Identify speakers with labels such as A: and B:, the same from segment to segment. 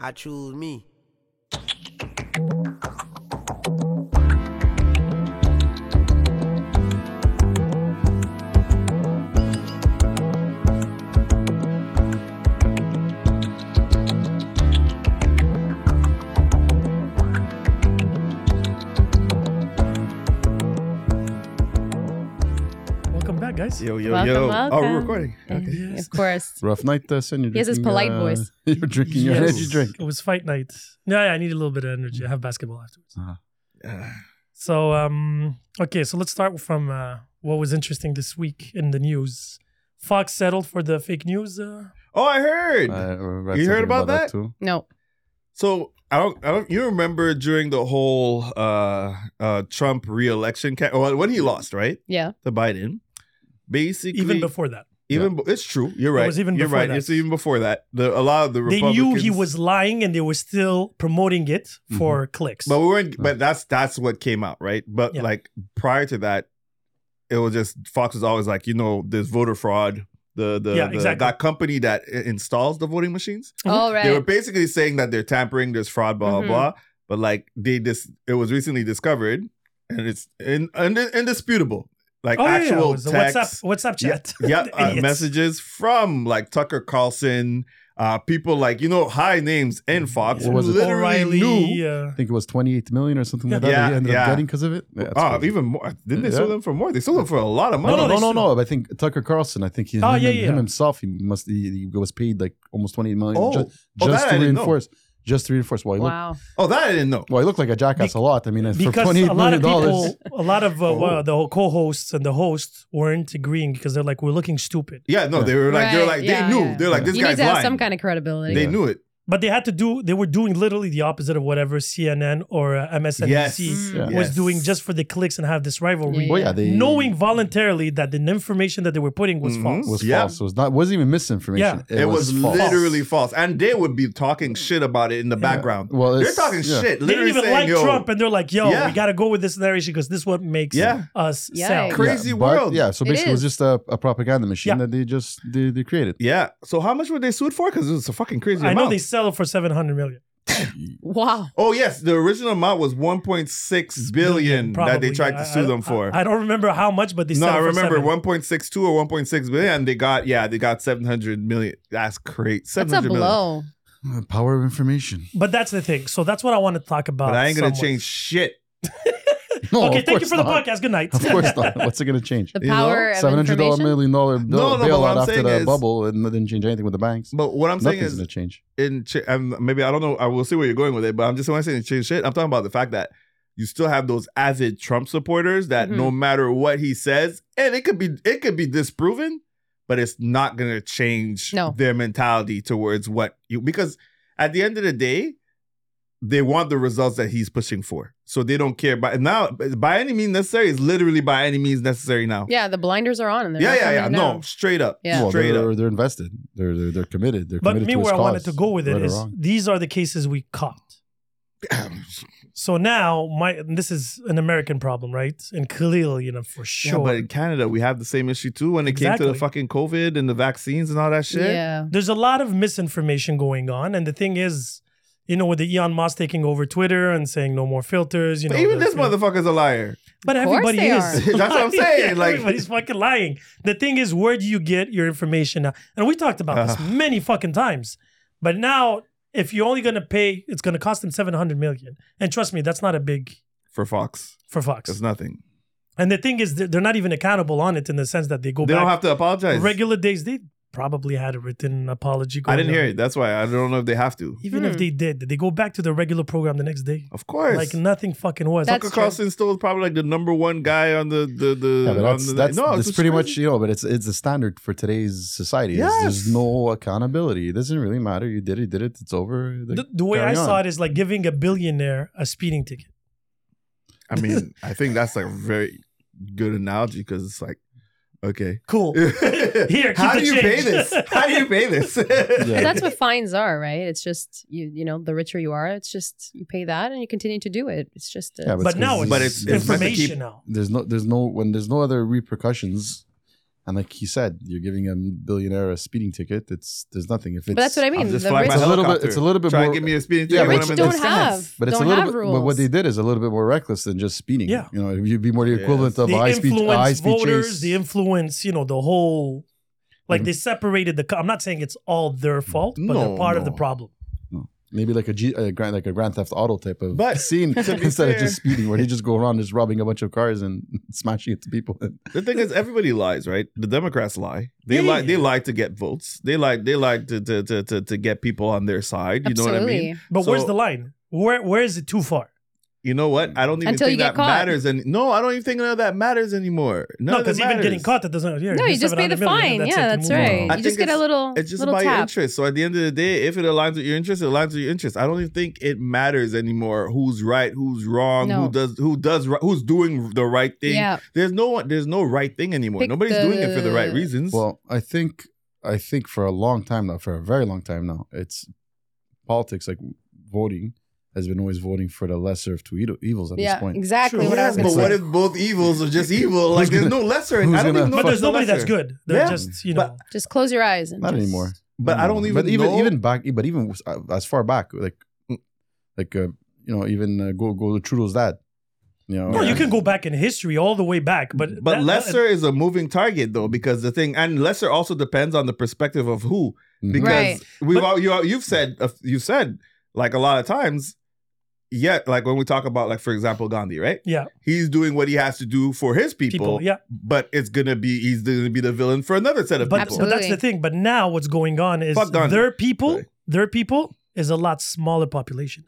A: I choose me.
B: Welcome back, guys.
C: Yo, yo,
D: Welcome,
C: yo. Oh,
D: welcome.
C: we're recording.
D: And,
C: Okay.
B: Yes.
D: Of course.
C: Rough night, uh, Sen. You're
D: He has his
C: drinking,
D: polite
C: uh,
D: voice.
C: You're drinking your
B: Yes.
C: energy drink.
B: It was fight night. No, yeah, I need a little bit of energy. I have basketball afterwards.
C: Uh,
B: So, um, okay, so let's start from uh, what was interesting this week in the news. Fox settled for the fake news. Uh,
C: oh, I heard.
E: I
C: You heard about that?
E: too?
D: No.
C: so I don't, I don't. You remember during the whole uh, uh, Trump reelection, ca- well, when he lost, right,
D: Yeah.
C: to Biden. Basically,
B: even before that,
C: even be- it's true. You're
B: It
C: right.
B: was even
C: you're
B: before
C: right.
B: that.
C: It's even before that. The, a lot of the
B: they
C: Republicans, Mm-hmm.
B: knew he was lying and they were still promoting it for clicks.
C: But we weren't. But that's that's what came out, right? But
B: Yeah.
C: like prior to that, it was just Fox was always like, you know, there's voter fraud. The the,
B: Yeah,
C: the-
B: exactly.
C: that company that i- installs the voting machines.
B: Uh-huh.
D: All
C: They were
D: right.
C: basically saying that they're tampering, there's fraud, blah
D: Mhm.
C: blah blah. But like they dis- it was recently discovered, and it's in, und- indisputable. Like
B: oh, yeah, yeah, it
C: actual
B: was the
C: texts,
B: WhatsApp, WhatsApp
C: Yeah,
B: chat.
C: yeah,
B: The
C: uh,
B: idiots.
C: messages from like Tucker Carlson, uh, people like you know high names in Fox
E: Mm-hmm. What was
C: who
E: it?
C: literally
B: O'Reilly,
C: knew
B: uh,
E: I think it was 28 million or something like
C: Yeah. Yeah,
E: that. that he ended
C: yeah.
E: up getting because of it. Yeah, that's
C: Ah,
E: crazy.
C: even more. Didn't they sell
E: Yeah.
C: them for more? They sold them for a lot of
E: no,
C: money.
E: no,
B: no,
E: no,
B: they
E: no,
B: still-
E: no. I think Tucker Carlson. I think he,
B: Oh,
E: him,
B: yeah,
E: and-
B: yeah.
E: him himself. He must. He, he was paid like almost 28 million
C: Oh,
E: ju-
C: oh, that
E: just
C: I
E: to
C: didn't know.
E: reinforce. Just to reinforce. Well, he looked,
D: Wow.
C: Oh, that I didn't know.
E: well, he looked like a jackass
B: Bec-
E: a lot. I mean, for
B: because
E: 28
B: a lot
E: million
B: of people,
E: dollars.
B: a lot of uh,
C: Oh.
B: well, the co-hosts and the host weren't agreeing because they're like, we're looking stupid.
C: Yeah, no, they were like, they were
D: Right,
C: like,
D: yeah,
C: they knew.
D: yeah.
C: They're like, this
D: You need
C: guy's
D: to have
C: lying.
D: some kind of credibility.
C: they knew it.
B: But they had to do, they were doing literally the opposite of whatever CNN or uh, MSNBC
C: Yes,
D: Yeah.
B: was
C: yes.
B: doing just for the clicks and have this rivalry.
E: Well, Mm. yeah, they
B: Knowing voluntarily that the information that they were putting was
C: Mhm.
B: false.
E: was
C: Yeah.
E: false. It was not. Wasn't even misinformation.
B: Yeah.
C: It, was,
E: false.
C: literally false. and they would be talking shit about it in the background.
E: Well,
C: they're
E: it's-
C: talking
E: yeah.
C: shit.
B: They didn't
C: Literally
B: even
C: saying,
B: like
C: yo,
B: Trump, and they're like, "Yo,
C: Yeah.
B: we got to go with this narration because this is what makes
C: Yeah.
B: us
D: Yikes.
B: sell."
D: Yeah.
C: crazy
E: yeah,
C: world.
E: But, yeah. So
D: It
E: basically, it, was
D: is.
E: just a, a propaganda machine
B: Yeah.
E: that they just they, they created.
C: yeah. So how much were they sued for? Because it was a fucking crazy
B: I know
C: amount.
B: they sell it for seven hundred million.
D: Wow.
C: oh yes, the original amount was 1.6 billion that they
B: probably.
C: tried
B: I-
C: to sue
B: I-
C: them for.
B: I, I don't remember how much, but they.
C: no,
B: sell
C: I
B: it for
C: remember
B: 700.
C: 1.62 or 1.6 billion. And they got yeah, they got 700 million. That's great.
D: That's a
C: 700 million.
D: blow.
E: Uh, Power of information.
B: But that's the thing. So that's what I want to talk about.
C: But I ain't gonna
B: somewhat.
C: change shit.
E: No,
B: okay,
E: of
B: thank you
E: course
B: for
E: not.
B: the podcast. Good night.
E: Of course not. What's it going to change?
D: The
C: You know,
D: power of
E: Seven hundred dollar
D: information.
E: million dollar bill,
C: No, no, but what I'm
E: bailout after
C: saying
E: the
C: is-
E: bubble, and that didn't change anything with the banks.
C: But what I'm saying
E: Nothing's
C: is,
E: going to change.
C: in ch- and maybe I don't know. I will see where you're going with it, but I'm just when I say in change shit, I'm talking about the fact that you still have those avid Trump supporters that no
D: Mm-hmm.
C: matter what he says, and it could be it could be disproven, but it's not gonna change
D: No.
C: their mentality towards what you because at the end of the day, they want the results that he's pushing for, so they don't care. By now, by any means necessary is literally by any means necessary now.
D: Yeah, the blinders are on. And they're
C: yeah,
D: not
C: yeah, yeah.
D: coming
C: No,
D: down.
C: straight up,
D: Yeah.
E: Well,
C: straight
E: they're,
C: up.
E: they're invested. They're they're, they're committed. They're
B: But
E: committed
B: me,
E: to his
B: where I
E: cause,
B: wanted to go with it
E: right or
B: is
E: wrong.
B: these are the cases we caught. So now, my and this is an American problem, right? And clearly, you know, for
C: Yeah,
B: sure,
C: but in Canada, we have the same issue too when it came to the
B: Exactly.
C: fucking COVID and the vaccines and all that shit.
D: Yeah.
B: there's a lot of misinformation going on. And the thing is, you know, with the Elon Musk taking over Twitter and saying no more filters, you
C: But
B: know,
C: even
B: the-
C: this motherfucker's a liar.
B: But
D: Of course
B: everybody
D: they
B: is.
C: are. That's what I'm saying, like-
B: everybody's fucking lying. The thing is, where do you get your information now? And we talked about this
C: Ugh.
B: many fucking times. But now, if you're only gonna pay, it's gonna cost them seven hundred million. And trust me, that's not a big
C: For Fox,
B: for Fox.
C: it's nothing.
B: And the thing is, they're they're not even accountable on it in the sense that they go
C: They don't
B: back
C: have to apologize.
B: regular days. They probably had a written apology. Going
C: I didn't
B: on.
C: hear it. That's why I don't know if they have to.
B: Even if
D: Hmm.
B: they did, they go back to the regular program the next day,
C: Of course.
B: like nothing fucking was.
D: That's
C: Tucker
D: true.
C: Carlson still is probably like the number one guy on the the the.
E: Yeah, but that's
C: on the-
E: that's,
C: no,
E: that's
C: it's
E: pretty
C: crazy.
E: much you know. But it's it's the standard for today's society. It's-
C: Yes.
E: There's no accountability. It doesn't really matter. You did it. Did it. It's over.
B: the, the way I saw it is like giving a billionaire a speeding ticket.
C: I mean, I think that's like a very good analogy because it's like, okay,
B: Cool. keep
C: how
B: the
C: do you pay
B: change.
C: this? How do you pay this?
E: Yeah.
D: That's what fines are, right? It's just you, you know, the richer you are, it's just you pay that and you continue to do it. It's just a,
E: Yeah,
B: But
E: it's
B: now
E: 'cause
B: it's,
C: But it's- it's meant to
B: information
C: keep-
B: now.
E: there's no there's no when there's no other repercussions And like he said, you're giving a billionaire a speeding ticket. It's there's nothing. If it's
D: But that's what I mean.
C: I'm just
D: The
C: flying
D: rich,
E: It's a
C: my
E: little bit.
C: helicopter.
E: It's a little bit
C: Try
E: more.
C: and give me a speeding
E: Yeah,
C: ticket.
E: but
C: when
E: it's
C: I'm in
D: don't
C: the
D: have-
C: stands.
E: but it's
D: don't
E: a little
D: have
E: bit.
D: rules.
E: But what they did is a little bit more reckless than just speeding.
B: Yeah.
E: you know, you'd be more the equivalent of
B: the
E: a high speed, a high
B: influence
E: speed
B: voters,
E: chase.
B: the influence, you know, the whole. Like
C: Mm-hmm.
E: Mhm.
B: they separated the. co- I'm not saying it's all their fault, but
C: No,
B: they're part of the
C: no.
B: problem.
E: Maybe like a, G, a grand, like a Grand Theft Auto type of
C: But,
E: scene
C: to be
E: instead of
C: fair-
E: just speeding, where they just go around just robbing a bunch of cars and smashing into people.
C: The thing is, everybody lies, right? The Democrats lie. They
B: Yeah,
C: lie.
B: yeah,
C: They
B: yeah.
C: lie to get votes. They lie. They lie to to to to, to get people on their side. You
D: Absolutely.
C: know what I mean?
B: But where's
C: So-
B: the line? Where where is it too far?
C: You know what? I don't even
D: Until you
C: think
D: get
C: that
D: caught.
C: matters. And no, I don't even think none of that matters anymore. None
B: No,
C: of that
B: because even
C: matters.
B: getting caught, that doesn't. Yeah,
D: No, you just pay the
B: 700 million,
D: fine. yeah,
B: it,
D: that's
B: move on.
D: right.
C: I
D: You
C: think
D: just get a
C: it's-
D: little,
C: It's just
D: little
C: about your
D: tap.
C: interest. So at the end of the day, if it aligns with your interest, it aligns with your interest. I don't even think it matters anymore who's right, who's wrong,
D: No.
C: who does who does ri- who's doing the right thing.
D: Yeah.
C: There's no one. There's no right thing anymore.
D: Pick
C: Nobody's doing it for the right
D: the-
C: reasons.
E: Well, I think I think for a long time now, for a very long time now, it's politics like voting has been always voting for the lesser of two e- evils at
D: Yeah,
E: this point.
D: exactly
E: True.
D: what I was
E: Yes,
D: going
C: but
D: to
C: what
D: say.
C: if both evils are just evil? Like
E: Who's
C: there's
E: gonna-
C: no lesser. I
E: who's
C: don't even
E: gonna-
C: know.
B: But
C: if
B: there's nobody
C: lesser.
B: that's good. They're
C: Yeah.
B: just you
C: But-
B: know.
D: just close your eyes and
E: Not
D: just-
E: anymore.
C: But I don't even.
E: But even
C: know.
E: even back, but even with- as far back, like mm, like uh, you know, even uh, go go to Trudeau's dad. You know,
B: No,
E: uh,
B: you can go back in history all the way back, but
C: but
B: that- that-
C: lesser is a moving target though because the thing and lesser also depends on the perspective of who
E: Mhm.
C: because
D: Right.
C: we've
B: But-
C: all, you all, you've said you said like a lot of times yet like when we talk about like for example Gandhi right
B: yeah,
C: he's doing what he has to do for his people,
B: people, yeah.
C: but it's gonna be he's gonna be the villain for another set of
B: But,
C: people
B: but that's
D: Absolutely.
B: the thing. But now what's going on is
C: Fuck Gandhi.
B: their people,
C: Sorry.
B: their people is a lot smaller population.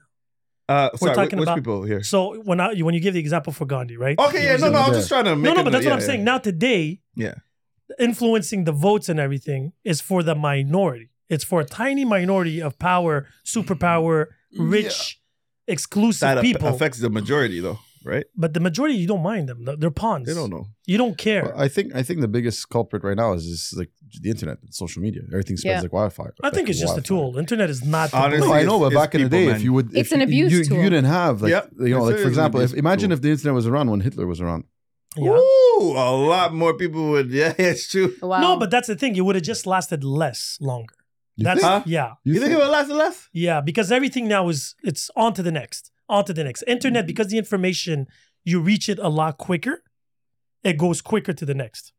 C: uh
B: We're
C: sorry wh-
B: talking
C: which
B: about-
C: people here
B: So when I when you give the example for Gandhi, right?
C: okay yeah no no I'm just trying to make
B: no, no,
C: it-
B: but that's
C: yeah,
B: what I'm
C: yeah.
B: saying. Now today,
C: Yeah.
B: influencing the votes and everything is for the minority. It's for a tiny minority of power, superpower, rich, exclusive
C: that a-
B: people.
C: affects the majority though right
B: but the majority, you don't mind them. They're- They're pawns.
C: they don't know
B: You don't care.
E: Well, I think I think the biggest culprit right now is just like the internet, social media. Everything spreads
D: Yeah.
E: like wildfire.
B: I think
E: like
B: it's just a
E: wildfire.
B: tool. Internet is not. the
C: Honestly,
E: No, I know, but
C: It's-
E: back
C: it's
E: in the day,
C: people,
E: if
C: man.
E: you would,
D: It's
E: if
D: an
E: you-
D: abuse
E: you,
D: tool.
E: You didn't have like,
C: Yep.
E: you know,
C: It's
E: like
C: an
E: for example, if
C: abuse
E: imagine
C: tool.
E: if the internet was around when Hitler was around.
B: Yeah.
C: Ooh, a lot more people would. Yeah, it's true.
D: Wow.
B: No, but that's the thing. It would have just lasted less longer.
E: You
B: that's
E: think?
C: Huh?
B: yeah,
C: You, think, it would last and less?
B: yeah. Because everything now is it's on to the next, on to the next. Internet because the information you reach it a lot quicker. It goes quicker to the next.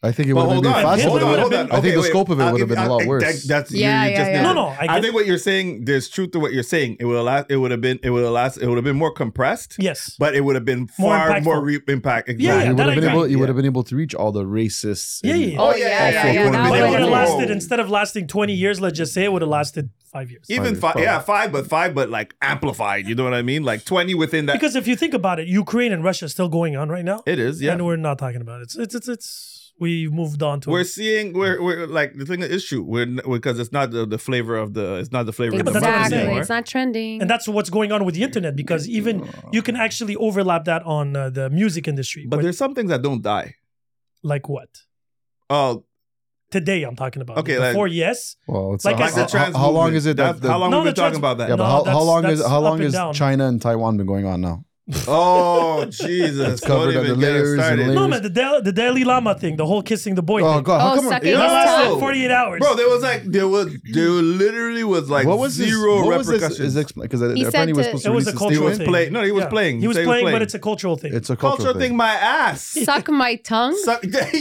E: I think it
C: But
E: would have
C: hold
E: been
C: on,
E: faster.
C: hold
B: Hitler
C: on,
B: would've
C: hold
B: been-
C: on.
E: I think
C: Okay,
E: the
C: wait.
E: scope of it
C: I'll give
E: would've been a
C: you-
E: lot
C: I-
E: worse.
C: that- that's you-
D: Yeah,
C: you just
D: yeah, yeah.
C: nailed
B: No,
C: it.
B: no, I,
C: I,
B: get-
C: think what you're saying, there's truth to what you're saying. It would have last. It would have been. It would have last. It would have been more compressed,
B: yes.
C: but it would have been
B: More
C: far
B: impactful.
C: more re- impact. Exactly.
B: Yeah,
E: you
B: that
E: would
B: I
E: have been
B: agree.
E: able, you would have been able to reach all the racists.
B: Yeah,
E: and-
B: yeah, yeah.
C: Oh yeah, yeah, yeah.
E: yeah,
C: it would have
D: that
B: But it
C: been
D: would've
B: would have
D: been
C: like,
B: lasted
C: whoa.
B: instead of lasting twenty years. Let's just say it would have lasted five years.
C: Even
E: Five
C: five,
E: years,
C: yeah,
E: five.
C: five, but five, but like amplified. You know what I mean? Like twenty within that.
B: Because if you think about it, Ukraine and Russia is still going on right now,
C: it is, yeah.
B: and we're not talking about it. It's it's it's, it's we moved on to.
C: We're
B: it.
C: seeing we're we're like the thing the issue we're because it's not the, the flavor of the it's not the flavor
B: Yeah,
C: of the
B: but that's what I'm
C: month
D: exactly.
B: saying.
C: anymore.
D: It's not trending.
B: And that's what's going on with the internet because even you can actually overlap that on uh, the music industry.
C: But
B: with-
C: there's some things that don't die.
B: like what
C: Oh,
B: today I'm talking about.
C: Okay, like-
B: before yes,
E: Well, it's
B: Like I
E: how,
C: like the
B: said-
E: how,
C: trans
E: how long
C: movement.
E: is it? That,
C: That's- how long
B: No,
C: we've
B: the
C: been talking
B: trans-
C: about that?
E: Yeah, but
B: No,
E: how, how
B: that's-
E: long is
B: that's
E: how
B: up
E: long
B: and
E: is
B: down.
E: China and Taiwan been going on now?
C: Oh Jesus!
E: It's covered
C: Don't even get
E: under
C: us
E: layers and
C: started.
E: layers.
B: no man, the Dal- the Dalai Lama thing, the whole kissing the boy.
E: Oh
B: thing.
E: God! How
D: Oh,
E: come
D: sucking
B: It
D: Yo!
B: lasted 48 hours.
C: Bro, there was like there was there literally was like
E: his-
C: zero
E: what was his-
C: repercussions.
E: his expl- because
D: He said
E: apparently he was
D: to-
E: supposed
B: it
E: to
B: was
E: release
B: a
E: his
B: cultural
E: statement.
B: thing.
C: playing- no, he was playing.
B: He was
C: He said
B: playing, but it's a cultural thing.
E: It's a cultural,
C: Culture thing, my ass.
D: Suck my tongue.
C: Suck-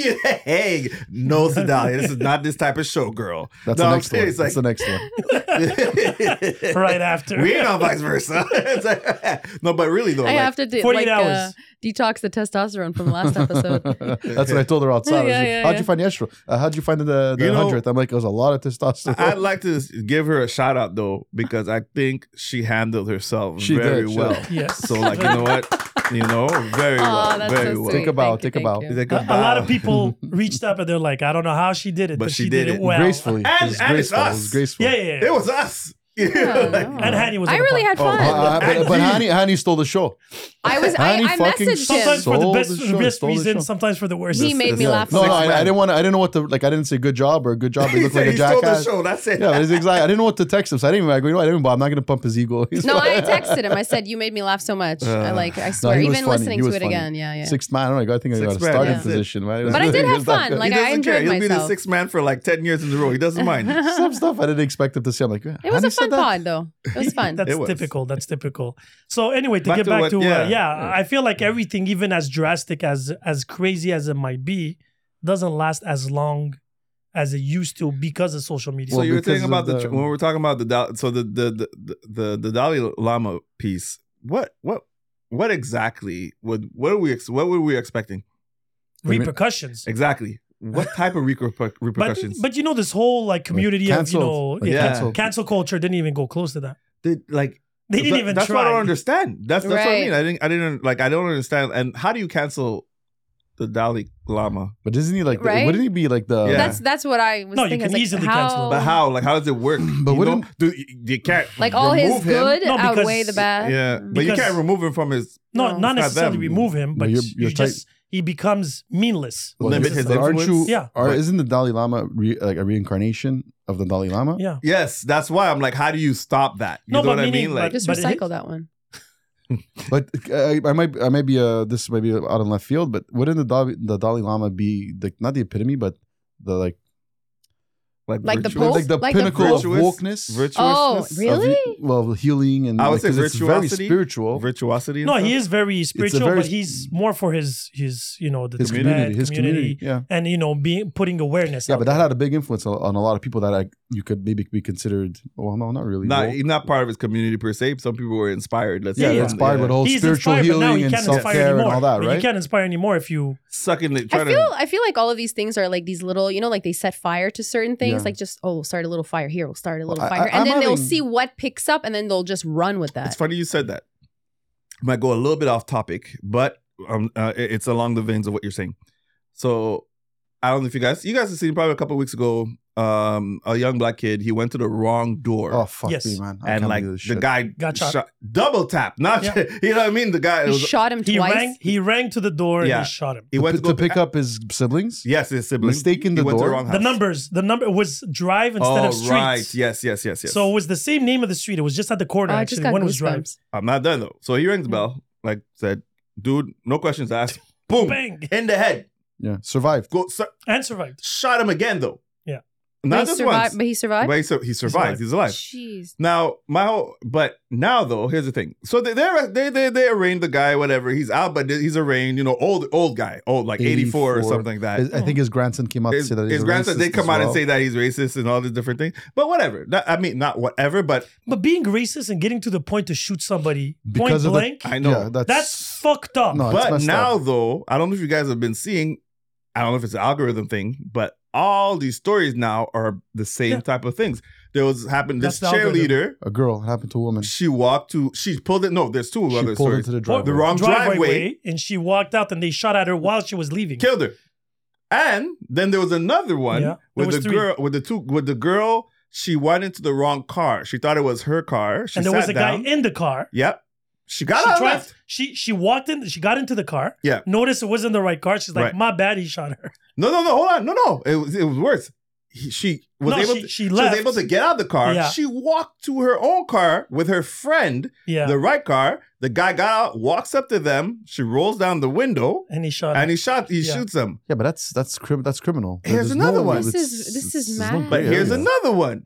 C: hey, no, Sedalia, this is not this type of show, girl.
E: That's
C: no,
E: the
C: I'm
E: next one.
C: serious,
E: That's the next one.
C: like-
B: right after.
C: We ain't on vice versa. It's like- no, but really though,
D: I
C: like,
D: have to do
B: 48
D: like,
B: hours.
D: Uh, detox the testosterone from last episode.
E: That's what I told her outside. I was
D: Yeah,
E: like,
D: yeah,
E: how'd
D: yeah.
E: you find Yeshua? Uh, how'd you find the
C: You
E: the
C: know-
E: hundredth? I'm like, it was a lot of testosterone.
C: I'd like to give her a shout out though because I think she handled herself
E: She
C: very
E: did, she
C: well.
E: did.
B: yes.
C: So like you know what, you know very
D: Aw,
C: well,
D: that's
C: very
D: so
C: well.
D: sweet.
E: Take a bow,
D: Thank you,
E: take a bow.
C: It's
D: thank you.
C: like
B: a, a lot of
C: bow.
B: people reached up and they're like, I don't know how she did it,
C: But
B: but,
C: she did it
B: well.
E: gracefully.
C: And-
E: it was
C: and it's
E: graceful. It
C: us.
E: was graceful.
B: Yeah, yeah, yeah.
C: It was us.
D: Yeah,
C: Like,
D: Oh, no.
B: And Hani was.
D: I
B: on the
D: really
B: pod.
D: had fun.
E: Uh, but, but
C: Andy.
E: Hani, Hani stole the show.
D: I was. I,
E: Hani
D: I
E: fucking
D: messaged him.
B: Sometimes for the
E: Stole
B: best,
E: the
B: the
E: show,
B: best
E: stole the show.
B: reason, sometimes for the worst.
D: He made me laugh.
E: No,
D: so
E: no,
D: much.
E: I, I didn't want. to I didn't know what to like. I didn't say good job or good job. He
C: He
E: looked like
C: said
E: a
C: he stole the
E: jackass.
C: show. That's it.
E: Yeah, but it's exactly. I didn't know what to text him, so I didn't even. I go, you know, what, I didn't. I'm not gonna pump his ego. He's
D: No,
E: like-
D: I texted him. I said, "You made me laugh so much. I
C: Uh,
D: like. I swear,
E: he was
D: even
E: funny.
D: listening
E: He
D: to
E: was
D: it
E: funny.
D: again. Yeah, yeah.
E: Six man. Oh my god, I think I
C: Six
E: got a
C: man,
E: starting
D: yeah.
E: position. Man. It was
D: But I
E: really-
D: did
E: it
D: have
E: was not
D: fun.
E: good.
D: Like
C: he
D: I
C: doesn't care.
D: enjoyed
C: He'll be the
D: myself.
C: sixth man for like ten years in a row. He doesn't mind.
E: some stuff I didn't expect him to see. I'm like, yeah,
D: It was
E: Hani
D: a
E: said
D: fun
E: that?
D: pod, though. It was fun.
B: That's
C: It was.
B: typical. That's typical. So anyway, to
C: Back
B: get
C: to
B: back
C: what-
B: to yeah.
C: yeah.
B: Uh, yeah, I feel like everything, even as drastic as as crazy as it might be, doesn't last as long as it used to because of social media.
C: So
E: Well,
C: you were
E: because
C: thinking
E: of
C: about the,
E: the-
C: when we were talking about the Dal- so the the, the the the the Dalai Lama piece. What what what exactly would what are we ex- what were we expecting
E: mean-
B: repercussions.
C: exactly? What type of reper-
B: But
C: repercussions?
B: but you know this whole like community of you
E: canceled.
B: know
E: Like,
B: yeah,
E: canceled.
B: cancel culture didn't even go close to that.
C: Did, like
B: They didn't
C: that-
B: even
C: that's
B: try.
C: what I don't understand. That's that's what I
D: Right.
C: mean. I didn't I didn't like I don't understand. And how do you cancel the Dalai Lama?
E: But isn't he like? the-
D: Right?
E: wouldn't he be like the?
C: Yeah.
D: That's that's what I was.
B: No, you
D: thinking.
B: can
D: I was
B: easily
D: like, how,
B: cancel it.
C: But how like how does it work?
E: But
C: you
E: wouldn't-
C: know? do you, you can't
D: Like all
C: remove him.
D: his good
B: No, because-
D: outweigh the bad.
C: Yeah, but you
B: Because-
C: can't remove him from his
B: no,
D: No.
B: not
C: It's not
B: necessarily
C: them.
B: remove him,
E: No,
B: but
E: you're-
B: you
E: you're tight-
B: just he becomes meaninless.
E: Well,
C: Limit
E: is-
C: his
E: but aren't you?
C: influence?
B: Yeah.
E: Are,
C: But-
E: isn't the Dalai Lama re, like a reincarnation of the Dalai Lama?
B: Yeah.
C: Yes, that's why I'm like, how do you stop that? You
B: No,
C: know
B: but
C: what I
B: meaning,
C: mean?
B: but-
C: Like,
D: Just
B: it
D: recycle
B: hit-
D: that one.
E: But uh, I might, I might be. Uh, this might be out in left field. But wouldn't the Dalai, the Dalai Lama be the not the epitome, but the like,
C: like,
D: Like the
C: virtuous-
D: Pope?
E: like the
D: Like the
E: pinnacle of
C: Virtuous-
E: wokeness?
D: Oh,
C: virtuousness,
E: of-
D: really?
E: well, healing and
C: I would
E: like,
C: say
E: 'cause it's very
C: virtuosity.
E: spiritual.
C: virtuosity. and
B: No, he
C: stuff?
B: is very spiritual,
E: very-
B: but he's more for his his you know the
E: his
B: Tibet
E: community, his community. Yeah.
B: and you know being putting awareness.
E: Yeah,
B: out
E: but that
B: there.
E: had a big influence on, on a lot of people that I, you could maybe be considered. Well, no, not really.
C: Not,
E: woke.
C: he's not part of his community per se. Some people were inspired. Let's
E: yeah,
C: say,
E: they're inspired with the whole
B: He's
E: spiritual
B: inspired, but now
E: healing
B: he
E: and
B: can't
E: self
B: inspire
E: care and
B: anymore.
E: all that,
B: But You
E: right?
B: can't inspire anymore if you.
C: sucking the.
D: I
C: Trying
D: feel
C: to,
D: I feel like all of these things are like these little, you know, like they set fire to certain things.
E: Yeah.
D: Like just oh, we'll start a little fire here, we'll start a little
E: Well, I-
D: fire, and
E: I- I'm
D: then they'll
E: having-
D: see what picks up, and then they'll just run with
C: it's
D: that.
C: funny you said that. I might go a little bit off topic, but um, uh, it- it's along the veins of what you're saying. So I don't know if you guys, you guys have seen probably a couple weeks ago, um, a young black kid. He went to the wrong door.
E: Oh fuck
B: Yes.
E: me, man! I
C: and
E: can't
C: like
E: believe this
C: the
E: shit.
C: guy
B: Got shot.
C: double tap, not
B: Yeah.
C: you know what I mean. The guy it
D: He
C: was-
D: shot him
B: He
D: twice.
B: rang. He rang to the door
C: Yeah.
B: and he shot him.
C: he
E: To
C: went
E: pi-
C: to,
E: to
C: go
E: pick up his siblings.
C: Yes, his sibling.
E: Mistaken the
C: he went to
E: door?
C: wrong
B: The
C: house.
B: numbers. The number it was drive instead
C: oh,
B: of street.
C: right. Yes, yes, yes, yes.
B: So it was the same name of the street. It was just at the corner.
D: Oh, I just
B: actually,
D: got
B: one was drive.
D: goosebumps.
C: I'm not done though. So he
B: Mm.
C: rings the bell, like said, dude, no questions asked. Boom,
B: Bang,
C: in the head.
E: Yeah, survived.
C: Go sur-
B: and survived.
C: shot him again though.
B: Yeah.
C: not
D: but, he
C: just
D: survived,
C: once.
D: but he survived.
C: But he, sur- he survived.
B: alive.
C: He's alive.
D: Jeez.
C: Now my whole, but now though, here's the thing. So they they they they, they arraigned the guy, whatever. He's out, but he's arraigned. You know, old old guy, old like 84, or
E: 84.
C: something like that.
E: I, I think his grandson came out
C: his,
E: to say that. he's
C: his
E: a
C: grandson
E: racist
C: did come
E: as
C: out and
E: well.
C: say that he's racist and all these different things. But whatever. That, I mean, not whatever, but
B: But being racist and getting to the point to shoot somebody
E: Because of
B: point
E: the-
B: blank,
C: I know.
E: Yeah, that's,
B: that's fucked up.
E: No, Oh, it's
C: but
E: messed
C: now
E: up.
C: though, I don't know if you guys have been seeing. I don't know if it's an algorithm thing, but all these stories now are the same
B: Yeah.
C: type of things. There was happened this
B: That's the algorithm.
C: cheerleader.
E: a girl. It happened to a woman. She
C: She walked to. She pulled it. No, there's two other
E: pulled
C: stories.
E: into the
B: Or
E: driveway.
C: The wrong
B: driveway,
C: driveway
B: and she walked out, and they shot at her while she was leaving.
C: killed her. And then there was another one
B: Yeah, there
C: with
B: was
C: the
B: three.
C: girl with the two with the girl. She went into the wrong car. She thought it was her car. She
B: and there
C: sat
B: was a
C: down.
B: guy in the car.
C: Yep. She got
B: she
C: out
B: tried-
C: left.
B: She she walked in. She got into the car.
C: Yeah.
B: Noticed it wasn't the right car. She's like,
C: Right.
B: "My bad, he shot her."
C: No, no, no. Hold on. No, no. It was it was worse. He- she was
B: No,
C: able.
B: she-
C: to,
B: she left.
C: was able to get out of the car.
B: Yeah.
C: She walked to her own car with her friend,
B: Yeah.
C: the right car. The guy got out, walks up to them. She rolls down the window,
B: and he shot. her.
C: and he shot. He
B: Yeah.
C: shoots him.
E: yeah, but that's that's crim- that's criminal.
C: Here's
E: There's
C: another one.
E: it's-
D: This is- this is
E: there's
D: mad.
C: But
E: gray
C: here's
E: area.
C: another one.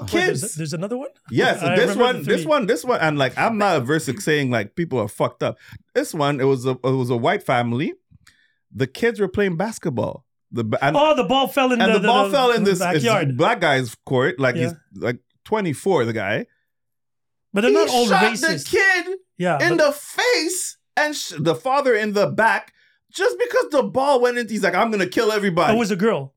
B: Wait, there's,
C: kids.
B: there's another one.
C: Yes,
B: I
C: this
B: remember
C: one,
B: the
C: this
B: three.
C: one, this one, and like I'm not averse to saying like people are fucked up. This one, it was a it was a white family. The kids were playing basketball. The ba- and,
B: oh, the ball fell in
C: and
B: the,
C: the, ball fell in
B: the
C: this it's
B: backyard.
C: black guy's court. Like he's like 24. The guy,
B: but they're
C: He
B: not all
C: shot
B: racist.
C: the kid
B: yeah.
C: in
B: but-
C: the face and sh- the father in the back just because the ball went into. He's like, I'm gonna kill everybody.
B: it was a girl.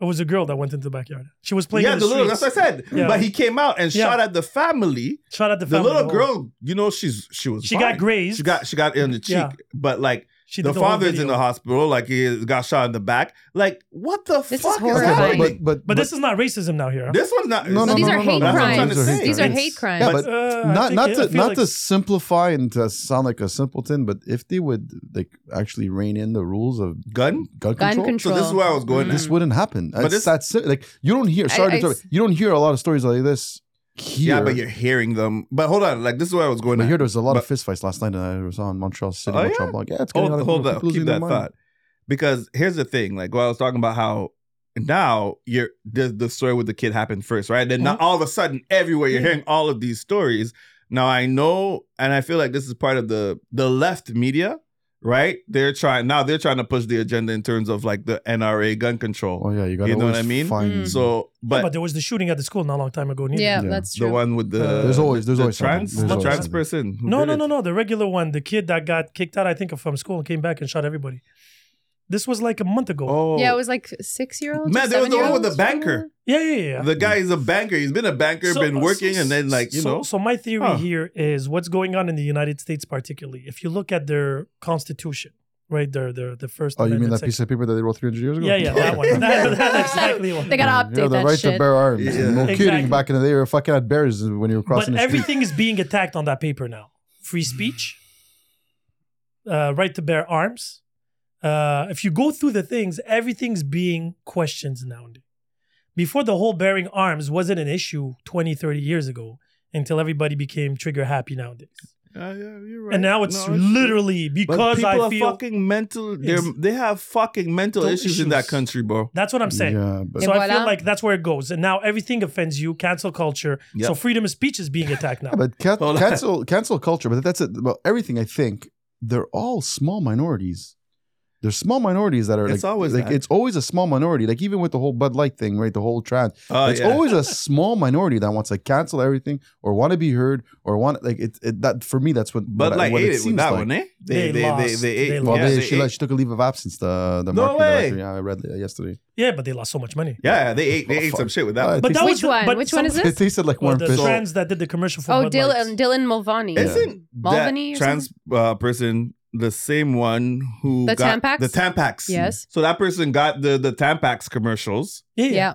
B: It was a girl that went into the backyard. She was playing.
C: yeah,
B: in
C: the
B: the,
C: little. That's what I
B: streets.
C: said.
B: Yeah.
C: But he came out and
B: Yeah.
C: shot at the family.
B: Shot at the
C: The
B: family.
C: little
B: Oh.
C: girl, you know, she's she was
B: She
C: fine.
B: got grazed.
C: She got she got in the cheek,
B: Yeah.
C: but like
B: She did
C: the
B: the whole
C: father's in
B: video.
C: the hospital, like he got shot in the back. Like, what the
D: This is
C: fuck is
E: Okay,
D: horrifying.
C: happening?
E: but, but, but,
B: But this is not racism now here.
C: this one's not.
E: No,
D: No,
E: no,
D: these
E: no,
D: are
E: no,
D: hate
E: no,
C: that's what I'm
D: crimes.
C: trying to say.
D: These are
B: It's-
D: hate crimes.
E: Yeah, but
B: uh, I
E: not
B: think
E: not
B: it- I
E: to
B: feel
E: not
B: like-
E: to simplify and to sound like a simpleton, but if they would like actually rein in the rules of
C: gun.
E: gun
D: Gun
E: control,
D: control.
C: So this is where I was going.
D: Mm.
E: this wouldn't happen.
C: But
E: But it's
C: this-
E: that si- like you don't hear.
D: I-
E: Sorry, to
D: I
E: interrupt.
D: s-
E: you don't hear a lot of stories like this here.
C: Yeah, but you're hearing them. But hold on, like this is where I was going.
E: But
C: at.
E: here there was a lot of
C: But-
E: fistfights last night, and I saw in Montreal City,
C: Oh, yeah?
E: Montreal Blog. Yeah, it's getting
C: hold,
E: out of
C: hold
E: control.
C: up,
E: People
C: keep
E: losing their
C: that
E: mind.
C: thought. Because here's the thing, like what I was talking about, how now you're the the story with the kid happened first, right? Then now all of a sudden, everywhere you're
B: Yeah.
C: hearing all of these stories. Now I know, and I feel like this is part of the the left media, right? They're trying now. They're trying to push the agenda in terms of like the NRA gun control.
E: Oh yeah, you got.
C: You know what I mean?
E: Find,
D: Mm.
C: So,
B: Yeah,
C: but
B: but there was the shooting at the school not a long time ago. Neither.
D: yeah,
E: Yeah.
D: that's
C: the
D: true.
C: one with the
E: There's always- there's
C: the
E: always something.
C: trans
E: There's
C: the
B: always
C: trans
E: something.
C: person. who
B: No,
C: did
B: no,
C: it.
B: no, no. The regular one, the kid that got kicked out, I think, from school and came back and shot everybody. This was like a month ago.
C: Oh,
D: Yeah, it was like six year olds.
C: Man, there was the one with the banker.
B: Yeah, yeah, yeah.
C: The guy is a banker. He's been a banker,
B: So- uh,
C: been working,
B: so-
C: and then like you
B: so-
C: know.
B: So my theory
C: Huh.
B: here is what's going on in the United States, particularly if you look at their constitution, right? Their their the first.
E: Oh, you mean
B: Amendment
E: that piece
B: section.
E: of paper that they wrote 300 years ago?
B: Yeah, yeah, that one. That, that exactly one.
D: They gotta update
E: Yeah, the
D: that
E: right to
D: shit.
E: bear arms.
C: Yeah.
E: No
B: Exactly.
E: kidding. Back in the day, you were fucking at bears when you were
B: but
E: crossing the street.
B: everything is being attacked on that paper now. Free speech, uh, right to bear arms. Uh, if you go through the things, everything's being questioned nowadays. Before the whole bearing arms wasn't an issue 20, 30 years ago until everybody became trigger happy nowadays.
C: Yeah, yeah, you're right.
B: And now it's
C: No,
B: literally
C: But
B: because
C: people
B: I
C: are
B: feel
C: fucking mental. They
B: Ex-
C: they have fucking mental
B: Mental
C: issues, in that
B: issues.
C: country, bro.
B: that's what I'm saying.
E: Yeah, but
B: So I feel
D: Voilà.
B: like that's where it goes. And now everything offends you, cancel culture.
C: Yeah.
B: So freedom of speech is being attacked now.
E: Yeah, but can-
C: Hold on.
E: cancel cancel culture. But that's it. Well, everything I think they're all small minorities. They're small minorities that are
C: It's
E: like,
C: always
E: like
C: that.
E: it's always a small minority. Like even with the whole Bud Light thing, right? The whole trans.
C: Oh,
E: it's
C: yeah.
E: always a small minority that wants to cancel everything or want to be heard or want like it, it. That for me, that's what.
C: but
E: what, I-
C: like
E: what
C: ate
E: it
C: it, with
E: seems
C: that
E: like.
C: one, eh?
B: They lost. They
E: Well,
B: Yeah,
E: they-
B: they
E: she, like, she took a leave of absence. The the
C: No
E: marketing
C: way.
E: director. Yeah, I read. it yesterday.
B: yeah, but they lost so much money.
C: yeah, they ate they
E: Oh,
C: ate some
E: fuck.
C: shit with that.
E: Oh,
C: one.
E: it
B: But
E: tastes-
B: that
D: Which
B: was the-
D: one?
B: but
D: Which one
B: some-
D: is
E: it
D: this?
E: tasted like
B: Well,
E: warm
B: the
E: fish.
B: trans that did the commercial for
D: Oh,
B: Bud Lights.
D: Dylan, Dylan Mulvaney.
C: Isn't
D: Mulvaney
C: that
D: or
C: trans uh, person the same one who
D: The
C: got
D: Tampax?
C: the Tampax?
D: Yes.
C: So that person got the the Tampax commercials.
B: Yeah, yeah.
D: Yeah.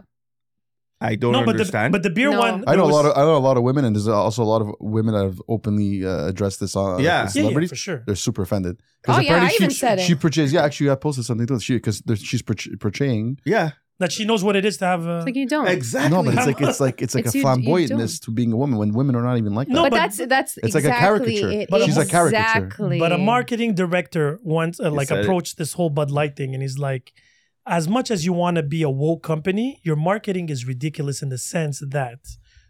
C: I don't
B: no, but the
C: understand.
B: but the beer
D: No.
B: one.
E: I
B: there
E: know a lot
C: uh,
B: was-
E: of I know a lot of women, and there's also a lot of women that have openly uh, addressed this on
C: Yeah.
B: yeah, yeah,
E: celebrities.
B: for sure.
E: They're super offended. 'Cause
D: Oh yeah, I
E: apparently
D: even
E: she,
D: said
E: She
D: it.
E: portrays. Yeah, actually, I posted something too. She because she's portray- portraying.
C: yeah,
B: That she knows what it is to have. Uh,
D: It's like you don't.
C: exactly.
E: No, but it's like it's like it's like
D: It's
E: a
D: you- you
E: flamboyantness to being a woman when women are not even like that.
B: No,
D: but,
B: but-
D: that's that's
E: It's like a
D: exactly
E: caricature.
D: it.
B: But she's a
E: caricature.
D: Exactly.
B: But a marketing director once uh,
C: He
B: like
C: said it.
B: approached this whole Bud Light thing, and he's like, as much as you want to be a woke company, your marketing is ridiculous in the sense that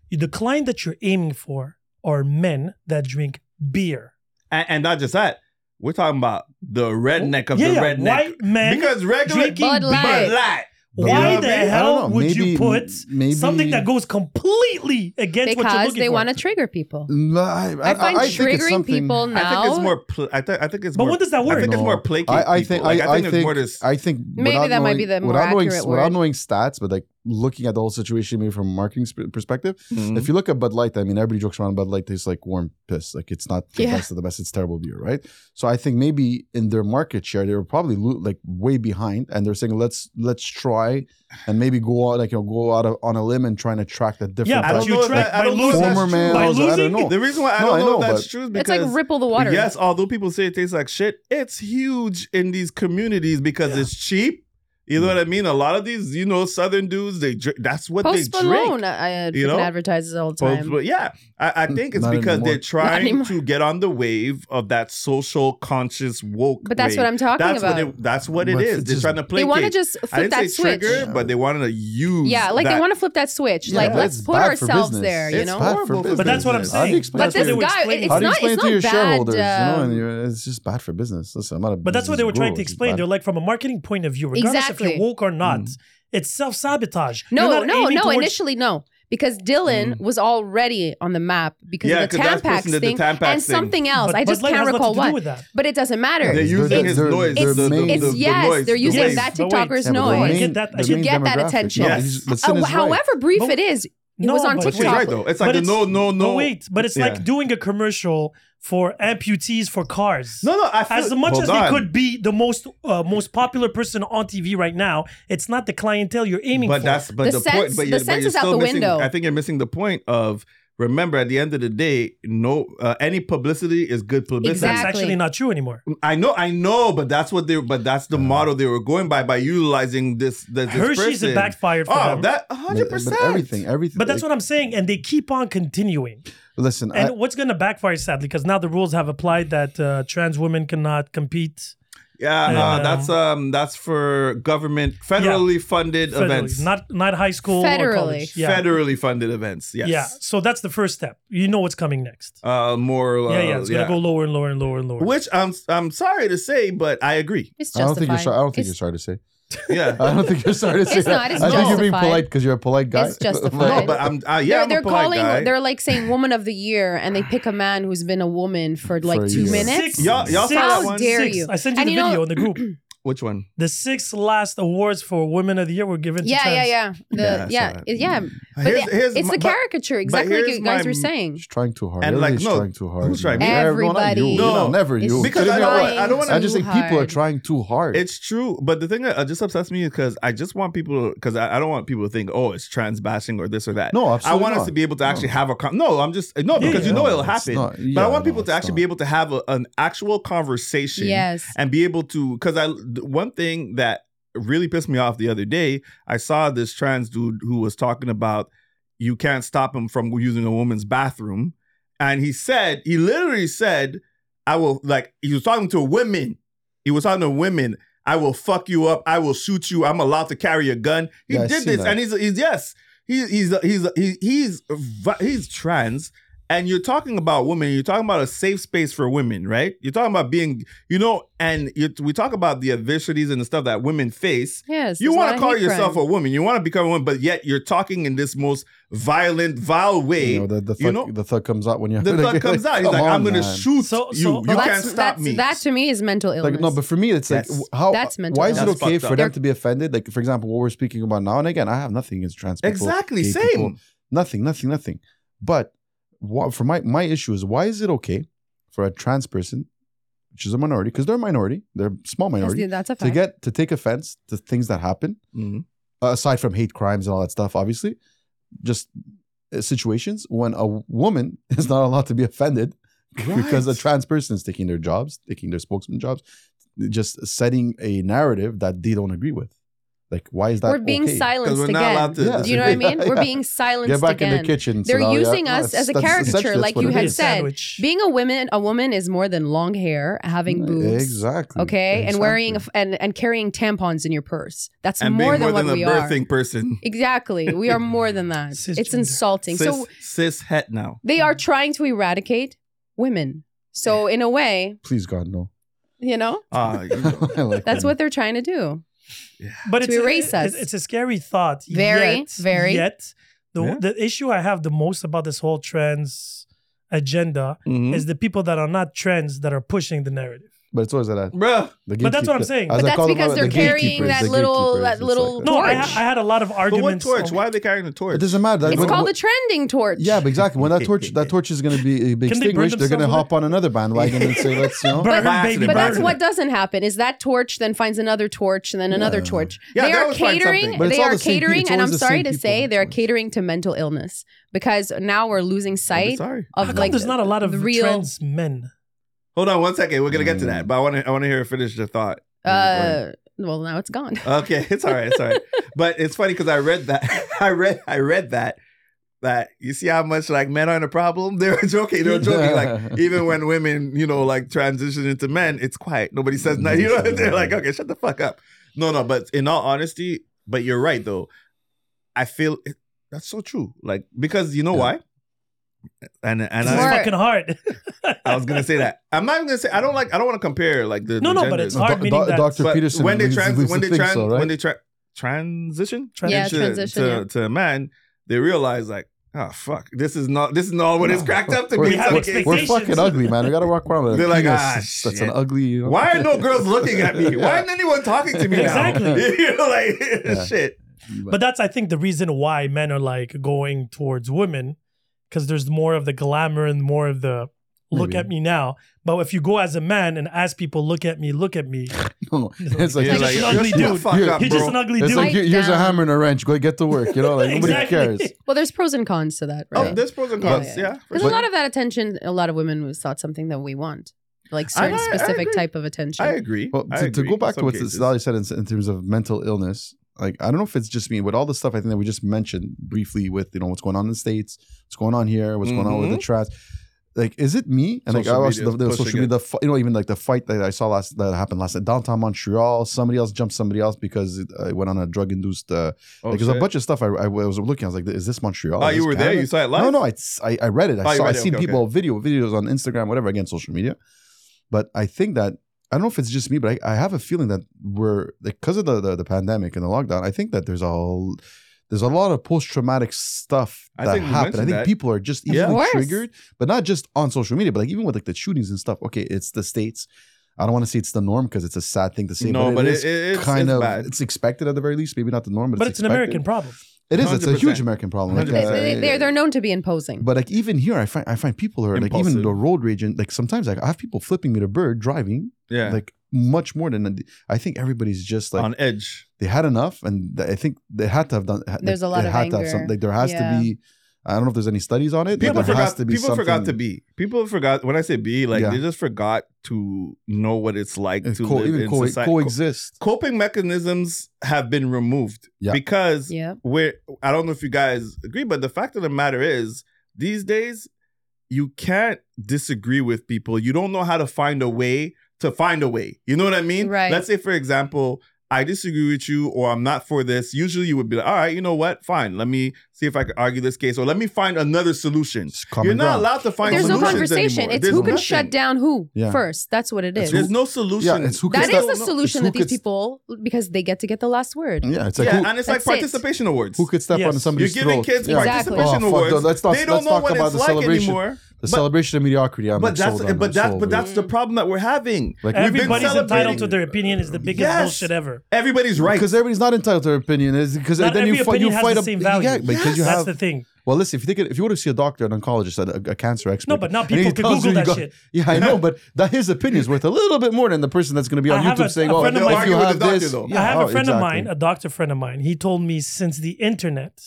B: you, the client that you're aiming for are men that drink beer.
C: and, and not just that. We're talking about the redneck of
B: yeah,
C: the
B: yeah,
C: redneck.
B: white men
C: because regular
B: drinking
D: Bud
B: beer.
D: Light.
C: Bud Light.
E: You know
B: Why
E: what I
B: the
C: mean? I don't
B: hell
E: know,
B: would
E: maybe-
B: you put
E: maybe-
B: something that goes completely against what you're
D: because
B: looking
D: they
B: for?
D: want to trigger people.
E: No, I, I,
D: I find
E: I think it's
D: triggering
E: something-
D: people
C: I
D: now.
C: think it's more. Pl- I, th- I think it's.
B: But
C: more,
B: what does that
C: I
B: word?
C: think it's
E: No.
C: more placate.
E: I, I
C: people.
E: think
C: Like,
E: I, I think
C: it's more this.
E: I think
D: Maybe
E: without
D: that might
E: knowing,
D: be the more
E: without knowing,
D: accurate
E: without
D: word.
E: knowing stats, but like looking at the whole situation maybe from a marketing sp- perspective. If you look at Bud Light, I mean, everybody jokes around Bud Light tastes like warm piss. Like it's not the
D: Yeah.
E: best of the best. It's terrible beer, right? So I think maybe in their market share, they were probably lo- like way behind, and they're saying let's let's try and maybe go out like you know go out of, on a limb and trying to attract a different.
B: Yeah,
C: I
B: but
E: type.
C: don't know
B: you
C: if
B: track
C: that- I
B: by
C: don't know if
B: losing.
C: that's
E: Former man,
B: by
E: I was like, I
B: losing,
E: don't know.
C: The reason why I
E: No,
C: don't
E: I
C: know,
E: know,
C: if that's
E: but-
C: true is
D: it's
C: because
D: like ripple the water.
C: yes, although people say it tastes like shit, it's huge in these communities because it's cheap. You know
E: Mm.
C: what I mean? A lot of these, you know, southern dudes, they drink. That's what
D: Post
C: they drink.
D: Malone, I, I
C: you know?
D: freaking advertises all the
C: Post-
D: time.
C: but yeah, I, I think it's
E: Mm, Not
C: because
E: anymore.
C: they're
E: Not
C: trying
D: anymore.
C: to get on the wave of that social conscious woke.
D: But that's what
C: wave.
D: I'm talking
C: that's
D: about.
C: What it, that's what
E: But
C: it is.
E: it's
C: They're
E: just-
C: trying to play.
D: they want to just
C: I
D: flip
C: didn't say
D: that switch.
C: trigger, but they wanted to use.
D: Yeah, like they
C: that.
D: want to flip that switch. like
E: Yeah,
D: let's
E: it's
D: put
E: bad for
D: ourselves
E: business.
D: there. You
C: It's
D: know.
C: bad.
B: But that's what I'm
E: How do
B: saying.
E: you explain
D: But
E: that to
D: this
E: your-
B: would
D: guy,
B: explain
D: it's
B: it.
E: how do you
D: not,
E: explain
D: it's
E: it to your
D: not bad.
E: shareholders? you know,
D: um,
E: and you're, it's just bad for business. Listen, I'm not a.
B: But that's what they were trying to explain. They're like, from a marketing point of view, regardless if
D: Exactly.
B: you're woke or not,
C: Mm.
B: it's self sabotage.
D: No, no, no. Initially, no, because Dylan was already on the map because
C: Mm. Yeah,
D: of the
C: 'cause that's
D: Tampax
C: supposed to
D: thing,
C: be the Tampax
D: and
C: thing.
D: something else.
B: But
D: I
B: Bud
D: just
B: Light has
D: can't recall
B: nothing to do
D: what.
B: with that.
D: But it doesn't matter.
C: They're
E: It's-
C: using his
E: they're-
C: noise.
E: it's-
C: the, the,
E: it's-
C: the,
D: it's
C: the
D: yes,
C: noise,
D: they're
C: the
D: using
C: wave.
D: that
B: the waves.
D: TikToker's
E: Yeah, but the
D: noise
B: main- get that- I
E: the
B: should
E: main
D: get that
E: demographic,
D: attention.
E: no,
C: Yes.
E: he's-
D: Uh,
E: Listen is right.
D: however brief
B: But-
D: it is, It was on
B: but
C: But she's
D: TikTok.
B: wait.
C: right though. It's like
B: But
C: the no, no,
B: No,
C: no.
B: wait, but it's
C: Yeah.
B: like doing a commercial for amputees for cars.
C: No, no. I feel,
B: As much
C: Hold
B: as
C: on.
B: they could be the most uh, most popular person on TV right now, it's not the clientele you're aiming
C: but
B: for.
C: that's but
D: The
C: the,
D: sense-
C: point.
D: the
C: But you're,
D: sense
C: but you're
D: is out
C: still
D: the
C: missing,
D: window.
C: I think you're missing the point of remember at the end of the day, no uh, any publicity is good publicity.
B: that's
D: Exactly.
B: actually not true anymore.
C: I know, I know, but that's what they. But that's the model they were going by by utilizing this. this, this
B: Hershey's
C: person.
B: is backfired for
C: Oh,
B: them.
C: that
E: But-
C: hundred percent.
E: But everything, everything.
B: but that's what I'm saying, and they keep on continuing.
E: Listen,
B: And
E: I,
B: what's going to backfire, sadly, because now the rules have applied that uh, trans women cannot compete
C: Yeah, uh,
B: Um,
C: that's um, that's for government federally funded events,
B: federally, not not high school or
D: Federally.
B: college. Yeah.
C: federally funded events. Yes.
B: Yeah, so that's the first step. You know what's coming next.
C: Uh, more. Uh,
B: yeah, yeah, it's gonna go lower and lower and lower and lower.
C: Which I'm I'm sorry to say, but I agree.
D: It's
E: I don't think you're.
D: justified.
E: Sorry, I don't think
D: It's-
E: you're sorry to say.
C: Yeah.
D: Uh,
E: I don't think you're sorry to say.
D: It's
E: that.
D: not, it's
E: I think you're being
D: justified.
E: polite because you're a polite guy.
D: It's justified.
C: no, but I'm uh, yeah,
D: they're,
C: I'm
D: they're
C: a polite
D: calling.
C: guy.
D: They're like saying "woman of the year," and they pick a man who's been a woman for like
E: For a
D: two
E: year.
D: minutes.
B: Six-
C: Y'all- y'all saw
B: six-
C: that one? How
D: dare
B: six.
D: you.
B: I sent you
D: And
B: the
D: you know-
B: video in the group.
C: Which one?
B: The six last awards for Women of the Year were given to
D: Yeah,
B: trans.
D: yeah, yeah, The-
C: Yeah, I saw
D: yeah,
C: that.
D: it- yeah. But the- it's
C: my-
D: the
C: but-
D: caricature, exactly like
C: here's
D: you guys
C: my-
D: were saying.
E: She's trying too hard.
C: And,
E: Everybody's
C: like, no,
E: trying too hard.
C: who's trying?
E: Me? Everyone, not you.
D: Everybody.
C: No,
E: No, never
D: It's
E: you.
C: Because I
E: Tell me
C: don't- I don't
E: what-
D: trying
E: I just
D: too
E: think people are
D: hard.
E: trying too hard.
C: It's true, but the thing that uh, just upsets me because I just want people because I, I don't want people to think, oh, it's trans bashing or this or that.
E: no,
C: I
E: absolutely
C: want
E: not.
C: us to be able to actually have a con- no. I'm just no because
B: yeah.
C: you know
E: No,
C: it'll
E: it's
C: happen.
E: not.
C: but
E: Yeah,
C: I want
E: no,
C: people to
E: it's
C: actually
E: not.
C: be able to have a, an actual conversation
D: Yes.
C: and be able to because I th- one thing that really pissed me off the other day I saw this trans dude who was talking about you can't stop him from using a woman's bathroom and he said he literally said I will like he was talking to women he was talking to women I will fuck you up I will shoot you I'm allowed to carry a gun he
E: Yeah, I
C: did
E: seen
C: this
E: that.
C: and he's he's yes he, he's he's he's he's vi- he's trans and you're talking about women you're talking about a safe space for women right you're talking about being you know and you, we talk about the adversities and the stuff that women face
D: Yes.
C: you
D: there's a lot
C: want to
D: of
C: call
D: hate
C: yourself
D: crime.
C: a woman you want to become a woman but yet you're talking in this most violent vile way
E: You know, the, the, thug,
C: you know?
E: the thug comes out when you
C: the
E: like,
C: thug comes out he's
E: come
C: like i'm
E: on,
C: gonna
E: man.
C: shoot
B: So- so-
C: you you
B: Well,
D: Well,
C: can't
D: that's-
C: stop
D: that's-
C: me
D: That to me is mental illness.
E: Like no, but for me, it's like
C: That's-
E: wh- how
D: that's mental
E: Why is it
C: illness.
E: okay
C: That's
E: for
C: fucked
E: them
C: up.
E: to be offended? Like for example, what we're speaking about now, and again, I have nothing against trans people.
C: exactly
E: gay
C: same
E: people, nothing, nothing, nothing. But what for my my issue is why is it okay for a trans person, which is a minority, because they're a minority, they're a small
D: That's,
E: minority,
D: that's a fact.
E: to get to take offense to things that happen uh,
C: Mhm.
E: aside from hate crimes and all that stuff, obviously, just uh, situations when a woman is not allowed to be offended because a
C: Right.
E: trans person is taking their jobs, taking their spokesman jobs, just setting a narrative that they don't agree with. Like, why is that?
D: we're being
E: okay?
D: silenced
C: 'Cause we're not
D: again.
C: allowed to
E: Yeah.
D: Do you know what I
E: disagree.
D: mean? We're
E: Yeah.
D: being silenced
E: Get back
D: again.
E: in the kitchen.
D: They're
E: Sadalia.
D: using
E: No,
D: us
E: that's-
D: as a
E: that's
D: caricature,
E: essentially
D: like
E: what
D: you
E: it
D: had
E: is.
D: said,
B: Sandwich.
D: Being a woman, a woman is more than long hair, having boobs.
E: Exactly.
D: Okay, and wearing a
E: Exactly.
D: f- and and carrying tampons in your purse. That's
C: and
D: more
C: being
D: than
C: more
D: what
C: than a
D: we are.
C: birthing person
D: Exactly, we are more than that. it's
B: Cisgender.
D: insulting.
C: cis, Mm.
D: So
C: cis het now
D: they are trying to eradicate women. So in a way,
E: Please, God, no.
D: you know,
C: Ah, you know.
E: I like
D: that's
E: that.
D: what they're trying to do.
B: but
D: to
B: it's,
D: erase
B: it- it-
D: us.
B: It's a scary thought.
D: Very,
B: yet,
D: very.
B: Yet, the
C: Yeah.
B: the issue I have the most about this whole trans agenda
E: Mm-hmm.
C: Mhm.
B: is the people that are not trans that are pushing the narrative.
E: But it's always that.
C: bruh
E: The
B: But that's what I'm
E: gatekeeper.
B: saying.
E: As
D: But
E: I
D: that's
E: call them,
D: because
E: the
D: they're carrying
E: gatekeepers,
D: that
E: the
D: little-
E: gatekeepers.
D: that
E: It's
D: little
E: like that.
B: No, I, I
D: Torch.
B: had a lot of
C: but what
B: arguments.
C: torch
B: on-
C: why are they carrying a torch
E: It doesn't matter. That-
D: It's
E: when-
D: called the trending torch.
E: Yeah, but exactly. When that torch that torch is going to be, be
B: Can they burn
E: extinguished, they're going to
B: themselves with
E: hop on another bandwagon and say, "Let's you know."
B: Burn,
C: By
B: baby,
C: accident,
D: But
C: by
B: burn.
D: that's what doesn't happen. Is that torch then finds another torch and then another
E: Yeah.
D: torch.
C: Yeah,
D: they
C: they
D: are
C: always find
D: catering.
C: something.
E: But it's
D: They
E: all
D: are
E: the same people.
D: catering,
E: It's
D: and I'm
E: always the
D: sorry
E: same
D: to
E: people.
D: say they are
E: It's always-
D: catering to mental illness because now we're losing
C: I'm
D: sight
C: sorry
B: How
D: of
B: come
D: like
B: there's not a lot of
D: the real
B: trans men.
C: Hold on one second. We're gonna get to
E: Mm.
C: that, but I want to. I want to hear her finish the thought.
D: Uh, well, now it's gone.
C: Okay, it's all right. It's all right. but it's funny because I read that. I read. I read that. That you see how much like men aren't a problem. They were joking. They were joking. Like even when women, you know, like transition into men, it's quiet. Nobody says nothing. You know, they're like, okay, shut the fuck up. No, no. But in all honesty, but you're right though. I feel it, that's so true. Like because you know
E: Yeah.
C: why. And and
B: It's
D: It's
C: I,
D: more-
B: fucking hard.
C: I was gonna say that. I'm not even gonna say. I don't like. I don't want to compare like the
B: No,
C: the
B: no, but
C: genders.
B: it's hard, meaning that-
E: Doctor
C: But
E: Peterson
C: when they
E: leads-
C: trans
E: leads
C: when
E: to
C: they
E: think
C: trans
E: so, right?
C: when they tra- transition
B: Trans-
D: Yeah,
C: to-
D: transition,
C: to,
D: yeah.
C: to a man, they realize like, oh fuck, this is not this is not what it's
E: No.
C: cracked up to
E: We
C: be.
B: have
C: It's okay.
E: We're fucking
B: Expectations.
E: ugly, man. We got to walk around with. a
C: They're like,
E: penis.
C: "Ah,
E: That's that's
C: shit."
E: an ugly. You know?
C: Why are no girls looking at me? Why
E: Yeah.
C: isn't anyone talking to me now?
B: Exactly.
C: you know, like
E: Yeah.
C: shit.
B: But that's, I think, the reason why men are like going towards women because there's more of the glamour and more of the look
E: Maybe.
B: at me now. But if you go as a man and ask people, look at me, look at me,
E: no, it's like,
C: Yeah,
B: He's just an ugly
C: shut the
B: dude.
C: fuck
E: You're-
C: up,
B: he's just
C: bro.
B: an ugly
E: it's
B: dude.
E: like
D: Pipe
E: here's a
D: down.
E: hammer and a wrench. Go get to work. You know, like nobody
B: Exactly.
E: cares.
D: Well, there's pros and cons to that,
C: Oh,
D: right?
C: there's pros and cons. Yeah. for
D: Because
C: sure.
D: a lot of that attention, a lot of women was thought something that we want, like
C: I-
D: certain
C: I- I
D: specific
C: agree.
D: type of attention.
C: I agree.
E: Well,
C: I
E: to, to
C: agree
E: go
C: in
E: back to
C: some
E: what
C: cases.
E: Sally said in, in terms of mental illness, like I don't know if it's just me, but all the stuff I think that we just mentioned briefly with you know what's going on in the states, what's going on here, what's going on with the trash. Like, is it me? And like
C: Mm-hmm.
E: I
C: Social
E: watched the,
C: media is
E: the social
C: pushing
E: media,
C: it.
E: the fi- you know, even like the fight that I saw last that happened last night downtown Montreal. Somebody else jumped somebody else because it uh, went on a drug induced. Uh,
C: Oh,
E: like, there's a
C: shit.
E: bunch of stuff I, I was looking. I was like, is this Montreal?
C: Oh,
E: Is
C: you
E: this
C: were there?
E: Canada?
C: You saw it live?
E: No, no, I, s- I- I read it. I
C: Oh, you
E: saw. I
C: read it.
E: seen
C: Okay,
E: people video videos on Instagram, whatever, again, social media. But I think that I don't know if it's just me, but I, I have a feeling that we're because of the, the the pandemic and the lockdown. I think that there's a l- there's a lot of post traumatic stuff
C: I
E: that
C: think we
E: happened. I
C: mentioned
E: think
C: that.
E: people are just
C: Yeah.
E: easily
D: Worse.
E: triggered, but not just on social media, but like even with like the shootings and stuff. Okay, it's the states. I don't want to say it's the norm because it's a sad thing to say.
C: No, but it, it, it's
E: kind
C: it's
E: of
C: bad.
E: it's expected at the very least. Maybe not the norm, but,
B: but
E: it's
B: it's an
E: expected.
B: American problem.
E: It is. It's a huge
C: 100%.
E: American problem. Like,
D: They,
E: uh,
D: they, they're, they're known to be imposing.
E: but like even here, I find I find people are like even
C: Impulsive.
E: the road rage and like sometimes like I have people flipping me the bird driving
C: yeah.
E: like much more than I think everybody's just like
C: on edge.
E: they had enough and th- I think they had to have done. ha-
D: There's
E: they,
D: a lot
E: they
D: of
E: had to have
D: anger.
E: some, like there has to
D: Yeah.
E: be. I don't know if there's any studies on it. but
C: People
E: there has
C: forgot.
E: to be
C: people forgot to
E: something-
C: be. People forgot. When I say be, like
E: Yeah.
C: they just forgot to know what it's like
E: and
C: to
E: co-
C: live
E: even
C: in
E: co-
C: society.
E: coexist.
C: Coping mechanisms have been removed
E: Yeah.
C: because
D: yeah.
C: we're. I don't know if you guys agree, but the fact of the matter is, these days, you can't disagree with people. You don't know how to find a way to find a way. You know what I mean?
D: Right.
C: Let's say, for example, I disagree with you or I'm not for this. Usually you would be like, all right, you know what? Fine. Let me see if I can argue this case or let me find another solution.
E: It's common
C: You're not
E: ground.
C: allowed to find
D: There's no
C: solutions
D: conversation.
C: anymore.
D: It's
C: There's
D: who can
C: nothing.
D: shut down who
E: Yeah.
D: first. That's what it
E: That's
D: is.
E: who-
C: There's no solution.
E: Yeah, it's who can
D: that
E: It's
D: is
E: not-
D: the solution that
E: who
D: these
E: could-
D: people because they get to get the last word.
E: Yeah, it's like
C: yeah,
E: who,
C: and it's
D: That's
C: like
D: it.
C: participation awards.
E: who could step
B: Yes.
E: on
C: You're
E: somebody's
C: giving
E: throat?
C: kids
E: Yeah.
D: Exactly.
C: participation
E: Oh, fuck,
C: awards.
E: let's not-
C: they don't
E: let's
C: know
E: talk
C: what
E: about
C: it's
E: the
C: like
E: celebration.
C: anymore.
E: The celebration of mediocrity. I'm
C: But that's
E: sold on.
C: but
E: I'm
C: that's
E: sold
C: but
E: on.
C: that's the problem that we're having.
E: Like, we've been
B: Everybody's entitled
E: celebrating-
B: to their opinion is the biggest
C: Yes.
B: bullshit ever.
C: Everybody's right.
E: Because everybody's not entitled to their opinion. Is because
B: Not
E: then
B: every
E: you fight. You
B: opinion has
E: fight
B: the
E: up-
B: same value.
E: Yeah, because you
B: That's
E: have.
B: the thing.
E: well, listen. If you think it, if you want to see a doctor, an oncologist, a, a cancer expert.
B: No, but now
E: and he
B: people can
E: tells
B: Google
E: you
B: that
E: got-
B: shit.
E: Yeah, I know, but that his opinion is worth a little bit more than the person that's going to be on
B: I have
E: YouTube
B: a-
E: saying,
B: a
E: "Oh,
B: friend of
E: if
C: mine-
E: you
C: Argue with the
E: have
C: doctor,
E: this."
C: though.
E: Yeah,
B: I have
E: oh,
B: a friend of
E: exactly.
B: mine, uh, a doctor friend of mine. He told me since the internet,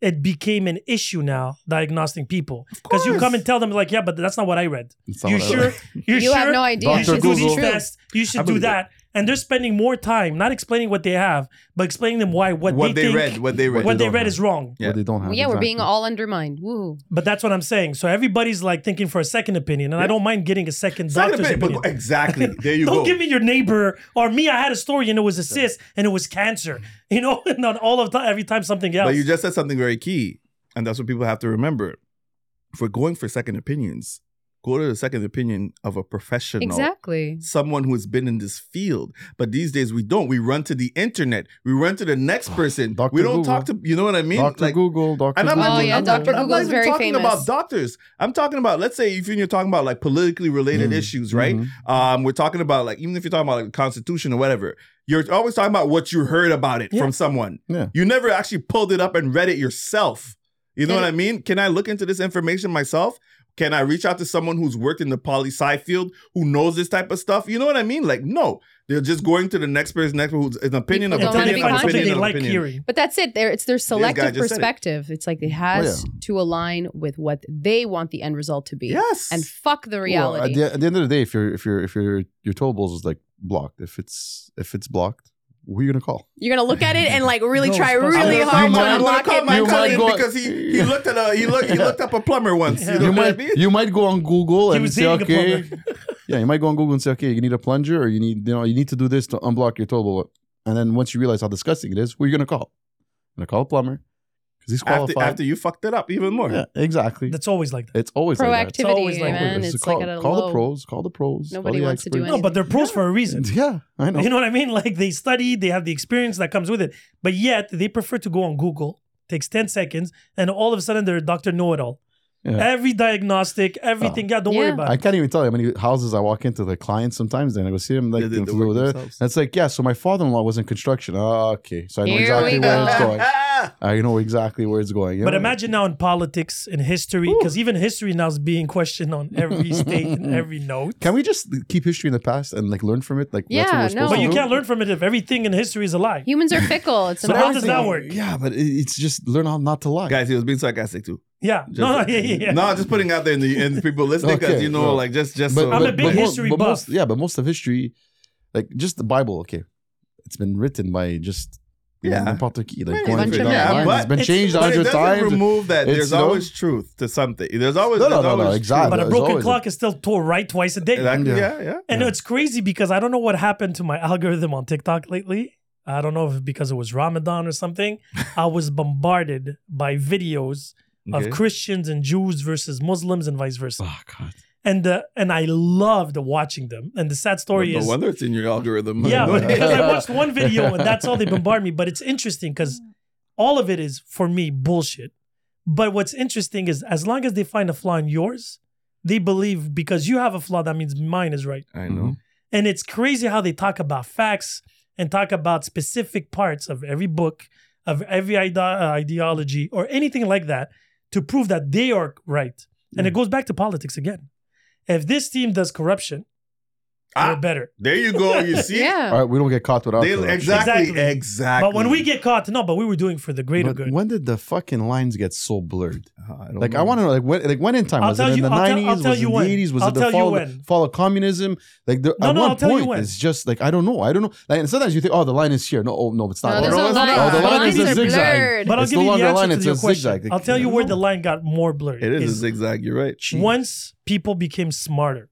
B: it became an issue now diagnosing people because you
C: course.
B: come and tell them like, yeah, but that's not what I read.
E: It's not
B: you
E: what I
B: sure?
E: like.
B: You're
D: You
B: sure?
D: have no idea.
B: You
E: Dr.
B: should do these
E: Google.
B: tests. You
E: I
B: should do
E: believe it.
B: that. And they're spending more time not explaining what they have, but explaining them why what,
C: what they
B: think,
C: read, what they read.
B: what they
E: don't
B: read
E: have.
B: is wrong.
E: What they don't have.
D: Well, yeah, we're being
E: exactly.
D: all undermined. Woo.
B: But that's what I'm saying. So everybody's like thinking for a second opinion, and I don't mind getting a second
C: It's not gonna
B: doctor's
C: be- but-
B: opinion.
C: exactly. There you
B: don't
C: go.
B: give me your neighbor or me. I had a story and it was a cyst and it was cancer. You know, and not all of time, every time something else.
C: But you just said something very key, and that's what people have to remember. If we're going for second opinions, go to the second opinion of a professional.
D: Exactly.
C: Someone who's been in this field, but these days we don't. We run to the internet. We run to the next person.
E: Dr.
C: We don't
E: Google.
C: talk to you know what I mean.
E: Doctor
C: Like,
E: Google, Doctor
C: And I'm
E: Google.
C: not,
D: Oh,
C: even-
D: yeah,
C: I'm not-
D: Dr.
C: I'm not
D: Google's
C: even
D: very
C: talking
D: famous.
C: about doctors. I'm talking about let's say if you're talking about like politically related
E: Mm,
C: issues, right?
E: Mhm.
C: Um, we're talking about like even if you're talking about like the Constitution or whatever, you're always talking about what you heard about it
B: Yeah.
C: from someone.
E: Yeah.
C: You never actually pulled it up and read it yourself. You know
D: And
C: what I mean? Can I look into this information myself? Can I reach out to someone who's worked in the poli sci field who knows this type of stuff? You know what I mean? Like, no, they're just going to the next person, next person who's an opinion of
D: People
B: until
D: don't
C: opinion
B: they find
D: wanna
C: of
D: be
B: something
C: opinion
B: they
C: of
B: like
C: opinion.
B: hearing.
D: But that's it. There, it's their selective
C: just said it.
D: perspective. It's like it
E: Oh,
D: has to align with what they want the end result to be.
C: Yes.
D: And fuck the
E: Well, at,
D: reality.
E: the, at the end of the day, if you're if you're if your your tollables is like blocked, if it's if it's blocked, who are you gonna call?
D: You're gonna look at it and like really
B: No,
D: try
B: it's not-
D: really
E: I'm gonna-
D: hard
E: I'm gonna
D: to unlock
C: call
D: it.
C: my
E: You
D: until
E: might
C: cousin
D: you-
E: go-
C: because he, he looked at a he looked he looked up a plumber once.
B: Yeah.
C: You know
E: You
C: what I
E: might
C: mean?
E: you might go on Google
B: He
E: and
B: was
E: say
B: dating a
E: okay,
B: plumber.
E: yeah, you might go on Google and say okay, you need a plunger or you need you know you need to do this to unblock your tollable, and then once you realize how disgusting it is, who are you gonna call? You're gonna call a plumber because he's qualified.
C: after, after you fucked it up even more.
E: yeah, exactly.
B: That's always like that.
E: it's always Like that.
D: Proactivity,
B: always like
E: Always.
D: man. It's,
E: call,
D: like at a
E: call
D: low.
E: the pros, call the pros. call
D: Nobody
E: the
D: wants to do
E: experts.
B: No, but they're pros for a reason.
E: Yeah, I know.
B: You know what I mean? Like they study, they have the experience that comes with it. But yet they prefer to go on Google, takes 10 seconds, and all of a sudden they're a doctor know it all.
E: Yeah.
B: Every diagnostic,
C: Oh.
B: everything. yeah, don't worry
D: Yeah.
B: about
E: I
B: it.
E: can't even tell you how many houses I walk into the clients sometimes, and I go see them like
C: They
E: they,
C: did the work
E: there.
C: themselves.
E: That's like, yeah. So my father-in-law was in construction. Ah, okay. So I know
D: Here
E: exactly
D: we
E: where it's
D: go.
E: going. I know exactly where it's going. you
B: But
E: know?
B: imagine now in politics, in history, because even history now is being questioned on every state and every note.
E: Can we just keep history in the past and like learn from it? Like,
D: Yeah,
E: that's what we're supposed
B: but
E: to
B: you
E: do?
B: can't learn from it if everything in history is a lie.
D: Humans are fickle. It's
B: So how does that
D: impossible.
B: work?
E: Yeah, but it- it's just learn how not to lie.
C: Guys, he was being sarcastic too.
B: Yeah. No, no, yeah, yeah, yeah.
C: No, just putting out there in the in the people listening because
E: Okay,
C: you know,
E: no.
C: like just just
E: But-
C: so,
B: I'm a
E: but-
B: big
E: but mo-
B: history
E: but
B: buff.
E: most- yeah, but most of history, like just the Bible, okay, it's been written by just
C: Yeah.
E: Norman Potter Key, like
C: Yeah,
E: going
D: bunch
E: through
D: of
E: the
D: men.
E: lines.
C: But
E: it's been
B: it's-
E: changed a
C: but it
E: hundred
C: doesn't
E: times.
C: remove that.
E: It's,
C: There's
E: you know-
C: always truth to something. There's always
E: No, no,
C: there's
E: no, no,
C: always
E: exactly.
B: But a
E: there's
B: broken
E: always-
B: clock is still tore right twice a day.
C: Truth. Exactly.
E: Yeah.
C: Yeah, yeah.
B: And
E: Yeah.
B: it's crazy because I don't know what happened to my algorithm on TikTok lately. I don't know if because it was Ramadan or something. I was bombarded by videos
C: Okay.
B: of Christians and Jews versus Muslims and vice versa.
E: Oh, God.
B: And uh, and I loved watching them. And the sad story
C: no
B: is
C: wonder it's in your algorithm.
B: yeah,
E: No.
B: but because I watched one video and that's all they bombard me. But it's interesting because all of it is for me bullshit. But what's interesting is as long as they find a flaw in yours, they believe because you have a flaw that means mine is right.
C: I know.
B: And it's crazy how they talk about facts and talk about specific parts of every book, of every ide- uh, ideology, or anything like that to prove that they are right. And
C: Mm.
B: it goes back to politics again. If this team does corruption,
C: Ah.
B: we're better.
C: There you go. You see.
E: All
D: Yeah.
E: right, we don't get caught without
C: They,
E: corruption.
C: exactly.
B: Exactly.
C: Exactly.
B: But when we get caught, no, but we were doing for the greater
E: But
B: good.
E: when did the fucking lines get so blurred?
C: Uh, I don't
E: Like
C: know.
E: I want to know, like when, like when in time
B: I'll
E: was it
B: tell
E: in
B: you-
E: the
B: I'll tell-
E: nineties?
B: I'll tell
E: Was it
B: you
E: in
B: when.
E: the eighties? Was
B: I'll
E: it the
B: tell you
E: fall,
B: when.
E: fall of communism? Like there,
B: No,
E: at
B: no,
E: one
B: I'll tell you
E: point,
B: when.
E: it's just like I don't know, I don't know. Like, and sometimes you think, oh, the line is here. No, oh no, it's not.
D: No,
E: oh,
D: there's
E: no,
D: no
E: it's
D: line.
E: not. Oh, the
D: The
E: line is
D: lines
E: a
D: are
E: zigzag.
D: blurred.
B: But I'll
E: It's
B: give
E: no
B: you the
E: longer
B: answer
E: line,
B: to
E: it's
B: your
E: a
B: question.
E: zigzag.
B: I'll tell you
E: Yeah.
B: where the line got more blurred.
C: It is,
B: is
C: a zigzag. You're right.
B: once people became smarter.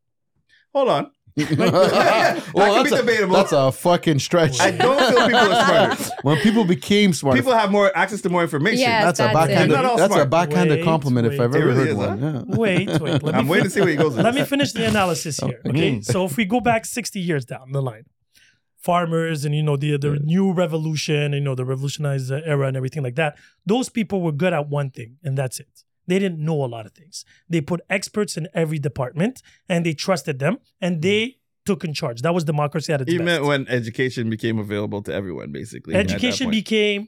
C: Hold on. That could
E: well,
C: be
E: that's, a,
C: debatable.
E: that's a fucking stretch.
C: I don't feel people are smarter.
E: when people became smart,
C: People have more access to more information.
D: Yes.
E: that's, a
D: That's it.
E: backhanded.
C: They're not all
E: That's a
C: smart.
E: backhanded
B: Wait,
E: compliment if
B: wait.
E: I've
C: It
E: ever
C: really
E: heard
C: is,
E: one. Yeah.
B: Wait, wait. Let
C: I'm
B: me,
C: waiting to see where he goes. with
B: let
C: this.
B: me finish the analysis here. Okay, so if we go back 60 years down the line, farmers and you know the the new revolution, you know the revolutionized uh, era and everything like that. Those people were good at one thing, and that's it. They didn't know a lot of things. They put experts in every department, and they trusted them, and they took in charge. That was democracy at its
C: Hmm. He
B: best.
C: meant when education became available to everyone, basically. at that
B: Education
C: point.
B: became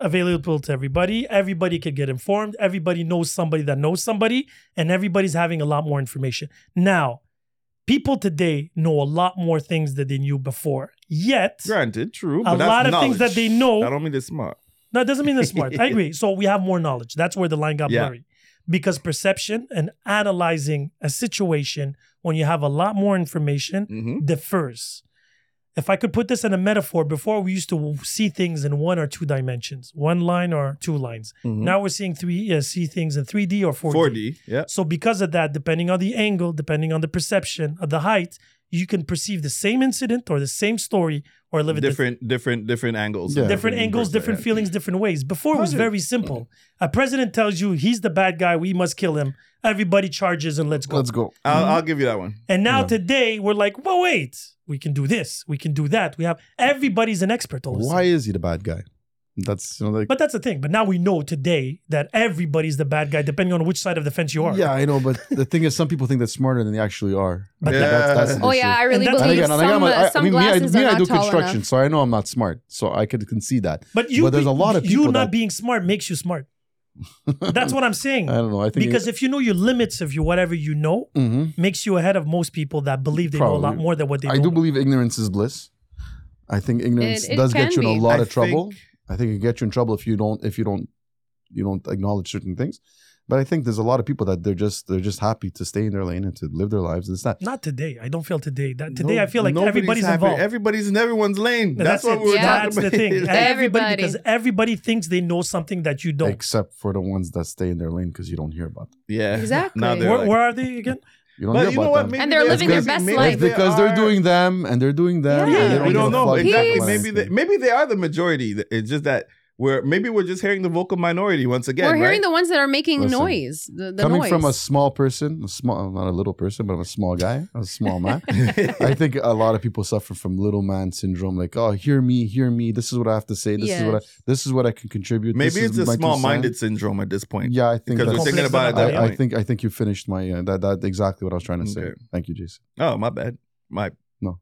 B: available to everybody. Everybody could get informed. Everybody knows somebody that knows somebody, and everybody's having a lot more information. Now, people today know a lot more things that they knew before. Yet,
C: granted true.
B: A
C: but that's
B: lot of things
C: knowledge.
B: that they know-
C: I don't mean it's smart.
B: that doesn't mean they're smart. I agree. So we have more knowledge. That's where the line got
C: Yeah.
B: blurry. Because perception and analyzing a situation when you have a lot more information
C: hmm
B: differs. If I could put this in a metaphor, before we used to see things in one or two dimensions, one line or two lines. Now we're seeing three, uh, see things in 3D or 4D.
C: 4D. Yeah.
B: So because of that, depending on the angle, depending on the perception of the height, you can perceive the same incident or the same story or live it different,
C: Different, different, different angles.
E: Yeah.
B: different angles,
C: person,
B: different
C: yeah.
B: feelings, different ways. Before it was very simple. A president tells you he's the bad guy, we must kill him. Everybody charges and let's go.
E: Let's go.
B: Mm-hmm.
C: I'll, I'll give you that one.
B: And now
E: Yeah.
B: today we're like, well, wait, we can do this, we can do that. We have everybody's an expert. All of a
E: Why
B: sudden.
E: is he the bad guy? That's you know, like.
B: But that's the thing. But now we know today that everybody's the bad guy, depending on which side of the fence you are.
E: Yeah, I know, but the thing is, some people think they're smarter than they actually are. I think
C: Yeah.
E: that's, that's the
D: Oh
E: issue.
D: yeah, I really
B: And that's-
E: And
D: believe
E: again, and again,
D: some,
E: I'm a-
D: uh,
E: I, I mean, me, I,
D: sunglasses
E: me,
D: are
E: I do
D: not tall
E: construction,
D: enough.
E: so I know I'm not smart. So I could concede that.
B: But you,
E: But there's a lot of
B: you
E: people
B: not
E: that-
B: being smart makes you smart. That's what I'm saying.
E: I don't know. I think
B: because if you know your limits of your whatever you know,
E: hmm
B: makes you ahead of most people that believe they know a lot
E: Probably.
B: more than what they
E: I
B: know.
E: do believe ignorance is bliss. I think ignorance
D: It- it
E: does
D: can
E: get you in a
D: be.
E: lot
C: I
E: of trouble.
C: think-
E: I think it can get you in trouble if you don't if you don't you don't acknowledge certain things. But I think there's a lot of people that they're just they're just happy to stay in their lane and to live their lives and it's not.
B: Not today. I don't feel today. That today
C: No-
B: I feel like
C: nobody's
B: everybody's
C: happy.
B: involved.
C: Everybody's in everyone's lane.
B: But
C: That's,
B: it.
C: what we were
D: Yeah.
C: talking
B: That's
C: about.
B: the thing. Everybody,
D: Everybody.
B: because everybody thinks they know something that you don't.
E: Except for the ones that stay in their lane because you don't hear about them.
C: yeah.
D: Exactly.
C: Now they're
B: Where,
C: like-
B: where are they again?
E: You don't
C: But
E: hear
C: you know
E: about
C: what?
E: them.
C: Maybe
D: And they're
C: they're
D: living their
C: because-
D: best
C: maybe
D: life.
E: It's
C: they
E: because they're
C: are-
E: doing them and they're doing them.
D: Yeah.
E: and they
D: Yeah,
E: don't
C: we
E: give a
C: don't know
E: fuck
C: exactly.
E: about
C: Maybe
E: anything.
C: they, maybe they are the majority. It's just that where maybe we're just hearing the vocal minority once again.
D: We're
C: right?
D: hearing the ones that are making
E: Listen,
D: noise. The, the
E: Coming
D: noise.
E: from a small person, a small not a little person, but I'm a small guy, I'm a small man. I think a lot of people suffer from little man syndrome. Like, oh, hear me, hear me. This is what I have to say. This is what I.
D: Yes.
E: This is what I can contribute.
C: maybe
E: This is
C: it's a
E: my two
C: small-minded
E: cents.
C: syndrome at this point.
E: Yeah, I think
C: because we're
E: that's-
C: thinking about it
E: I,
C: that
E: I
C: way.
E: think I think you finished my uh, that that exactly what I was trying to say.
C: Okay.
E: Thank you, Jason.
C: Oh, my bad. My
E: No.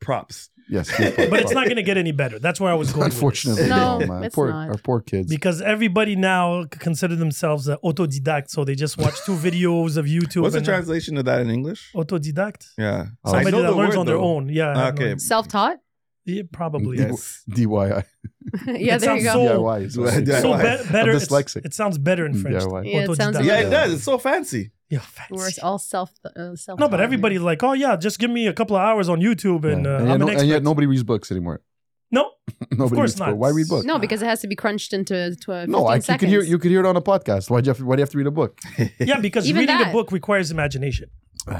C: props.
E: Yes,
B: But it's not going to get any better. That's where I was going. with this.
E: Unfortunately,
D: No,
E: man.
D: it's
E: poor,
D: not.
E: Our poor kids.
B: Because everybody now c- consider themselves uh, autodidact, so they just watch two videos of YouTube.
C: What's the
B: and-
C: translation of that in English?
B: Autodidact.
C: Yeah,
E: Oh.
C: I
B: Oh. Somebody
C: know
B: that
C: the
B: learns
C: word,
B: on their
C: though.
B: own. Yeah. I have no
C: Okay.
B: idea.
D: self-taught.
B: Yeah, probably.
E: Yeah.
C: Yes.
E: DIY.
D: yeah,
B: It
D: there you
B: sounds
D: go.
B: so-
E: DIY.
C: Do I- do I-
B: So
C: Yeah.
B: be- better.
E: I'm
B: it's-
E: dyslexic.
B: It sounds better in French.
E: DIY.
D: Yeah, it sounds
B: Autodidact.
D: a
C: Mm, Yeah,
E: Yeah.
C: it does. It's so fancy.
B: Yeah, fancy.
D: We're all self uh, self.
B: no, but everybody's like, oh yeah, just give me a couple of hours on YouTube and
E: Yeah.
B: uh,
E: and,
B: I'm
E: yet,
B: an
E: no- and
B: expert.
E: yet nobody reads books anymore.
B: no,
E: Nobody
B: course
E: reads books.
B: not.
E: Why read books?
D: No, because it has to be crunched into to a
E: No,
D: 15
E: I, you
D: seconds.
E: could hear you could hear it on a podcast. Why do you have, why do you have to read a book?
B: yeah, because
D: Even
B: reading
D: that.
B: a book requires imagination,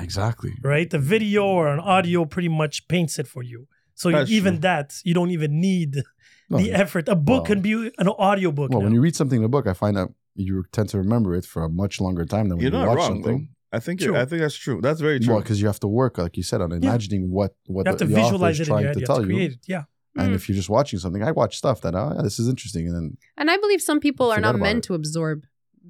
E: Exactly.
B: right? The video
E: Mm-hmm.
B: or an audio pretty much paints it for you. So
C: That's
B: even
C: true.
B: that, you don't even need
E: No,
B: the effort. A book
E: Wow.
B: can be an audio book.
E: well, when you read something in a book, I find that you tend to remember it for a much longer time than when
C: You're
E: you
C: not
E: watch
C: wrong.
E: something.
C: though. I think you're,
B: True.
C: I think that's true. That's very true.
E: Well, because you have to work, like you said, on imagining what what
B: you have
E: the,
B: to
E: the author
B: visualize
E: is
B: it in
E: trying
B: your head.
E: to
B: You have
E: tell
B: to create
E: you.
B: it. Yeah.
E: And
D: Mm.
E: if you're just watching something, I watch stuff that oh, yeah, this is interesting, and then
D: and I believe some people are
E: Forgot
D: not
E: about
D: meant
E: it.
D: to absorb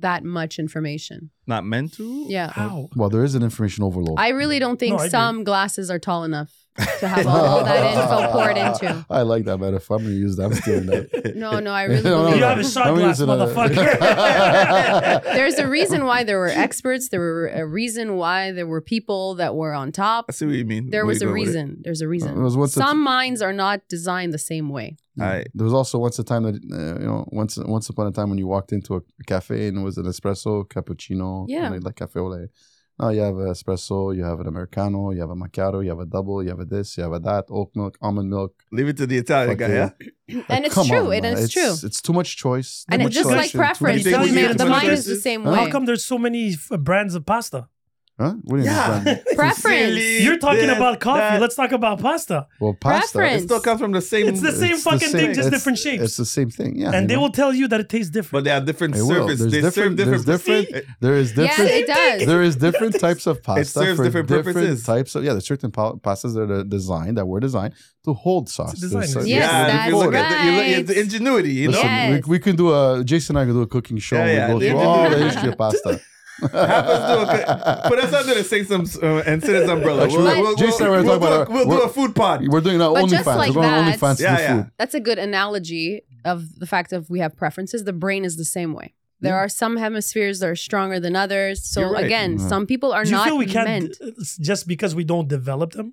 D: that much information.
C: Not meant to.
D: Yeah,
B: How?
E: well, there is an information overload.
D: I really don't think
B: No, I agree.
D: some glasses are tall enough to have all that info poured into.
E: I like that metaphor. I'm gonna use that. I'm stealing that.
D: No, no, I really
E: No, no,
D: believe
B: You
E: no.
B: have a
D: that.
B: shot
E: I'm
B: glass,
E: using a-
B: motherfucker.
D: There's a reason why there were experts. There were a reason why there were people that were on top.
C: I see what you mean.
D: There
C: Where
D: was
C: you
D: a
C: going with it.
D: reason. There's a
E: There was
D: reason.
E: once a-
D: Some minds are not designed the same way.
E: Yeah.
C: I-
E: There was also once a time that uh, you know once once upon a time when you walked into a cafe and it was an espresso, cappuccino,
D: Yeah.
E: and like cafe au lait. Now you have an espresso, you have an americano, you have a macchiato, you have a double, you have a this, you have a that, oat milk, almond milk.
C: Leave it to the Italian
E: Fuck
C: guy.
E: yeah.
C: Yeah.
D: Mm, And it's
E: come
D: true.
E: on,
D: It
E: man.
D: is true.
E: It's too much choice. Too
D: And it's
E: much
D: just like
E: selection, too much-
D: preference.
B: Too many
D: The
B: things.
D: man- the
B: Too many
D: mind is the
C: choices.
D: same
E: Huh?
B: How
D: way.
B: come there's so many f- brands of pasta?
E: Huh? What do you mean
C: Yeah.
E: brand-
D: Preference.
C: Silly,
B: You're talking
C: this,
B: about coffee.
C: that.
B: Let's talk about pasta.
E: Well, pasta.
C: It still comes from the same.
B: It's the same
E: it's the
B: fucking
E: same-
B: thing, just
E: it's-
B: different shapes.
E: It's the same thing. Yeah. you
B: and they
E: know?
B: will tell you that it tastes
C: But
B: different.
C: they have different
E: It will.
C: service.
E: There's
C: They serve
E: different- there's
C: different.
E: different-
C: See?
E: There is
D: Yes,
E: different.
D: it does.
E: there is different types of pasta
C: serves
E: for
C: different
E: different,
C: purposes.
E: types of yeah. There's certain pa- pastas that are designed that were designed to hold sauce.
B: It's
E: There's
B: designers.
E: certain-
D: Yes,
C: yeah, if you
D: that's
C: look at the, you look at the
D: right.
C: ingenuity, you know.
E: Listen,
D: Yes.
E: we, we can do a Jason and I can do a cooking show.
C: Yeah, yeah, yeah,
E: we go through
C: yeah.
E: all the history of pasta.
C: Have us do a, put us under the same some uh, and sit as umbrella.
E: Actually,
C: we'll, we'll,
E: Jason and I
C: we'll, we'll,
E: were talking
C: do, a,
E: about-
C: we'll do
E: we're-
C: a food pod.
E: We're doing now
D: But
E: OnlyFans.
D: just like
E: We're on
D: that-
E: OnlyFans
C: Yeah,
E: for
C: yeah.
E: food.
D: That's a good analogy of the fact of we have preferences. The brain is the same way. There are some hemispheres that are stronger than others.
C: You're
D: So
C: right.
D: again,
E: Mhm.
D: some people are
B: Do you
D: not
B: feel we
D: meant.
B: can't it's just because we don't develop them?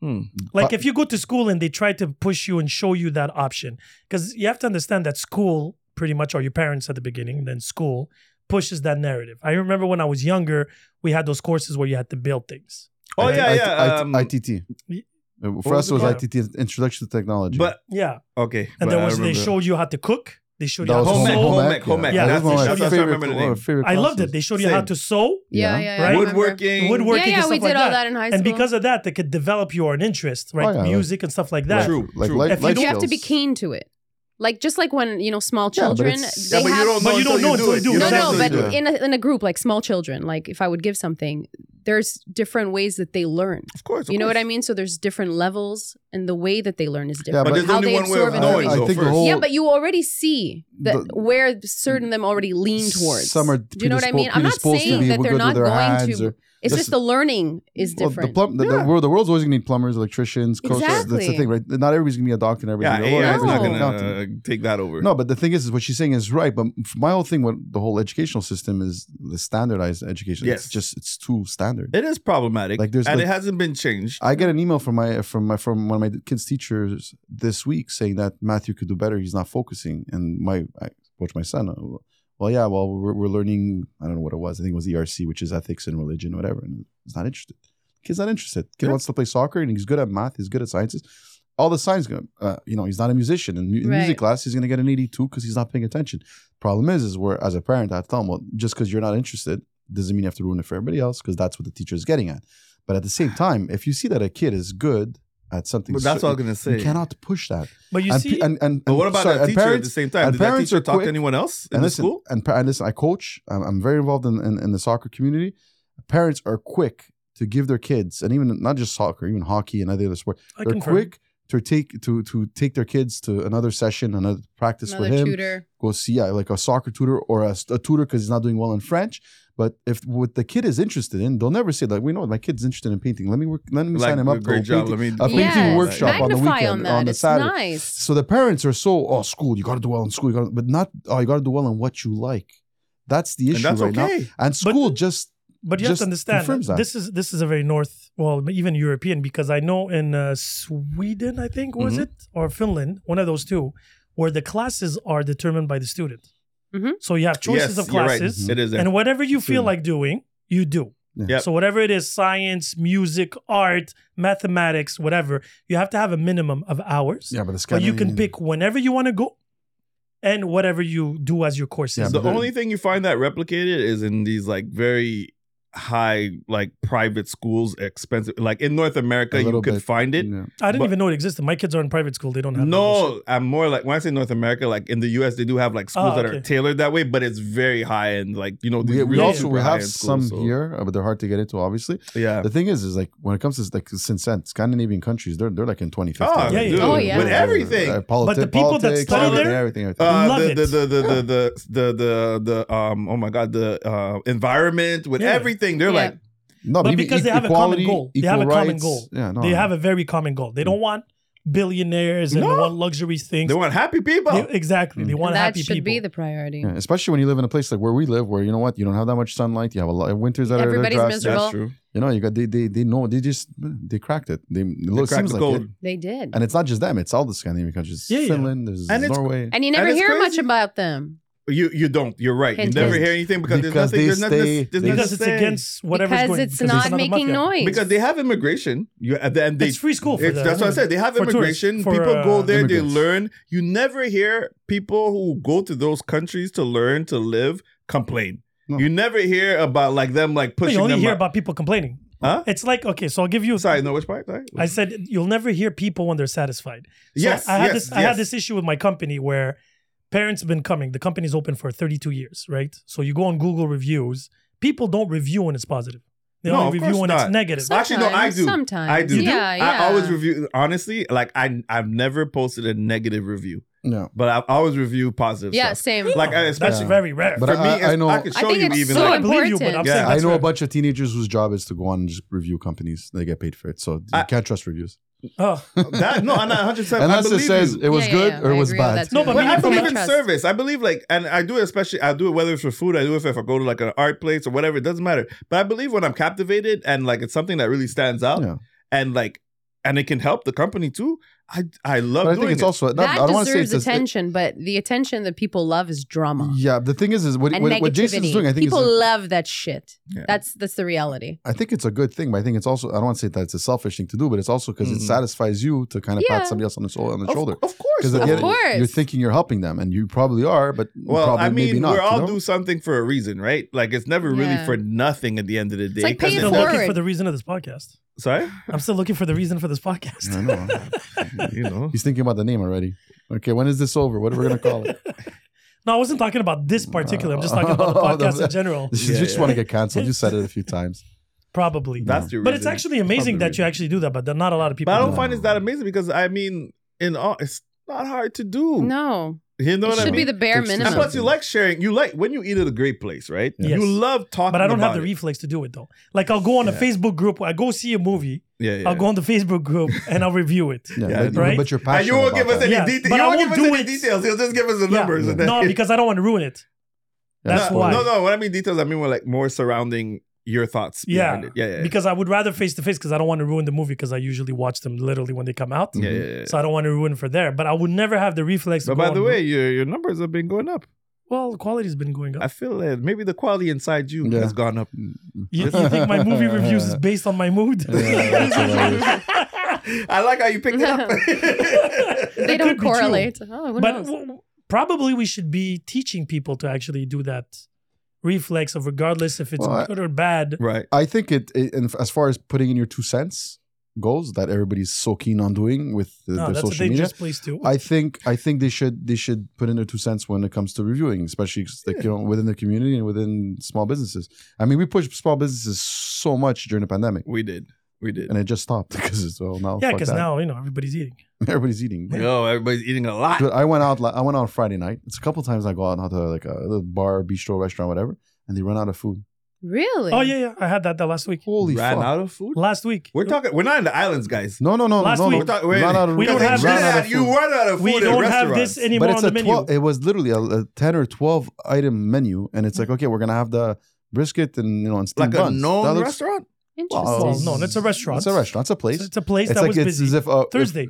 C: Hmm.
B: Like
E: But-
B: if you go to school and they try to push you and show you that option, because you have to understand that school pretty much, or your parents at the beginning, then school pushes that narrative. I remember when I was younger, we had those courses where you had to build things.
C: Oh
E: I-
C: yeah,
E: I-
C: yeah.
E: I-
C: um,
E: ITT.
B: Y-
E: Uh,
C: was
E: For us,
C: it
E: it was
B: called?
E: ITT, Introduction to Technology.
C: but
B: Yeah,
C: okay,
B: and
C: but
B: there
C: I
B: was they
C: remember.
B: showed you how to cook. They showed you
E: That
B: how
E: was
B: to
C: home ec,
B: sew.
C: home ec, home ec.
E: Yeah,
B: That's
E: that was
B: the
E: one
B: show-
E: of my
B: that's
C: what I
E: favorite,
C: remember the name.
E: one of my favorite
B: I loved
E: classes.
B: it. They showed you how
C: Same.
B: to sew,
D: Yeah,
E: Yeah.
D: yeah, yeah.
B: Right?
D: I remember.
C: woodworking.
B: Woodworking.
D: Yeah,
B: and
D: yeah,
B: stuff
D: we
B: like
D: did all
B: that.
D: that in high school.
B: and because of that, they could develop your an interest, right?
E: Oh, yeah, like-
B: Music and stuff like that.
E: Like-
C: True,
E: like
C: true.
E: life,
B: If you
E: life
B: don't-
D: you have to be
E: skills.
D: keen to it. Like just like when you know small
E: Yeah, but
D: children,
E: it's-
D: they
C: Yeah, but you
D: have
C: don't know
B: But you
C: until
B: don't know
C: do
B: until
C: it.
B: you do
C: You
B: it.
D: no,
C: don't know
D: no,
B: Exactly.
C: until you
D: but
C: do it.
E: Yeah.
D: in a, in a group like small children, like if I would give something, there's different ways that they learn.
C: Of course, of
D: You know what
C: course.
D: I mean? So there's different levels, and the way that they learn is
E: Yeah,
D: different.
E: but
C: But there's
D: how
C: only
D: they
C: one way of
D: absorb
C: knowing.
E: I
D: information.
C: though,
E: think the
C: first.
E: whole-
D: Yeah, but you already see that
E: The-
D: where certain of them already lean towards.
E: Some are
D: Do you know what I mean?
E: predispo-
D: I'm not
E: predisposed to be
D: saying that
E: good
D: they're
E: with
D: not
E: their
D: going
E: hands
D: to.
E: or-
D: It's
E: This-
D: just the learning is
E: Well,
D: different.
E: The, plum, the,
C: Yeah.
E: the, world, the world's always going to need plumbers, electricians, coaches. That's
D: Exactly.
E: the thing, right? Not everybody's going to be a doctor and
C: Yeah,
E: everybody's
C: AI
E: gonna be a lawyer,
C: is not gonna
E: everybody's gonna be an accountant.
C: uh, take that over.
E: No, but the thing is, is what she's saying is right. But f- my whole thing with the whole educational system is the standardized education.
C: Yes.
E: It's just it's too standard.
C: it is problematic,
E: Like, there's
C: and
E: like-
C: it hasn't been changed.
E: I get an email from my from my from one of my kids' teachers this week saying that Matthew could do better. He's not focusing, and my I approached my son. uh, Well, yeah, well, we're, we're learning. I don't know what it was. I think it was ERC, which is ethics and religion, whatever. And he's not interested. Kid's not interested. Kid
C: Yeah.
E: wants to play soccer, and he's good at math. He's good at sciences. All the science, gonna- uh, you know, he's not a musician. In, mu- in
D: Right.
E: music class, he's going to get an 82 because he's not paying attention. Problem is, is where as a parent, I tell them, well, just because you're not interested doesn't mean you have to ruin it for everybody else because that's what the teacher is getting at. But at the same time, if you see that a kid is good at something.
C: But that's what I was
E: certain.
C: gonna say.
E: You cannot push that.
B: But you
E: and,
B: see,
E: pe- and, and,
C: But what about
E: sorry,
C: that
E: and
C: teacher at
E: parents?
C: the same time?
E: and
C: Did that
E: parents
C: teacher
E: are
C: talk
E: quick-
C: to anyone else in
E: and
C: the
E: listen,
C: school?
E: and, pa- and listen, I coach. I'm, I'm very involved in, in, in the soccer community. Parents are quick to give their kids, and even not just soccer, even hockey and other sports.
B: I
E: they're
B: confirm.
E: quick to take to to take their kids to another session, another practice
D: Another
E: with him.
D: tutor.
E: Go see yeah, like a soccer tutor or a, s- a tutor because he's not doing well in French. But if what the kid is interested in, they'll never say like, "We know my kid's interested in painting. Let me work. Let me sign him up for a
C: great job.
E: painting."
C: Let me
E: a painting
D: Yes,
E: workshop on the
D: magnify
E: weekend,
D: that.
E: on the
D: it's
E: Saturday.
D: Nice.
E: So the parents are so oh school you got to do well in school you got but not oh you got to do well in what you like. That's the
C: and
E: issue
C: that's
E: right now.
C: okay.
E: And school just
B: But you have
E: just
B: to understand
E: confirms that.
B: this is this is a very north, well, even European, because I know in uh, Sweden, I think was
C: Mhm.
E: Mm-hmm.
B: it or Finland, one of those two, where the classes are determined by the student.
D: Mhm.
B: So you have choices
C: yes,
B: of
C: you're right.
B: classes,
C: It is there.
B: and whatever you feel
E: Student.
B: like doing, you do.
E: Yeah.
C: Yep.
B: So whatever it is, science, music, art, mathematics, whatever, you have to have a minimum of hours.
E: yeah, but the
B: But you can pick whenever you want to go, and whatever you do as your courses.
E: Yeah,
C: the
E: but the-
C: only thing you find that replicated is in these like very high like private schools expensive like in north
E: A
C: america you
E: little
C: could
E: bit,
C: find it
E: Yeah.
B: I didn't
C: but-
B: even know it existed. My kids are in private school; they don't have that bullshit.
C: no i'm more like when i say north america like in the us they do have like schools
B: Oh,
C: that
B: okay.
C: are tailored that way but it's very high end like you know these
E: We, we
C: really
E: also
C: super
E: we have
C: high-end schools,
E: some
C: so-
E: here, uh, but they're hard to get into. Obviously,
C: yeah
E: the thing is, is like when it comes to like since then, Scandinavian countries, they're they're like in 2015.
C: Oh,
B: Yeah, yeah.
C: dude,
D: Oh, yeah.
C: with everything
E: Uh, politi-
B: But the people that
E: politics,
B: study
E: everything,
B: there-
E: everything, everything.
C: Uh,
B: Love
C: the,
B: it.
C: the, the, the, the, the, the, the, the, um, oh my God, the, uh, environment with
B: Yeah.
C: everything. They're
D: Yeah.
C: like,
E: no,
B: but
E: even
B: because
E: e-
B: they have a common
E: equality,
B: goal. They have
E: equal
B: a common
E: rights.
B: goal.
E: Yeah, no,
B: they
C: Oh,
B: have a very common goal. They don't want billionaires and
C: No.
B: they want luxury things.
C: they want happy people.
B: They- exactly. They
E: Mm.
B: want
D: that
B: happy
D: should
B: people.
D: be the priority.
E: Yeah, especially when you live in a place like where we live, where you know what, you don't have that much sunlight. You have a lot of winters that
D: Everybody's
E: are they're drastic.
D: miserable.
C: That's true.
E: You know, you got they they they know they just they cracked it. They, it
C: They
E: looks-
C: cracked
E: seems
C: the
E: like
C: code.
E: it.
D: They did.
E: And it's not just them; it's all the Scandinavian countries.
B: Yeah, yeah.
E: Finland, there's
C: And it's-
E: Norway.
D: And you never
C: it's
D: hear much
C: crazy.
D: about them.
C: You you don't. You're right.
D: Hint,
C: you never
D: hint.
C: hear anything because,
E: Because
C: there's nothing. There's nothing.
E: they stay-
C: there's- there's nothing
E: they-
B: because
C: to
B: it's
C: say.
B: against whatever's
D: because
B: going
D: it's
B: because
D: not
B: there's another
D: making
B: mafia.
D: noise.
C: Because they have immigration. You and then they.
B: It's free school Oh, for
C: it's-
B: the-
C: that's what I said. They have
B: for tourists,
C: immigration.
B: for,
C: people go
B: uh,
C: there. They
E: Immigrants.
C: learn. You never hear people who go to those countries to learn to live complain.
E: No.
C: You never hear about like them like
B: No,
C: pushing
B: you only
C: them.
B: hear
C: out.
B: about people complaining.
C: Huh?
B: It's like okay, so I'll give you.
C: Sorry, no. Which part? Sorry.
B: I said you'll never hear people when they're satisfied. So
C: Yes,
B: I had
C: yes,
B: this. I had
C: yes.
B: this issue with my company where parents have been coming. The company's open for 32 years, right? So you go on Google reviews. People don't review when it's positive. They
C: No, of
B: only review
C: course
B: when
C: not.
B: it's negative.
C: So- Actually, no, I
D: Sometimes,
C: do.
D: Sometimes.
C: I do.
D: Yeah, Uh, yeah.
C: I always review. Honestly, like I I've never posted a negative review,
E: No,
C: but I always review positive.
D: Yeah,
C: stuff.
D: same.
C: Like I
B: That's
C: especially.
E: Yeah.
B: very rare.
E: But
C: for
E: I-
C: me,
E: I-
C: it's-
E: I know-
C: I could
D: I
C: show
D: think
C: you
D: it's
C: even
D: so
B: No, I
C: like
B: believe you, but I'm
D: important.
C: Yeah,
B: saying
E: I
B: that's
E: know
B: rare.
E: a bunch of teenagers whose job is to go on and just review companies. They get paid for it, so you
C: I-
E: can't trust reviews.
B: Oh,
C: that. No, I'm not 100. percent I
E: Unless it
C: believe
E: says
C: you.
E: it was
D: Yeah, yeah,
E: good
D: yeah.
E: or
D: I
E: it was
D: agree with
E: bad.
D: that too.
B: No, but
C: But
B: me
C: I
B: from
C: believe
B: a-
C: in
D: Trust.
C: service. I believe like, and I do it especially. I do it whether it's for food. I do it if I go to like an art place or whatever. It doesn't matter. But I believe when I'm captivated and like it's something that really stands out
E: Yeah.
C: and like, and it can help the company too. I I love.
E: But I
C: doing
E: think it's
C: it.
E: also not, I
D: that
E: don't want to say
D: deserves
E: it's a-
D: attention, but the attention that people love is drama
E: Yeah, the thing is, is what,
D: and
E: what,
D: negativity.
E: what Jason's doing, I think,
D: people
E: is a-
D: love that shit.
C: Yeah.
D: That's that's the reality.
E: I think it's a good thing, but I think it's also I don't want to say that it's a selfish thing to do, but it's also because
C: Mhm.
E: it satisfies you to kind of
D: Yeah.
E: pat somebody else on the, soul, on the
C: of,
E: shoulder.
C: of course.
E: Because at
C: though.
E: the end,
D: Of course.
E: you're thinking you're helping them, and you probably are, but
C: Well,
E: probably
C: I mean,
E: maybe not.
C: we all
E: you know?
C: do something for a reason, right? Like it's never really
D: Yeah.
C: for nothing at the end of the day.
D: like
C: 'cause
D: pay it
B: still
C: it's-
D: forward.
B: looking for the reason of this podcast.
C: Sorry,
B: I'm still looking for the reason for this podcast.
E: I
C: Mm-hmm.
E: know.
C: you know.
E: He's thinking about the name already. Okay, when is this over? What are we gonna call it?
B: No, I wasn't talking about this particular. I'm just talking about the
E: Oh,
B: podcast
E: the-
B: in general,
E: you
C: Yeah,
E: just
C: yeah.
E: want to get canceled. You said it a few times.
B: probably.
C: That's your.
B: But it's
C: reason.
B: actually
C: That's the
B: amazing that
C: reason.
B: you actually do that. But there are not a lot of people.
C: But I
B: do
C: don't
B: that.
C: find it's that amazing because I mean, in all, it's not hard to do.
D: No,
C: You know
D: it
C: what
D: should
C: I
D: be
C: mean?
D: the bare
E: It's-
C: and
E: minimum.
C: plus,
D: minimum.
C: you like sharing. You like when you eat at a great place, right?
E: Yes.
C: You love talking.
B: But I don't have
C: about
B: the
C: it.
B: reflex to do it though. Like I'll go on a
C: Yeah.
B: Facebook group. I go see a movie.
C: Yeah, yeah.
B: I'll go on the Facebook group and I'll review it.
E: Yeah,
C: Yeah,
E: but,
B: right?
E: but you're
C: and
E: passionate.
C: you won't
E: about
C: give us
E: that.
C: any
B: Yeah,
C: details.
B: but
C: You
B: I
C: won't give
B: won't
C: us
B: do
C: any
B: it.
C: details. You'll just give us the
B: Yeah.
C: numbers. and then-
B: No, because I don't want to ruin it.
E: Yeah,
B: That's
E: spoiler.
B: why.
C: No, no. What I mean details, I mean we're like more surrounding your thoughts.
B: Yeah.
C: behind it. yeah, yeah, yeah.
B: Because I would rather face to face because I don't want to ruin the movie because I usually watch them literally when they come out.
C: yeah, yeah, yeah.
B: So I don't want to ruin for there. But I would never have the reflex. to
C: But by
B: go
C: the
B: on-
C: way, your your numbers have been going up.
B: well, quality's been going
C: I
B: up.
C: feel that maybe the quality inside you
E: Yeah.
C: has gone up.
B: You, you think my movie reviews is based on my mood?
E: Yeah, that's hilarious.
C: I like how you picked it up.
D: they
B: It
D: don't
B: could be true.
D: correlate. Oh, who
B: but
D: knows?
B: w- probably we should be teaching people to actually do that reflex of regardless if it's
E: Well, I-
B: good or bad.
C: right.
E: I think it, it and as far as putting in your two cents, goals that everybody's so keen on doing with the,
B: No,
E: their
B: that's a
E: social media.
B: dangerous place too.
E: I think I think they should they should put in their two cents when it comes to reviewing, especially 'cause, like, you know within the community and within small businesses. I mean, we pushed small businesses so much during the pandemic,
C: We did. We did.
E: and it just stopped because it's well now.
B: yeah,
E: fuck
B: because
E: that.
B: now you know everybody's eating.
E: everybody's eating.
C: Yo, everybody's eating a lot.
E: Dude, I went out. la- I went out Friday night. It's a couple times I go out to like a little bar, bistro, restaurant, whatever, and they run out of food.
D: Really?
B: Oh yeah, yeah, I had that, that last week.
E: Holy
C: Ran
E: fuck!
C: out of food.
B: Last week
C: We're talking. We're not in the islands, guys.
E: No, no, no,
B: Last
E: no, no.
B: week-
C: We're talking. Wait,
E: Run out of-
B: We don't
E: Because
B: have
E: they
B: this-
E: ran out of
C: You
E: food.
C: run out of food.
B: We
C: at
B: don't have this
C: restaurants.
B: anymore
E: But it's
B: on
E: a
B: the menu.
E: 12, it was literally a, a ten or twelve item menu, and it's like
B: Hmm.
E: okay, we're gonna have the brisket and you know and steamed
C: Like a
E: buns. That
C: known
E: looks-
C: restaurant.
D: Interesting.
B: Well, no, that's a restaurant.
E: It's a restaurant. It's a place.
B: It's, it's a place
E: it's
B: that
E: like
B: was
E: it's
B: busy.
E: as if uh,
B: Thursday.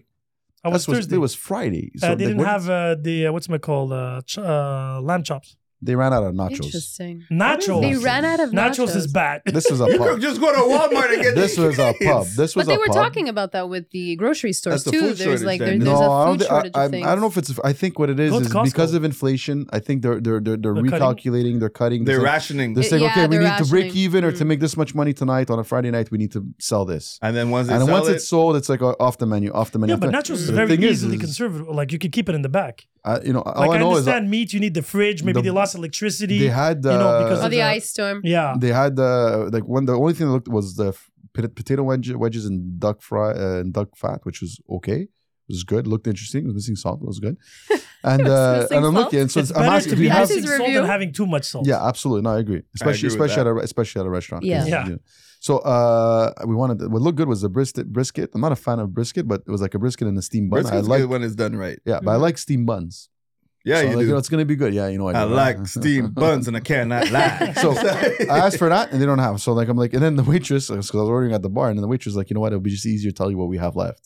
B: I was
E: If, that's was-
B: Thursday.
E: It was Friday.
B: uh,
E: like,
B: they didn't
E: what-
B: have uh, the uh, what's it called uh, ch- uh, lamb chops.
E: They ran out of nachos.
D: Interesting.
B: Nachos.
D: They ran out of nachos.
B: Nachos, is bad.
E: This was a
C: You could
E: pub.
C: just go to Walmart and get
E: This
C: these
E: was a pub.
C: things.
E: This
D: But
E: was
D: they
E: a
D: were
E: pub.
D: talking about that with the grocery
C: That's
D: stores
C: the
D: too.
C: food
D: there's
C: shortage
D: like
C: then.
D: there- there's
E: no, I
D: a
E: don't,
D: food
E: thi-
D: shortage
E: I,
D: of things.
E: I, I don't know if it's. I think what it is
B: Go to
E: is because
B: Costco.
E: of inflation. I think they're they're they're, they're,
B: They're cutting.
E: recalculating. They're cutting.
C: They're
E: saying-
C: rationing.
E: they're saying,
D: Yeah,
E: okay, we
D: they're
E: need to break
D: rationing.
E: even or to
D: Mm.
E: make this much money tonight on a Friday night. We need to sell this.
C: and then once they
E: and
C: sell
E: once
C: it,
E: it's sold, it's like uh, off the menu, off the menu.
B: yeah, but
E: off the
B: nachos is
E: menu.
B: very
E: The thing
B: easily
E: is-
B: conserved. Like you could keep it in the back.
E: I, you know,
B: Like
E: all I
B: I,
E: know is that
B: understand meat. You need the fridge. Maybe
E: the-
B: they lost electricity.
E: they had uh,
B: you know, because
D: Oh,
B: of
D: the
B: the-
D: ice storm.
B: yeah,
E: they had the like one. The only thing that looked was the f- pot- potato wedge, wedges and duck fry uh, and duck fat, which was okay. It was good. Looked interesting. It was missing salt. It was good. And
D: It was
E: uh,
D: missing
E: and I'm
D: salt?
E: looking. And so
B: it's
E: I'm
B: better
E: asking,
B: to
E: do
B: be
E: you
D: This
E: have?
B: having
D: is
B: salt
D: review.
B: than having too much salt.
E: Yeah, absolutely. No, I agree. Especially
C: with
E: especially at
C: that.
E: a especially at a restaurant.
D: Yeah.
B: Yeah.
E: So uh, we wanted what looked good was the brisket. Brisket. I'm not a fan of brisket, but it was like a brisket and a steamed bun.
C: brisket's
E: I like.
C: good when it's done right.
E: Yeah, but I like steamed buns.
C: Yeah,
E: So I'm
C: you
E: like,
C: do.
E: know, it's gonna be good. Yeah, you know.
C: I
E: do.
C: like steamed buns and I cannot lie.
E: So, I asked for that and they don't have. So like I'm like, and then the waitress because I was ordering at the bar, and then the waitress was like, you know what? It'll be just easier to tell you what we have left.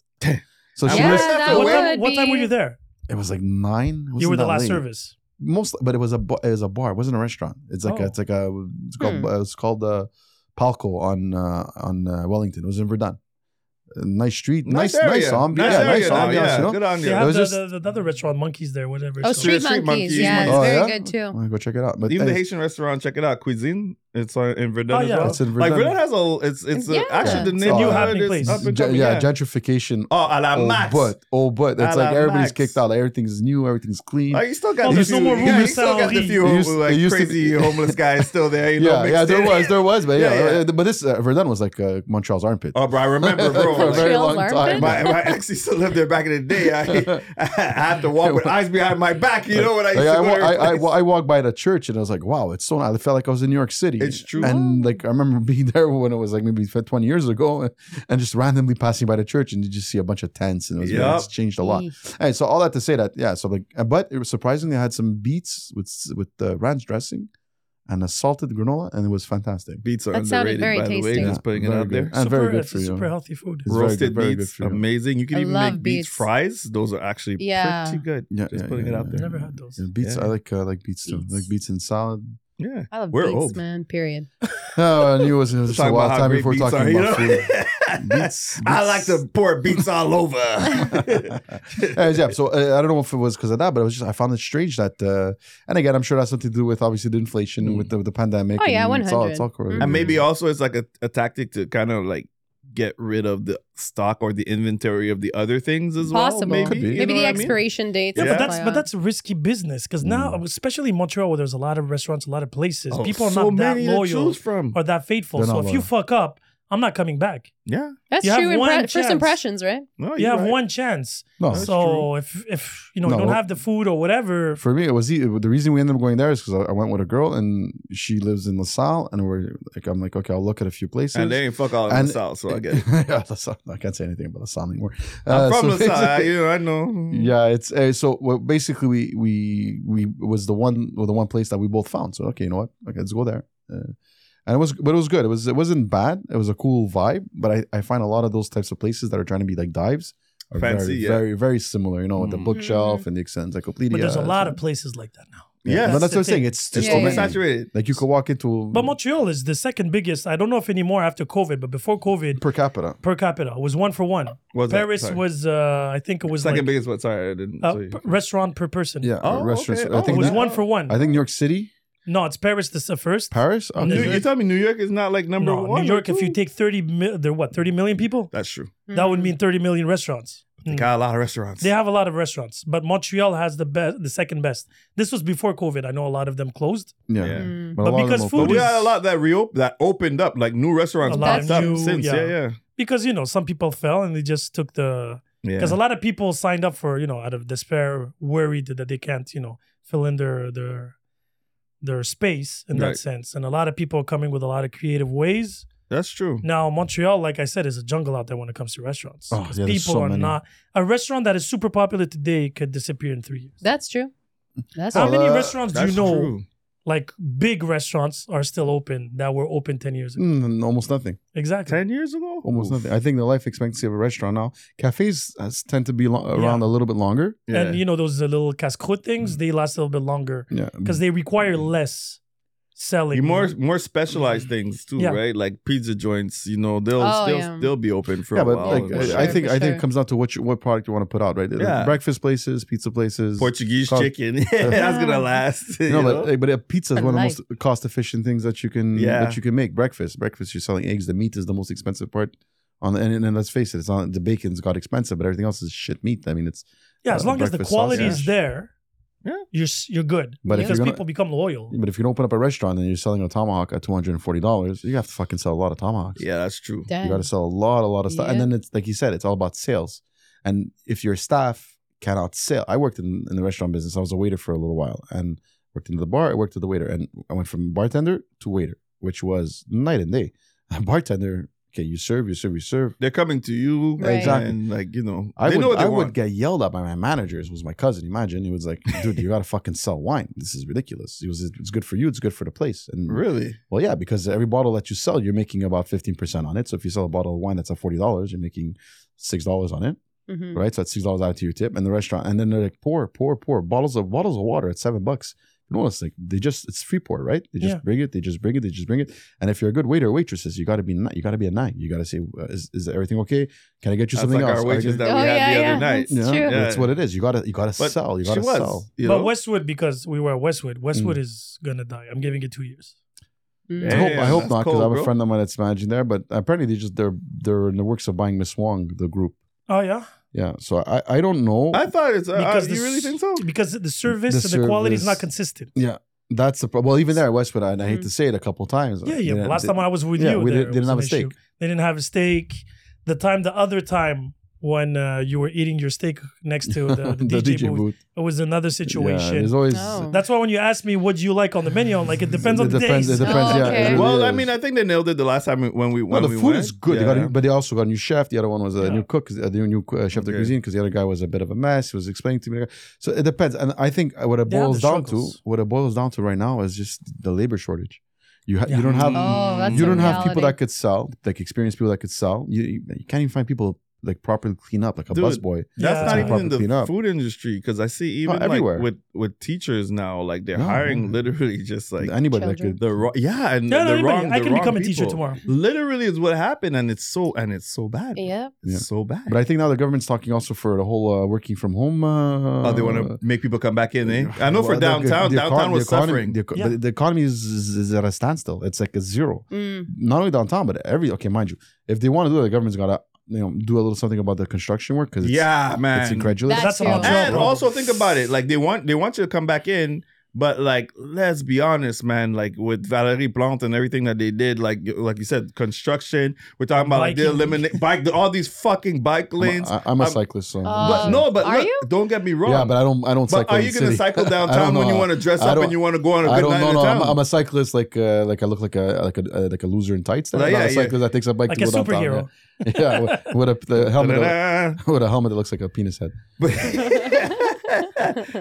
E: So she
C: Yeah.
E: was.
C: that
B: What,
C: would
B: time, what time were you there?
E: It was like nine. It
B: you were
E: wasn't
B: the
E: that
B: last
E: late.
B: service.
E: Most, but it was a bu- it was a bar. It wasn't a restaurant. It's like a,
B: Oh.
E: it's like a it's called
D: Hmm.
E: uh, it's called uh, Palco on uh, on uh, Wellington. It was in Verdun. A Nice street, nice, nice,
C: area.
E: ambiance,
C: Nice
E: yeah,
C: area
E: nice
C: now,
E: ambiance.
C: yeah.
E: You know,
C: Good on
B: They
C: you.
E: It
B: have
E: was
B: the,
E: just-
B: the, the other restaurant, Monkeys, there, whatever.
D: Oh,
B: it's
D: street,
B: called.
C: Street
D: monkeys.
C: Monkeys.
D: Yeah, it's
E: Oh,
D: very
E: yeah?
D: good too.
E: I'm gonna go check it out. But
C: Even the
E: uh,
C: Haitian restaurant, check it out. Cuisine. It's on, in Verdun
B: Oh,
C: as
B: yeah.
C: well.
E: It's in
C: Like
E: Verdun.
C: Verdun has a. It's it's
D: Yeah.
C: a, actually the
E: It's
C: name.
E: a new
C: of it
B: happening
C: is
B: place.
C: Up and
E: gen-
C: coming,
E: yeah,
C: yeah.
E: gentrification.
C: Oh, a la
E: oh,
C: Max.
E: but oh, but it's
C: À la
E: like everybody's
C: Max.
E: kicked out. Everything's new. Everything's clean.
C: Like, you still got
B: Oh,
C: the
B: there's no
C: few,
B: more room
C: yeah,
B: in
C: you still got the
B: Saint-Henri.
C: few
E: It used-
C: like
E: it used to
C: crazy
E: be-
C: homeless guys still there. You know,
E: yeah,
C: mixed
E: yeah, there
C: in.
E: was, there was, but yeah,
C: Yeah, yeah.
E: uh, but this uh, Verdun was like uh, Montreal's armpit.
C: Oh, bro, I remember, bro.
E: for a
C: like,
E: very
D: Montreal's
E: long
D: armpit?
E: time.
C: my, my ex used to live there back in the day. I, I had to walk with eyes behind my back. You know what I used
E: Like,
C: to go
E: I, wa-
C: to
E: I,
C: her
E: I,
C: place.
E: wa- I walked by the church and I was like, wow, it's so nice. I felt like I was in New York City.
C: It's true.
E: And like, I remember being there when it was like maybe 20 years ago and just randomly passing by the church and you just see a bunch of tents and it was
C: Yep.
E: it's changed a lot. Hey, so all that to say that, yeah, so like, uh, but it was surprisingly, I had some beets with with uh, ranch dressing and a salted granola and it was fantastic.
C: Beats are
D: That sounded
C: underrated,
D: very
C: by the way.
D: tasty.
C: Just putting it
E: very
C: out there.
E: good. And very
B: Super-
E: good
B: it's
E: for
B: a
E: you.
B: super healthy food.
E: It's very
C: Roasted
E: good, very good
C: beets,
E: for you.
C: amazing. You can
D: I
C: even
D: love
C: make beets
D: beets.
C: fries. Those are actually
D: Yeah.
C: pretty good.
E: Yeah,
C: Just
E: yeah,
C: putting
E: yeah,
C: it out
E: yeah.
C: there.
B: Never had those.
E: Yeah, beets,
C: Yeah.
E: I like uh, like beets too.
D: Beets.
E: I like beets and salad.
C: Yeah.
D: I love
C: We're
D: beets,
C: old.
D: man. Period.
E: Oh, I knew it was, it was just a
C: Talking about
E: wild
C: how
E: time
C: great
E: before
C: beets
E: talking
C: are, you
E: about
C: know?
E: food. Beets-
C: I
E: beets.
C: like to pour beets all over.
E: Uh, yeah, so uh, I don't know if it was because of that, but it was just I found it strange that, uh, and again, I'm sure that's something to do with obviously the inflation and
C: Mm.
E: with the, the pandemic.
D: Oh, yeah,
E: and It's all,
D: 100.
E: it's all correlated.
B: Mm-hmm.
C: and maybe also it's like a, a tactic to kind of like get rid of the stock or the inventory of the other things as
D: Possible.
C: well.
E: Could be.
C: Maybe, you
D: Maybe
C: know
D: the
C: what I mean?
D: expiration dates.
B: Yeah,
C: Yeah.
B: but that's but
D: apply on.
B: that's risky business because
E: Mm.
B: now, especially in Montreal, where there's a lot of restaurants, a lot of places,
C: Oh,
B: people are
C: so
B: not that
C: many to
B: loyal
C: choose from.
B: or that faithful.
E: They're
B: So
E: not
B: if
E: loyal.
B: you fuck up, I'm not coming back.
C: Yeah.
D: That's
B: You have
D: true.
B: one
D: Impre-
B: chance.
D: first impressions, right?
C: No,
B: you
C: Oh, you're
B: have
C: right. Oh,
B: one chance.
E: no.
C: That's
B: so if if you know
E: No,
B: you don't
E: well-
B: have the food or whatever,
E: For me, it was e- the reason we ended up going there is because I, I went with a girl and she lives in LaSalle, and we're like, I'm like, okay, I'll look at a few places.
C: And they ain't fuck all in
E: And-
C: the south, so I get it.
E: yeah, LaSalle. I can't say anything about LaSalle anymore.
C: I'm
E: Uh,
C: from
E: so
C: the south. I,
E: basically-
C: you know, I know.
E: Yeah, it's uh, so well, basically we we we it was the one well, the one place that we both found. So okay, you know what? Okay, let's go there. Uh, and it was but it was good. It was it wasn't bad. It was a cool vibe. But I, I find a lot of those types of places that are trying to be like dives are
C: Fancy,
E: very
C: yeah.
E: very very similar. You know, with the
C: Mm.
E: bookshelf and the encyclopedia.
B: Mm-hmm. but there's a lot
E: so-
B: of places like that now.
E: yeah.
C: Yes.
E: but that's
B: That's
E: what I'm
B: the
E: saying.
B: thing.
E: It's
C: It's
E: just
D: Yeah, yeah, yeah.
C: oversaturated.
E: like you could walk into
C: Mm.
B: But Montreal is the second biggest. I don't know if anymore after COVID, but before COVID,
E: per capita.
B: per capita was one for one.
C: What's that?
B: Paris
C: Sorry.
B: was, uh, I think it was
C: second
B: like
C: biggest one. Sorry, I didn't.
B: uh,
C: tell you.
B: p- restaurant per person.
E: Yeah,
C: Oh,
E: restaurants.
C: okay.
E: I
C: Oh,
B: it
E: think
B: was
E: that-
B: one for one.
E: I think New York City
B: No, it's Paris the s- uh, first.
E: Paris?
B: New-
C: New-
E: Okay.
C: you tell me New York is not like number
B: No,
C: one.
B: New
C: or
B: York. If you
C: two?
B: take thirty, mi- they're what thirty million people.
C: that's true.
B: That
D: Hmm.
B: would mean thirty million restaurants.
C: They
B: Mm.
C: got a lot of restaurants.
B: They have a lot of restaurants, but Montreal has the best, the second best. This was before COVID. I know a lot of them closed.
E: Yeah.
D: Mm.
C: Yeah.
E: a
B: But
E: lot of
B: because
E: them
B: food
E: open.
C: But we
B: is-
C: had a lot that reop- that opened up, like new restaurants
B: A lot
C: popped
B: of
C: up
B: new-
C: since.
B: yeah.
C: Yeah, yeah,
B: because you know some people fell and they just took the
C: yeah.
B: because a lot of people signed up for you know out of despair worried that they can't you know fill in their their their space in that
C: Right.
B: sense and a lot of people are coming with a lot of creative ways
C: That's true.
B: now montreal like i said is a jungle out there when it comes to restaurants
E: Oh,
B: 'Cause
E: yeah, there's
B: people
E: so
B: are
E: many.
B: not a restaurant that is super popular today could disappear in three years
D: That's true. That's
B: how
E: Oh,
B: many
E: that-
B: restaurants do
C: That's
B: you know
C: true.
B: like big restaurants are still open that were open 10 years ago
E: Mm, almost nothing.
B: exactly
C: Ten years ago,
E: Almost
C: Oof.
E: nothing. I think the life expectancy of a restaurant now, cafes uh, tend to be lo- around a little bit longer.
C: Yeah.
B: and you know those uh, little casse-croûte things they last a little bit longer
E: Yeah.
B: because they require
E: Mm-hmm.
B: less selling.
C: You more more specialized things too,
B: Yeah.
C: right? Like pizza joints, you know, they'll
D: Oh,
C: still
D: yeah.
C: they'll be open for
E: yeah,
C: a
E: but
C: while.
E: like,
C: and
E: I,
C: whatnot.
E: I
D: For
E: think I think
D: sure.
E: it comes down to what you, what product you want to put out, right? Like,
C: Yeah.
E: breakfast places, pizza places,
C: Portuguese
E: Cos-
C: chicken, yeah, that's gonna last.
E: You
C: you
E: know,
C: know?
E: but, like, but a pizza is
D: But
E: one
D: life.
E: of the most cost efficient things that you can
C: Yeah.
E: that you can make. Breakfast, breakfast, you're selling eggs. The meat is the most expensive part. On the, and, and, and let's face it, it's not the bacon's got expensive, but everything else is shit meat. I mean, it's
B: yeah, as
E: uh,
B: long as the
E: breakfast
B: quality
E: sausage.
B: is there,
C: Yeah.
B: you're s- you're good.
E: But if
B: because
E: you're gonna-
B: people become loyal.
E: but if you don't open up a restaurant and you're selling a tomahawk at two hundred and forty dollars, you have to fucking sell a lot of tomahawks.
C: yeah, that's true.
E: You got to sell a lot, a lot of stuff. And
D: Yeah.
E: then it's like you said, it's all about sales. And if your staff cannot sell, I worked in, in the restaurant business. I was a waiter for a little while and worked in the bar. I worked at the waiter and I went from bartender to waiter, which was night and day. A bartender, okay, you serve, you serve, you serve.
C: They're coming to you,
D: Right.
E: Exactly.
C: And like you know,
E: I
C: they
E: would,
C: know what they
E: I
C: want.
E: would get yelled at by my managers. Was my cousin? Imagine he was like, "Dude, you gotta fucking sell wine. This is ridiculous." He was, "It's good for you. It's good for the place." And
C: really.
E: Well, yeah, because every bottle that you sell, you're making about 15% on it. So if you sell a bottle of wine that's at $40, you're making $6 on it,
D: Mm-hmm.
E: right? So that's $6 out to your tip and the restaurant. And then they're like, pour, pour, pour. Bottles of bottles of water at seven bucks. You know, it's like they just it's free pour, right? They just
B: Yeah.
E: bring it, they just bring it, they just bring it. And if you're a good waiter or waitresses, you gotta be ni- you gotta be a nine. You gotta say, uh, is, is everything okay? Can I get you
C: That's
E: something
C: like
E: else?
C: our
E: Are you
C: wages
E: good?"
C: that we
D: Oh,
C: had the
D: yeah,
C: other
D: yeah.
C: night.
D: It's
E: yeah,
D: true.
E: that's what it is. You gotta you gotta
C: But
E: sell. You
C: she
E: gotta
C: was,
E: sell.
C: you
B: but
C: know?
B: Westwood, because we were at Westwood,
E: Mm.
B: Westwood is gonna die. I'm giving it two years.
D: Mm.
E: I hope,
C: Yeah,
E: I hope
C: that's
E: not because
C: cold,
E: I have a
C: bro.
E: friend of mine that's managing there. But apparently, they just they're they're in the works of buying Miss Wong, the group.
B: Oh yeah,
E: Yeah, so I I don't know.
C: I thought it's. Uh,
B: because
C: uh, you really
B: s-
C: think so?
B: Because the service
E: The
B: and the quality is not
E: service-
B: consistent.
E: that's the pro- well, even there at Westwood, I, and I hate
D: Mhm.
E: to say it a couple times.
B: Mm. Yeah,
E: like,
B: yeah.
E: they didn't-
B: Last
E: they-
B: time I was with
E: yeah,
B: you,
E: we
B: there
E: didn't- didn't
B: was
E: have
B: an
E: a steak.
B: issue. They didn't have a steak. The time, the other time when uh, you were eating your steak next to the, the, DJ, booth, it was another
E: Yeah,
B: situation.
E: there's always
D: Oh.
B: That's why when you ask me what do you like on the menu, I'm like it depends on the
E: depends,
B: days.
E: It depends.
D: Oh,
E: yeah,
D: okay.
E: it really
C: Well, I
E: is.
C: mean, I think they nailed it the last time we- when we
E: no,
C: when
E: the
C: we
E: food
C: went.
E: is good. They got
C: Yeah.
E: a, but they also got a new chef. The other one was a
B: Yeah.
E: new cook, a new, new uh, chef de
C: Okay.
E: cuisine, because the other guy was a bit of a mess. He was explaining to me. So it depends, and I think what it
B: They have
E: boils
B: their
E: down to,
B: struggles.
E: what it boils down to right now is just the labor shortage. You ha-
B: Yeah.
E: you don't have
D: Oh, that's
E: you
D: a
E: don't have
D: reality.
E: people that could sell, like experienced people that could sell. You you can't even find people like properly clean up, like a
C: Dude,
E: busboy.
B: Yeah.
C: That's
E: That's
C: not even in
E: proper
C: the
E: cleanup.
C: food industry because I see even
E: No,
C: like,
E: everywhere.
C: with with teachers now, like they're
E: No.
C: hiring literally just like
E: Anybody that
D: Children.
E: could.
C: the wrong, yeah, and
B: No, no,
C: the
B: anybody.
C: wrong.
B: I
C: the
B: can
C: wrong
B: become a teacher
C: people.
B: tomorrow.
C: Literally, is what happened, and it's so and it's so bad.
D: Yeah.
C: It's
E: Yeah.
C: so bad.
E: But I think now the government's talking also for the whole uh, working from home. Uh,
C: oh, they want to make people come back in. Eh? I know for
E: well, the-
C: downtown,
E: the econ-
C: downtown was
E: the economy,
C: suffering.
E: The, eco-
B: Yeah.
E: but the economy is, is, is at a standstill. It's like a zero.
D: Mm.
E: Not only downtown, but every okay, mind you, if they want to do it, the government's got to you know do a little something about the construction work because
C: yeah, man.
E: it's incredulous.
D: That's
B: That's our
D: true.
B: job.
C: and
B: bro.
C: also think about it like they want they want you to come back in but like let's be honest man like with valerie plante and everything that they did like like you said construction we're talking about like they
B: Biking.
C: eliminate bike all these fucking bike
E: I'm a-
C: lanes
E: I, am a
C: Um,
E: cyclist, so
D: Uh,
C: but no but
D: Are
C: look,
D: you?
C: don't get me wrong
E: yeah, but I don't I don't
C: But
E: cycle.
C: are
E: in
C: you
E: the
C: gonna
E: city.
C: cycle
E: I don't
C: downtown when
E: know.
C: you want to dress
E: I
C: up
E: don't-
C: and you want to go on a
E: I
C: good
E: don't
C: night
E: know.
C: in
E: No, I'm,
C: town?
E: I'm a cyclist, like uh, like I look like a like a uh, like a loser in tights.
C: Like,
E: I'm not
C: Oh, yeah,
E: a cyclist that takes a bike
B: Like
E: to
B: a
E: go downtown,
B: superhero.
E: Yeah, yeah with- with a the helmet that-
C: Da-da-da.
E: with a helmet that looks like a penis head.
C: But-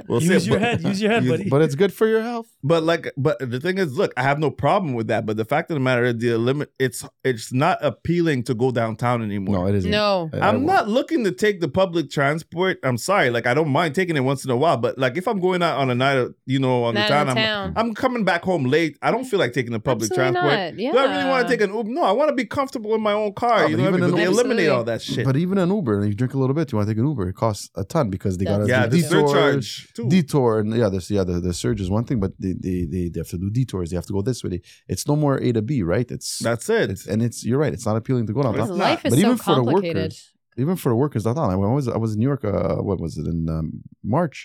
C: We'll see,
B: Use your
C: but-
B: head. Use your head,
C: Use-
B: buddy.
E: But it's good for your health.
C: But like, but the thing is, look, I have no problem with that. But the fact of the matter is, the limit, it's it's not appealing to go downtown anymore.
E: No, it isn't.
D: No.
E: I- I
C: I'm
E: won't.
C: not looking to take the public transport. I'm sorry, like I don't mind taking it once in a while, but like if I'm going out on a night, of, you know, on
D: Not
C: the town,
D: in
C: I'm,
D: town.
C: I'm coming back home late. I don't feel like taking the public
D: Absolutely
C: transport.
D: not. Yeah.
C: Do I really want to take an Uber? No, I want to be comfortable in my own car.
E: Oh,
C: you
E: but
C: know, what I
E: even
C: mean?
E: an
C: but they
D: Uber-
C: eliminate all that shit.
E: But even an Uber, you drink a little bit, you want to take an Uber, it costs a ton because they got
D: That's
E: to
C: yeah,
D: do
C: the
D: detours,
C: surcharge. surge too.
E: detour and yeah there's yeah the, the surge is one thing but they, they they they have to do detours they have to go this way They- it's no more a to b right it's
C: That's it.
E: it's, and it's you're right it's not appealing to go down
C: It's
D: Because
C: not.
D: life is
E: But
D: so
E: even for the
D: complicated.
E: workers, even for the workers downtown i was i was in new york uh what was it in um, march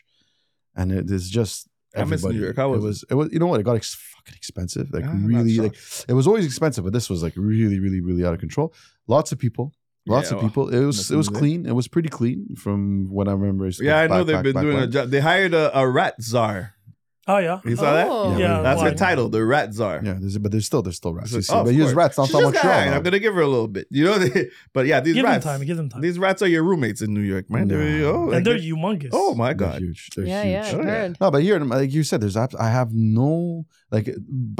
E: and it is just
C: I miss New
E: everybody.
C: York. How was it?
E: it was it was you know what it got ex- fucking expensive like
C: Ah, I'm not
E: really
C: shocked.
E: like it was always expensive but this was like really really really out of control lots of people lots
C: Yeah,
E: of
C: well,
E: people it was
C: that's
E: it was
C: it.
E: clean it was pretty clean from what i remember It's
C: yeah, I
E: back-
C: know they've
E: back-
C: been
E: back
C: doing a
E: when.
C: job. They hired a, a rat czar.
B: Oh yeah.
C: You saw that?
D: Oh.
E: Yeah, Yeah,
C: That's
E: why?
C: her title, the rat czar.
E: Yeah, there's, but there's still there's still
C: It's
E: rats.
C: like,
E: You see,
C: oh, of
E: they use
C: course.
E: rats
C: She
E: downtown
C: just got
E: Montreal.
C: hired.
E: now.
C: I'm gonna give her a little bit. You know, they, but yeah, these
B: Give
C: rats.
B: them time. Give them time.
C: These rats are your roommates in New York, man. They're,
E: No.
C: oh,
E: And
C: like
B: and they're
C: they-
B: humongous.
C: oh my
E: They're
C: god.
E: huge. They're
D: Yeah,
E: huge.
D: yeah,
C: Oh,
D: I
C: yeah.
D: heard.
E: No, but here, like you said, there's abs- I have no like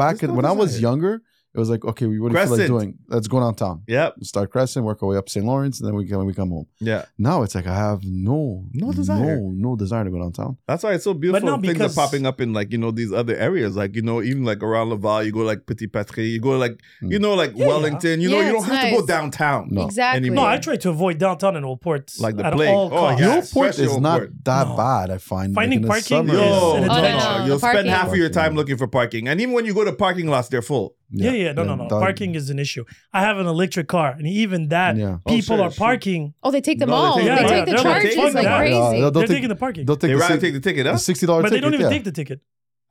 E: back
C: There's
E: in,
C: no
E: when I was
C: desire.
E: younger. It was like okay, we what do you feel like
C: Crescent.
E: doing? Let's go downtown.
C: Yep.
E: Start Crescent, work our way up St. Lawrence, and then we come we come home.
C: Yeah.
E: Now it's like I have no
C: No desire.
E: no, no desire to go downtown.
C: That's why it's so beautiful.
B: not
C: Things
B: because-
C: are popping up in like you know these other areas, like you know even like around Laval, you go like Petit Patrie, you go like
E: Mm.
C: you know like
B: Yeah, yeah.
C: Wellington. You know
D: Yeah,
C: you don't
D: it's
C: have to go
D: nice.
C: downtown.
E: No.
D: Exactly.
C: Anymore.
B: No, I try to avoid downtown and old ports
C: Like the
B: at
C: plague.
B: all
C: Oh,
B: costs.
C: yeah.
E: Your port
C: especially
E: is
C: on
E: not
C: port.
E: that
B: No.
E: bad. I find like,
B: Finding
E: in the
B: parking
E: summer,
B: is
C: Yo,
E: it's-
B: an
C: no,
D: adventure.
C: Oh, no,
D: The
C: you'll spend
D: parking.
C: half of your time
E: Parking.
C: looking for parking, and even when you go to parking lots, they're full.
B: Yeah, yeah, no, no, no.
E: down-
B: Parking is an issue. I have an electric car, and even that,
E: Yeah.
C: Oh,
B: people
C: sure,
B: are
C: sure.
B: parking.
D: Oh, they take them
C: No, they
D: all. They
B: take-
D: take,
B: Yeah, yeah,
D: the
B: they're like,
D: charges
B: fuck
D: like
B: that.
D: crazy.
E: Yeah, they'll
B: They're
E: take-
B: taking the parking,
E: They'll take
C: They
E: the,
C: rather
E: si-
C: take the ticket,
E: the
C: huh?
E: sixty dollar.
B: but they
E: ticket,
B: don't even
E: yeah.
B: take the ticket.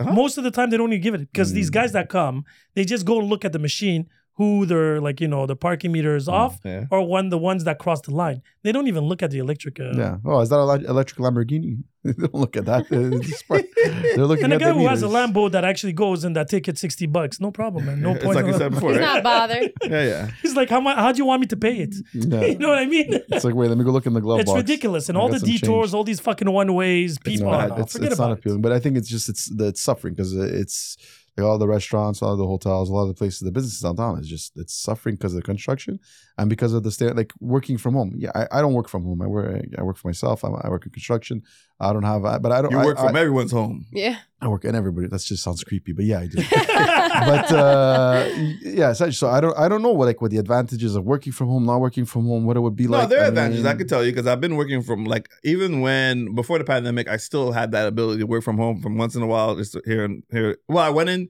C: Huh?
B: Most of the time, they don't even give it because these
E: Mm.
B: guys that come, they just go and look at the machine who their like you know the parking meter is off
C: Yeah.
B: or one the ones that cross the line. They don't even look at the electric. Uh,
E: Yeah. Oh, is that an electric Lamborghini? they don't look at that. They're just- they're looking
B: And the
E: at
B: guy
E: the
B: who has a
E: meters.
B: Lambo that actually goes and that ticket sixty bucks, no problem, man. No
C: It's
B: point.
C: like you said before,
D: He's
C: right?
D: not bothered.
C: Yeah, yeah.
B: He's like, how, mu- how do you want me to pay it?
E: Yeah.
B: You know what I mean?
E: It's like, wait, let me go look in the glove
B: it's
E: box.
B: ridiculous. And
E: I
B: all
E: got
B: the
E: some change.
B: detours, all these fucking one ways,
E: It's
B: people.
E: not-
B: oh, no,
E: it's,
B: forget
E: it's
B: about
E: not appealing,
B: it.
E: but I think it's just it's the, it's suffering because it's like all the restaurants, all the hotels, a lot of the places, the businesses downtown is just it's suffering because of the construction and because of the state, like working from home. Yeah, I, I don't work from home. I work I work for myself. I'm, I work in construction. I don't have, I, but I don't.
C: You
E: I,
C: work
E: I,
C: from everyone's home.
D: Yeah.
E: I work in everybody. That just sounds creepy, but yeah, I do. but uh, yeah, so, so I don't I don't know what like what the advantages of working from home, not working from home, what it would be like.
C: no, there are
E: I
C: advantages. I
E: mean,
C: can tell you because I've been working from like even when before the pandemic, I still had that ability to work from home from once in a while. Just here and here. Well, I went in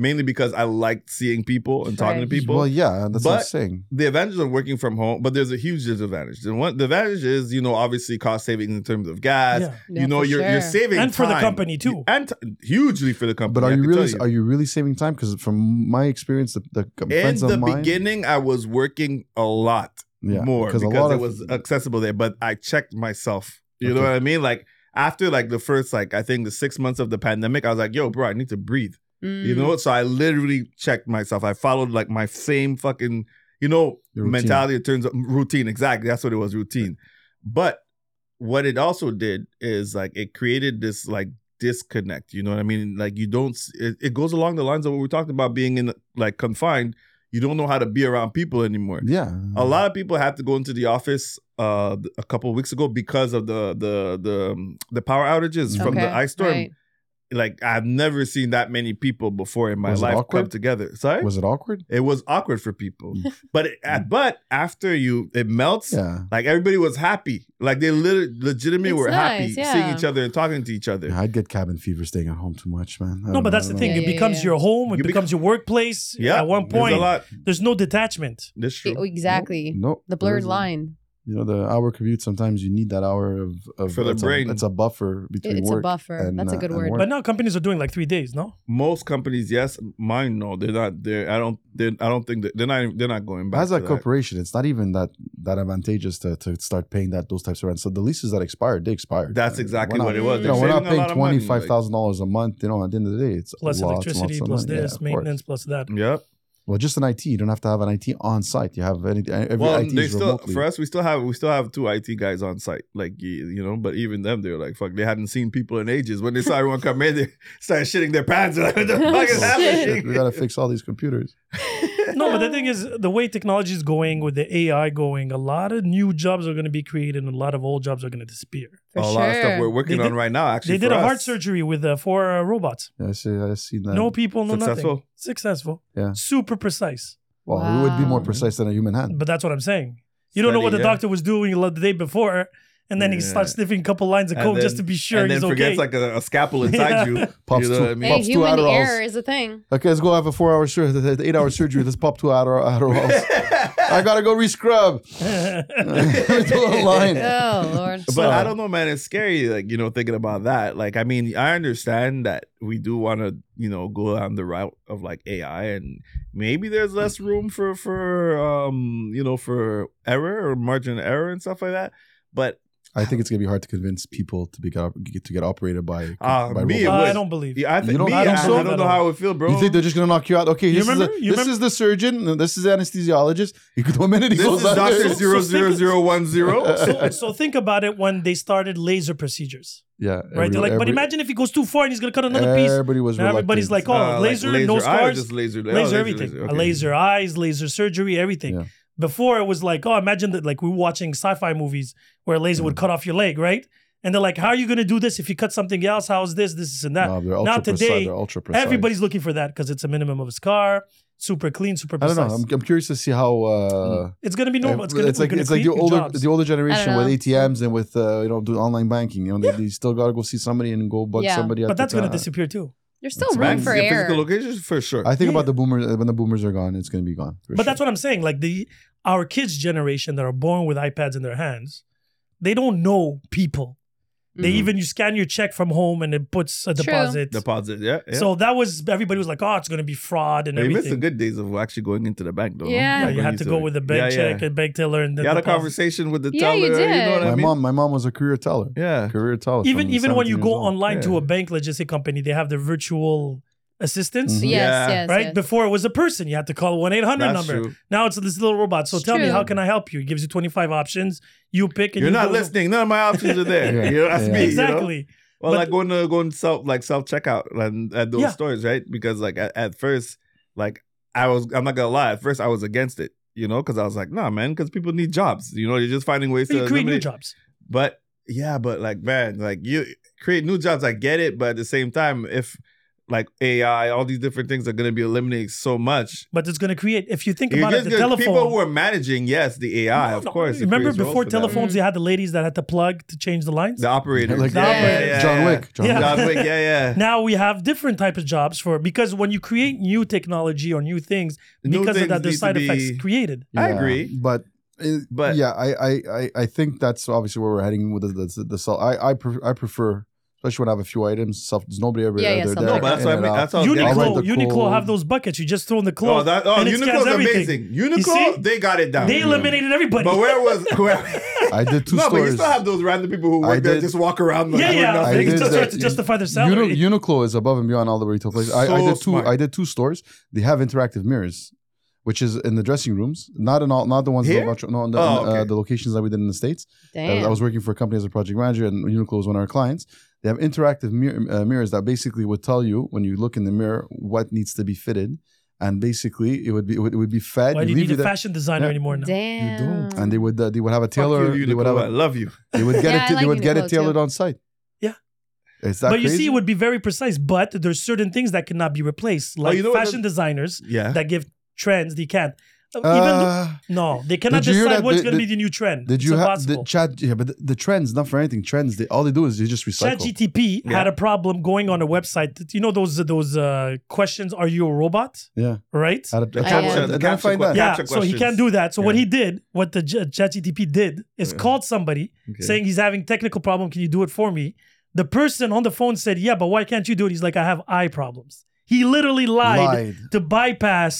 C: mainly because I liked seeing people and talking to
D: Right.
C: people.
E: Well, yeah, that's what I'm
C: But-
E: saying.
C: the advantages of working from home, but there's a huge disadvantage. The one the advantage is you know obviously cost savings in terms of gas.
B: Yeah.
D: Yeah,
C: You know
D: for
C: you're you're
D: sure.
C: saving
B: And for the
C: time.
B: company, too.
C: and t- hugely for the company.
E: But are
C: I
E: you
C: can
E: really
C: tell
E: are you really saving time? Because from my experience, the, the
C: in
E: friends
C: the
E: of mine,
C: beginning, I was working a lot
E: yeah,
C: more because,
E: a lot
C: it
E: of-
C: was accessible there. But I checked myself. You know
E: Okay.
C: what I mean? Like after like the first like I think the six months of the pandemic, I was like, yo, bro, I need to breathe.
D: Mm.
C: You know, so I literally checked myself. I followed like my same fucking, you know,
E: Your routine.
C: mentality. It turns mm, routine exactly. That's what it was, routine. But what it also did is like it created this like disconnect. You know what I mean? Like you don't. s- It, it goes along the lines of what we talked about being in like confined. You don't know how to be around people anymore.
E: yeah,
C: A lot of people had to go into the office uh, a couple of weeks ago because of the the the um, the power outages from
D: Okay,
C: the ice storm
D: right.
C: like I've never seen that many people before in my
E: Was it
C: life come
E: awkward?
C: together. Sorry,
E: Was it awkward?
C: it was awkward for people, but it, uh, but after you it melts.
E: Yeah,
C: Like everybody was happy. Like they lit- legitimately
D: It's
C: were
D: nice,
C: happy
D: yeah.
C: seeing each other and talking to each other.
E: Yeah, I'd get cabin fever staying at home too much, man. I
B: no,
E: don't know,
B: but that's
E: I
B: the
E: don't
B: thing.
E: know.
B: It
D: Yeah, yeah,
B: becomes
D: yeah.
B: your home. It
C: You
B: becomes your workplace.
C: Yeah,
B: At one point,
C: there's a lot.
B: there's no detachment.
C: This true.
D: E- Exactly.
E: Nope.
D: The
E: there
D: blurred
E: isn't.
D: line.
E: You know, the hour commute. Sometimes you need that hour of, of
C: For the
E: it's
C: brain.
E: A, it's a buffer
D: It-
E: between
D: It's a
E: work.
D: buffer.
E: and,
D: That's a
E: uh,
D: good
E: and
D: word.
E: work.
B: But now companies are doing like three days, no?
C: Most companies, yes, mine no, they're not. They're I don't. They're, I don't think that, they're not. They're not going back.
E: As a
C: to that.
E: corporation, it's not even that that advantageous to, to start paying that those types of rents. So the leases that expired, they expired.
C: That's
E: Like,
C: exactly
E: we're not-
C: what it was.
E: You
C: They're
E: know, we're not
C: saving a lot of
E: paying
C: money,
E: twenty
C: like-
E: five thousand dollars a month. You know, at the end of the day, it's
B: Plus
E: lots,
B: electricity,
E: lots of
B: plus
E: money. Yeah,
B: this,
E: of course.
B: maintenance, plus that.
C: Yep.
E: Well, just an IT. You don't have to have an IT on site. You have anything. Every
C: Well,
E: IT
C: they
E: is
C: still
E: remotely.
C: for us. We still have we still have two IT guys on site, like you you know. But even them, they were like, "Fuck!" They hadn't seen people in ages. When they saw everyone come in, they started shitting their pants. They're like, what the fuck is
E: Oh, shit, we
C: happening?
E: gotta fix all these computers.
B: No, but the thing is, the way technology is going, with the AI going, a lot of new jobs are going to be created and a lot of old jobs are going to disappear.
D: For
C: a
D: sure.
C: lot of stuff we're working
B: They did-
C: on right now. Actually,
B: they did
C: for
B: a heart
C: us.
B: surgery with uh, four uh, robots.
E: Yeah, I see. I see that.
B: No people, no nothing.
C: Successful?
B: Successful.
E: Yeah.
B: Super precise.
E: Well, it would be more
D: Wow.
E: precise than a human hand.
B: But that's what I'm saying. You don't know
C: Study,
B: what the
C: yeah.
B: doctor was doing the day before, and then he
C: Yeah.
B: starts sniffing a couple lines of
C: And
B: coke
C: then-
B: just to be sure
C: and then
B: he's okay.
C: forgets like a, a scalpel inside you.
E: Pops
C: you know
E: two-
C: what I mean?
D: Hey,
E: Pops two
D: human
E: Adderalls.
D: error is a thing.
E: Okay, let's go have a four hour surgery, eight hour surgery. Let's pop two Adder- Adderalls. I gotta go rescrub. Do a line.
D: Oh Lord.
C: But I don't know, man. It's scary, like you know, thinking about that. Like, I mean, I understand that we do want to, you know, go on the route of like AI, and maybe there's less room for for um, you know, for error or margin of error and stuff like that. But
E: I think it's gonna be hard to convince people to be got, to get operated by,
C: Uh,
E: by
C: me, it
B: Uh, I
E: robots.
C: was-
B: don't believe.
C: yeah, I think
E: don't
C: me, I,
E: think
C: I
E: so?
C: don't know how I would feel, bro.
E: You think they're just gonna knock you out? Okay,
B: You
E: this, is,
B: remember-
E: the,
B: you
E: this
B: remember-
E: is the surgeon. This is anesthesiologist. You could do a minute. He
C: this
E: goes
C: is
E: out there.
C: Doctor Zero Zero Zero One Zero.
B: Oh, So,
C: Uh,
B: so think about it when they started laser procedures,
E: Yeah,
B: right?
E: every-
B: They're like, but
E: every- oh,
B: imagine if he goes too far and he's gonna cut another piece.
E: Everybody was.
B: Now everybody's
E: reluctant.
B: like, oh, laser, no
C: I would
B: scars,
C: just laser, oh,
B: laser, everything,
C: okay.
B: a laser eyes, laser surgery, everything.
E: Yeah.
B: Before it was like, oh, imagine that, like we were watching sci-fi movies where a laser would
E: Mm.
B: cut off your leg, right? And they're like, how are you gonna do this if you cut something else? How's this, this, and "Oh, that?
E: No, they're ultra
B: Not today.
E: Precise. They're ultra precise.
B: Everybody's looking for that because it's a minimum of a scar, super clean, super
E: I don't
B: precise.
E: know. I'm, I'm curious to see how. Uh,
B: It's gonna be normal. It's gonna,
E: it's like
B: gonna
E: it's like the
B: create new
E: older
B: jobs.
E: the older generation
D: know.
E: with ATMs and with uh, you know do online banking. You know they, they still gotta go see somebody and go bug
D: Yeah.
E: somebody. at
B: but
E: the
B: that's gonna
E: time.
B: disappear too.
D: There's still
E: It's
D: room
E: back
D: for
E: to
C: your
D: error.
C: physical locations for sure.
E: I think
B: Yeah.
E: about the boomers when the boomers are gone. It's gonna be gone. for
B: But
E: sure.
B: that's what I'm saying. Like the our kids' generation that are born with iPads in their hands, they don't know people. They
D: Mhm.
C: Mm-hmm.
B: even you scan your check from home and it puts a
D: True.
B: deposit.
C: Deposit, yeah. yeah.
B: So that was everybody was like, oh, it's gonna be fraud and
C: They missed the
B: everything.
C: good days of actually going into the bank, though. no?
D: Yeah.
B: yeah,
C: Like
B: you
C: when
B: had to go with a bank
C: yeah,
B: check
C: Yeah.
B: and bank teller and then
C: You had a
B: deposit.
C: conversation with the
D: Yeah,
C: teller.
D: you
C: know what
E: my
C: I mean?
E: mom. My mom was a career teller.
C: Yeah.
E: Career teller.
B: Even
E: from
B: even when
E: 17
B: you
E: years
B: go
E: old.
B: online to
C: Yeah.
B: a bank logistic company, they have the virtual assistants.
E: Mhm.
D: Yes,
C: Yeah.
D: yes,
B: Right
D: yes.
B: before it was a person, you had to call one eight hundred
C: Mm-hmm. That's
B: number.
C: true.
B: Now it's this little robot. So
D: It's
B: tell me,
D: true.
B: how can I help you? It gives you twenty five options. You pick. and
C: You're
B: you
C: not
B: go-
C: listening. None of my options are there.
E: Yeah.
C: You know, that's
E: Yeah.
C: me. You know?
B: Exactly.
C: Well,
B: But-
C: like going to going self like self checkout and at those
B: Yeah.
C: stores, right? Because like at, at first, like I was I'm not gonna lie. At first, I was against it. You know, because I was like, nah, man, because people need jobs. You know, you're just finding ways to
B: you create new
C: eliminate-
B: jobs.
C: But yeah, but like man, like you create new jobs, I get it, but at the same time, if like AI, all these different things are gonna be eliminating so much.
B: But it's going to create, if you think
C: You're
B: about it,
C: just
B: the
C: gonna-
B: telephone.
C: people who are managing, yes, the AI,
B: No,
C: of
B: no,
C: course. it
B: Remember
C: creates roles
B: before
C: for Mm. them.
B: telephones, you had the ladies that had to plug to change the lines?
C: the operator,
E: like
B: Yeah, yeah, yeah,
E: John Wick. John
B: Yeah.
E: Wick.
C: John Wick, yeah, yeah.
B: Now we have different types of jobs for, because when you create new technology or new things,
C: New
B: because of
C: things
B: that,
C: need
B: there's
C: to
B: side
C: be-
B: effects created.
C: I agree.
E: but but
C: But-
E: yeah, I I I, I think that's obviously where we're heading with the the, the self. I I, pre- I prefer, especially when I have a few items. Self, there's nobody ever.
D: Yeah, yeah,
E: they're
D: self-
E: there,
C: No, but that's
E: in
C: what I
E: and
C: mean.
E: out.
C: That's what I was getting
E: I'll
B: Uniqlo,
E: rent the
B: Uniqlo
E: clothes.
B: have those buckets. You just throw in the
C: Oh,
B: clothes.
C: that, oh
B: and it scans
C: Uniqlo's
B: everything.
C: amazing.
B: see?
C: Uniqlo, they got it down.
B: They eliminated everybody.
C: But where was where?
E: I did two
C: no, but you
E: stores.
C: still have those random people who
E: I
C: work there
E: did-
C: just walk around like
B: yeah,
C: doing
B: yeah.
C: nothing.
B: They
E: I did
B: just try
E: that.
B: to justify their salary.
E: Uni- Uniqlo is above and beyond all the retail places. I, I
C: So
E: did two.
C: smart.
E: I did two stores. They have interactive mirrors, which is in the dressing rooms, not in all, not the ones
C: Here?
E: that no, in the,
C: Oh,
E: in, uh,
C: okay.
E: the locations that we did in the states. I,
D: Damn.
E: I was working for a company as a project manager, and Uniqlo was one of our clients. They have interactive mir- uh, mirrors that basically would tell you when you look in the mirror what needs to be fitted, and basically it would be it would, it would be fed.
B: Why do you
E: leave
B: need a
E: it there-
B: fashion designer
E: Yeah.
B: anymore now?
E: You
D: Damn.
E: don't. And they would uh, they would have a
C: Fuck you,
E: tailor. they would
C: Uniqlo,
E: have
C: I
E: a,
C: love you.
E: they would get
D: Yeah,
E: it.
D: I like
E: they would get
D: Uniqlo
E: it tailored
D: too.
E: on site.
B: Yeah.
E: Is that
B: But you
E: crazy?
B: see, it would be very precise. But there's certain things that cannot be
E: Oh,
B: replaced, like
C: you know what
B: fashion designers
C: Yeah.
B: that give trends. They can't. Uh, even though-
E: Uh,
B: No, they cannot
E: Did you hear
B: decide
E: that?
B: what's
E: Did-
B: going to be
E: did-
B: the new trend.
E: Did you
B: it's
E: have
B: impossible.
E: the chat? Yeah, but the, the trends not for anything. Trends, they, all they do is they just recycle.
B: ChatGTP
C: Yeah.
B: had a problem going on a website. that- You know those those uh, questions. Are you a robot?
E: yeah, Uh,
B: Right?
E: Out of- identify
C: the capture
E: that.
B: yeah.
C: Capture
B: So he
C: questions.
B: can't do that. So what
C: Yeah.
B: he did, what the J- ChatGTP did, is
C: Yeah.
B: called somebody
C: Okay.
B: saying he's having technical problem. Can you do it for me? The person on the phone said, "Yeah, but why can't you do it?" He's like, "I have eye problems." He literally lied,
E: Lied.
B: to bypass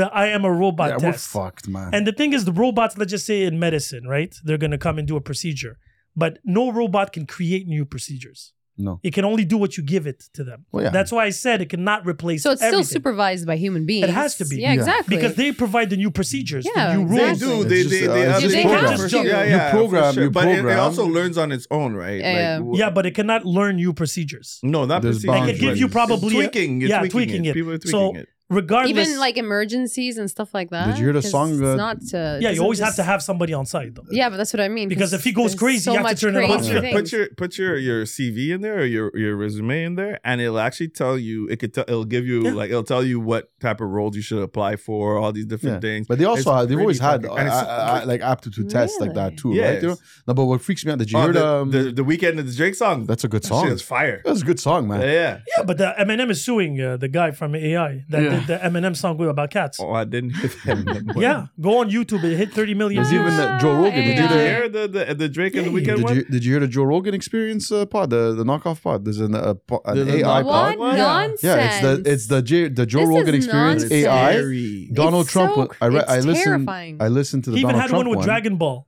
B: the "I am a robot"
E: Yeah, we're
B: test.
E: fucked, man.
B: And the thing is, the robots, let's just say in medicine, right? They're going to come and do a procedure. But no robot can create new procedures.
E: no,
B: It can only do what you give it to them.
E: Well, yeah.
B: That's why I said it cannot replace
D: So it's
B: everything.
D: still supervised by human beings.
B: has to be.
D: Yeah,
E: Yeah.
D: exactly.
B: Because they provide the new procedures,
D: Yeah,
B: the new
C: They
B: rules.
D: exactly.
C: do. They
E: It's
C: they
E: just, uh,
C: they,
E: it's
C: have
D: just
C: the
D: They have
C: program.
D: to.
C: Yeah,
D: You
C: yeah, for
E: program,
C: sure.
E: you
C: but It, it
E: program.
C: also learns on its own, right?
D: Yeah, yeah.
C: w-
B: Yeah, but it cannot learn new procedures.
C: no, not
E: There's
C: procedure.
E: boundaries. They could give you
B: probably-
C: tweaking. You're
B: yeah,
C: tweaking,
B: tweaking
C: it.
B: it.
C: People are tweaking
B: So
C: it.
B: regardless.
D: Even like emergencies and stuff like that.
E: you hear the
D: 'Cause
E: song,
D: It's
E: uh,
D: not to.
B: yeah,
D: it
B: you always
D: doesn't
B: have to have somebody on site though.
D: just- Yeah, but that's what I mean.
B: Because if he goes
D: there's
B: crazy,
D: so
B: you have to
D: much
B: turn it
D: crazy
B: off.
C: Put your,
D: things.
C: put your put your your CV in there or your your resume in there, and it'll actually tell you. It could tell. It'll give you
B: Yeah.
C: like it'll tell you what type of roles you should apply for. All these different things.
E: But they also
C: It's
E: have, they've
C: pretty
E: always had
C: fucking- and
E: uh,
C: it's-
E: uh, uh, like aptitude tests like that too,
C: Yes.
E: right? You know? No, but what freaks me out that you
C: Oh,
E: heard
C: the,
E: um,
C: the the weekend of the Drake song.
E: that's a good
C: That
E: song.
C: Shit is fire.
E: That's a good song,
C: Yeah.
E: man.
C: yeah.
B: Yeah, but the Eminem is suing uh, the guy from AI that
E: Yeah.
B: did the Eminem song about cats.
C: Oh, I didn't hear that. one.
B: Yeah, go on YouTube. It hit 30 million.
E: There's even
B: views.
E: uh, Joe Rogan. Did
C: Did you
E: you
D: Yeah.
E: hear?
C: hear the the, the Drake and the
B: Yeah.
C: weekend
E: Did
C: one?
E: you, did you hear the Joe Rogan Experience uh, pod, the, the knockoff pod? There's an, uh, po- an
C: There's a
E: AI
C: knockoff
E: pod.
D: What
C: iPod?
D: nonsense!
E: Yeah, it's the it's the J, the Joe
D: This is
E: Rogan Experience
D: nonsense.
E: AI.
C: Scary.
E: Donald
D: It's
E: Trump.
D: so
E: wa- I re-
D: cr-
E: I
D: it's
E: listened.
D: terrifying.
E: I listened to the
B: He even
E: Donald
B: had
E: Trump
B: one with Dragon Ball.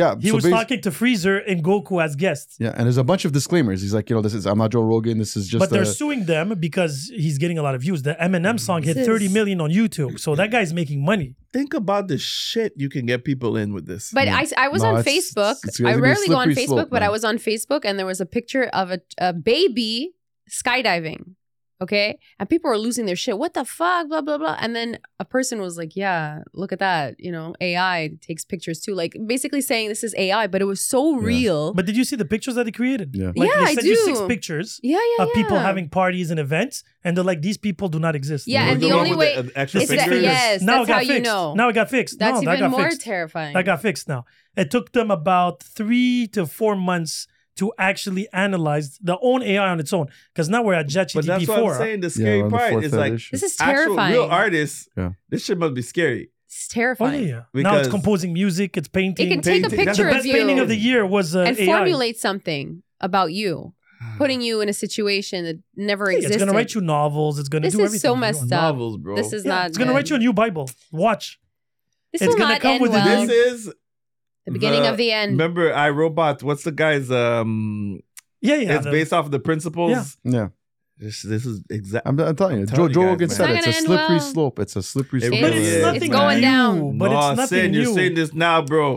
E: Yeah,
B: He
E: so
B: was
E: basi-
B: talking to Freezer and Goku as guests.
E: Yeah, and there's a bunch of disclaimers. He's like, you know, this is I'm not Joe Rogan. This is just.
B: but they're
E: a,
B: suing them because he's getting a lot of views. The Eminem song hit
D: This is-
B: 30 million on YouTube. So that guy's making money.
C: Think about the shit you can get people in with this.
D: But
E: Yeah.
D: I, I was
E: No,
D: on
E: it's-
D: Facebook.
E: it's
D: I
E: gonna be a
D: rarely go on
E: slippery
D: Facebook,
E: slope,
D: but I
E: man.
D: was on Facebook and there was a picture of a, a baby skydiving. Okay. And people were losing their shit. What the fuck? Blah, blah, blah. And then a person was like, yeah, look at that. You know, AI takes pictures too. Like basically saying this is AI, but it was so
E: Yeah.
D: real.
B: But did you see the pictures that he created?
E: Yeah.
B: Like
D: Yeah,
B: they
D: I
B: sent you six
D: do.
B: pictures
D: yeah, yeah.
B: of people
D: yeah.
B: having parties and events, and they're like, these people do not exist.
D: Yeah,
C: Or
D: and the
C: one
D: only
C: with
D: way-
C: the, uh, extra
D: it's that-
C: fingers.
D: yes,
B: now it
D: that's
B: got
D: how you
B: fixed.
D: know.
B: Now it got fixed.
D: That's
B: no, that got
D: even more
B: fixed.
D: terrifying.
B: That got fixed now. It took them about three to four months to actually analyze their own AI on its own. Because now we're at
C: But that's what I'm
B: JetGPT4.
C: saying. The
E: Yeah,
C: scary
E: on the
C: part
E: fourth
C: is like
E: edition.
D: this is
C: actual
D: terrifying.
C: real artists.
E: Yeah.
C: This shit must be scary.
D: It's
B: Oh,
D: terrifying.
B: yeah. yeah. Now it's
C: Because-
B: composing music, it's painting.
D: It can take a
C: Painting. That's
B: the
D: picture
B: best
D: of you
B: painting of the year was uh,
D: and
B: AI.
D: formulate something about you, putting you in a situation that never
B: Yeah,
D: existed.
B: It's gonna write you novels. It's gonna
D: This
B: do
D: is
B: everything.
D: so
B: you
D: messed
B: want.
D: up.
C: novels, bro.
D: This is
B: Yeah,
D: not.
B: it's gonna
D: good.
B: write you a new Bible. Watch.
D: This
B: it's
D: will
B: gonna
D: not
B: come
D: end
B: with a
D: well.
C: this is
D: the beginning
C: the-
D: of the end.
C: remember I Robot. What's the guy's? Um,
B: Yeah, yeah.
C: it's
B: the-
C: based off of the principles.
B: Yeah.
E: yeah,
C: This, this is exactly.
E: I'm, I'm telling you,
C: I'm telling
E: Joe, Joe
C: you guys,
E: Rogan
C: man.
D: It's
E: said it.
D: not
E: it's a
D: gonna end
E: slippery
D: well.
E: slope. It's a slippery
C: It
E: slope.
B: but
C: really
B: it's
C: is,
B: nothing
D: It's going
B: new.
D: down.
B: But it's nothing
C: Sin,
B: new.
C: you're saying this now, bro.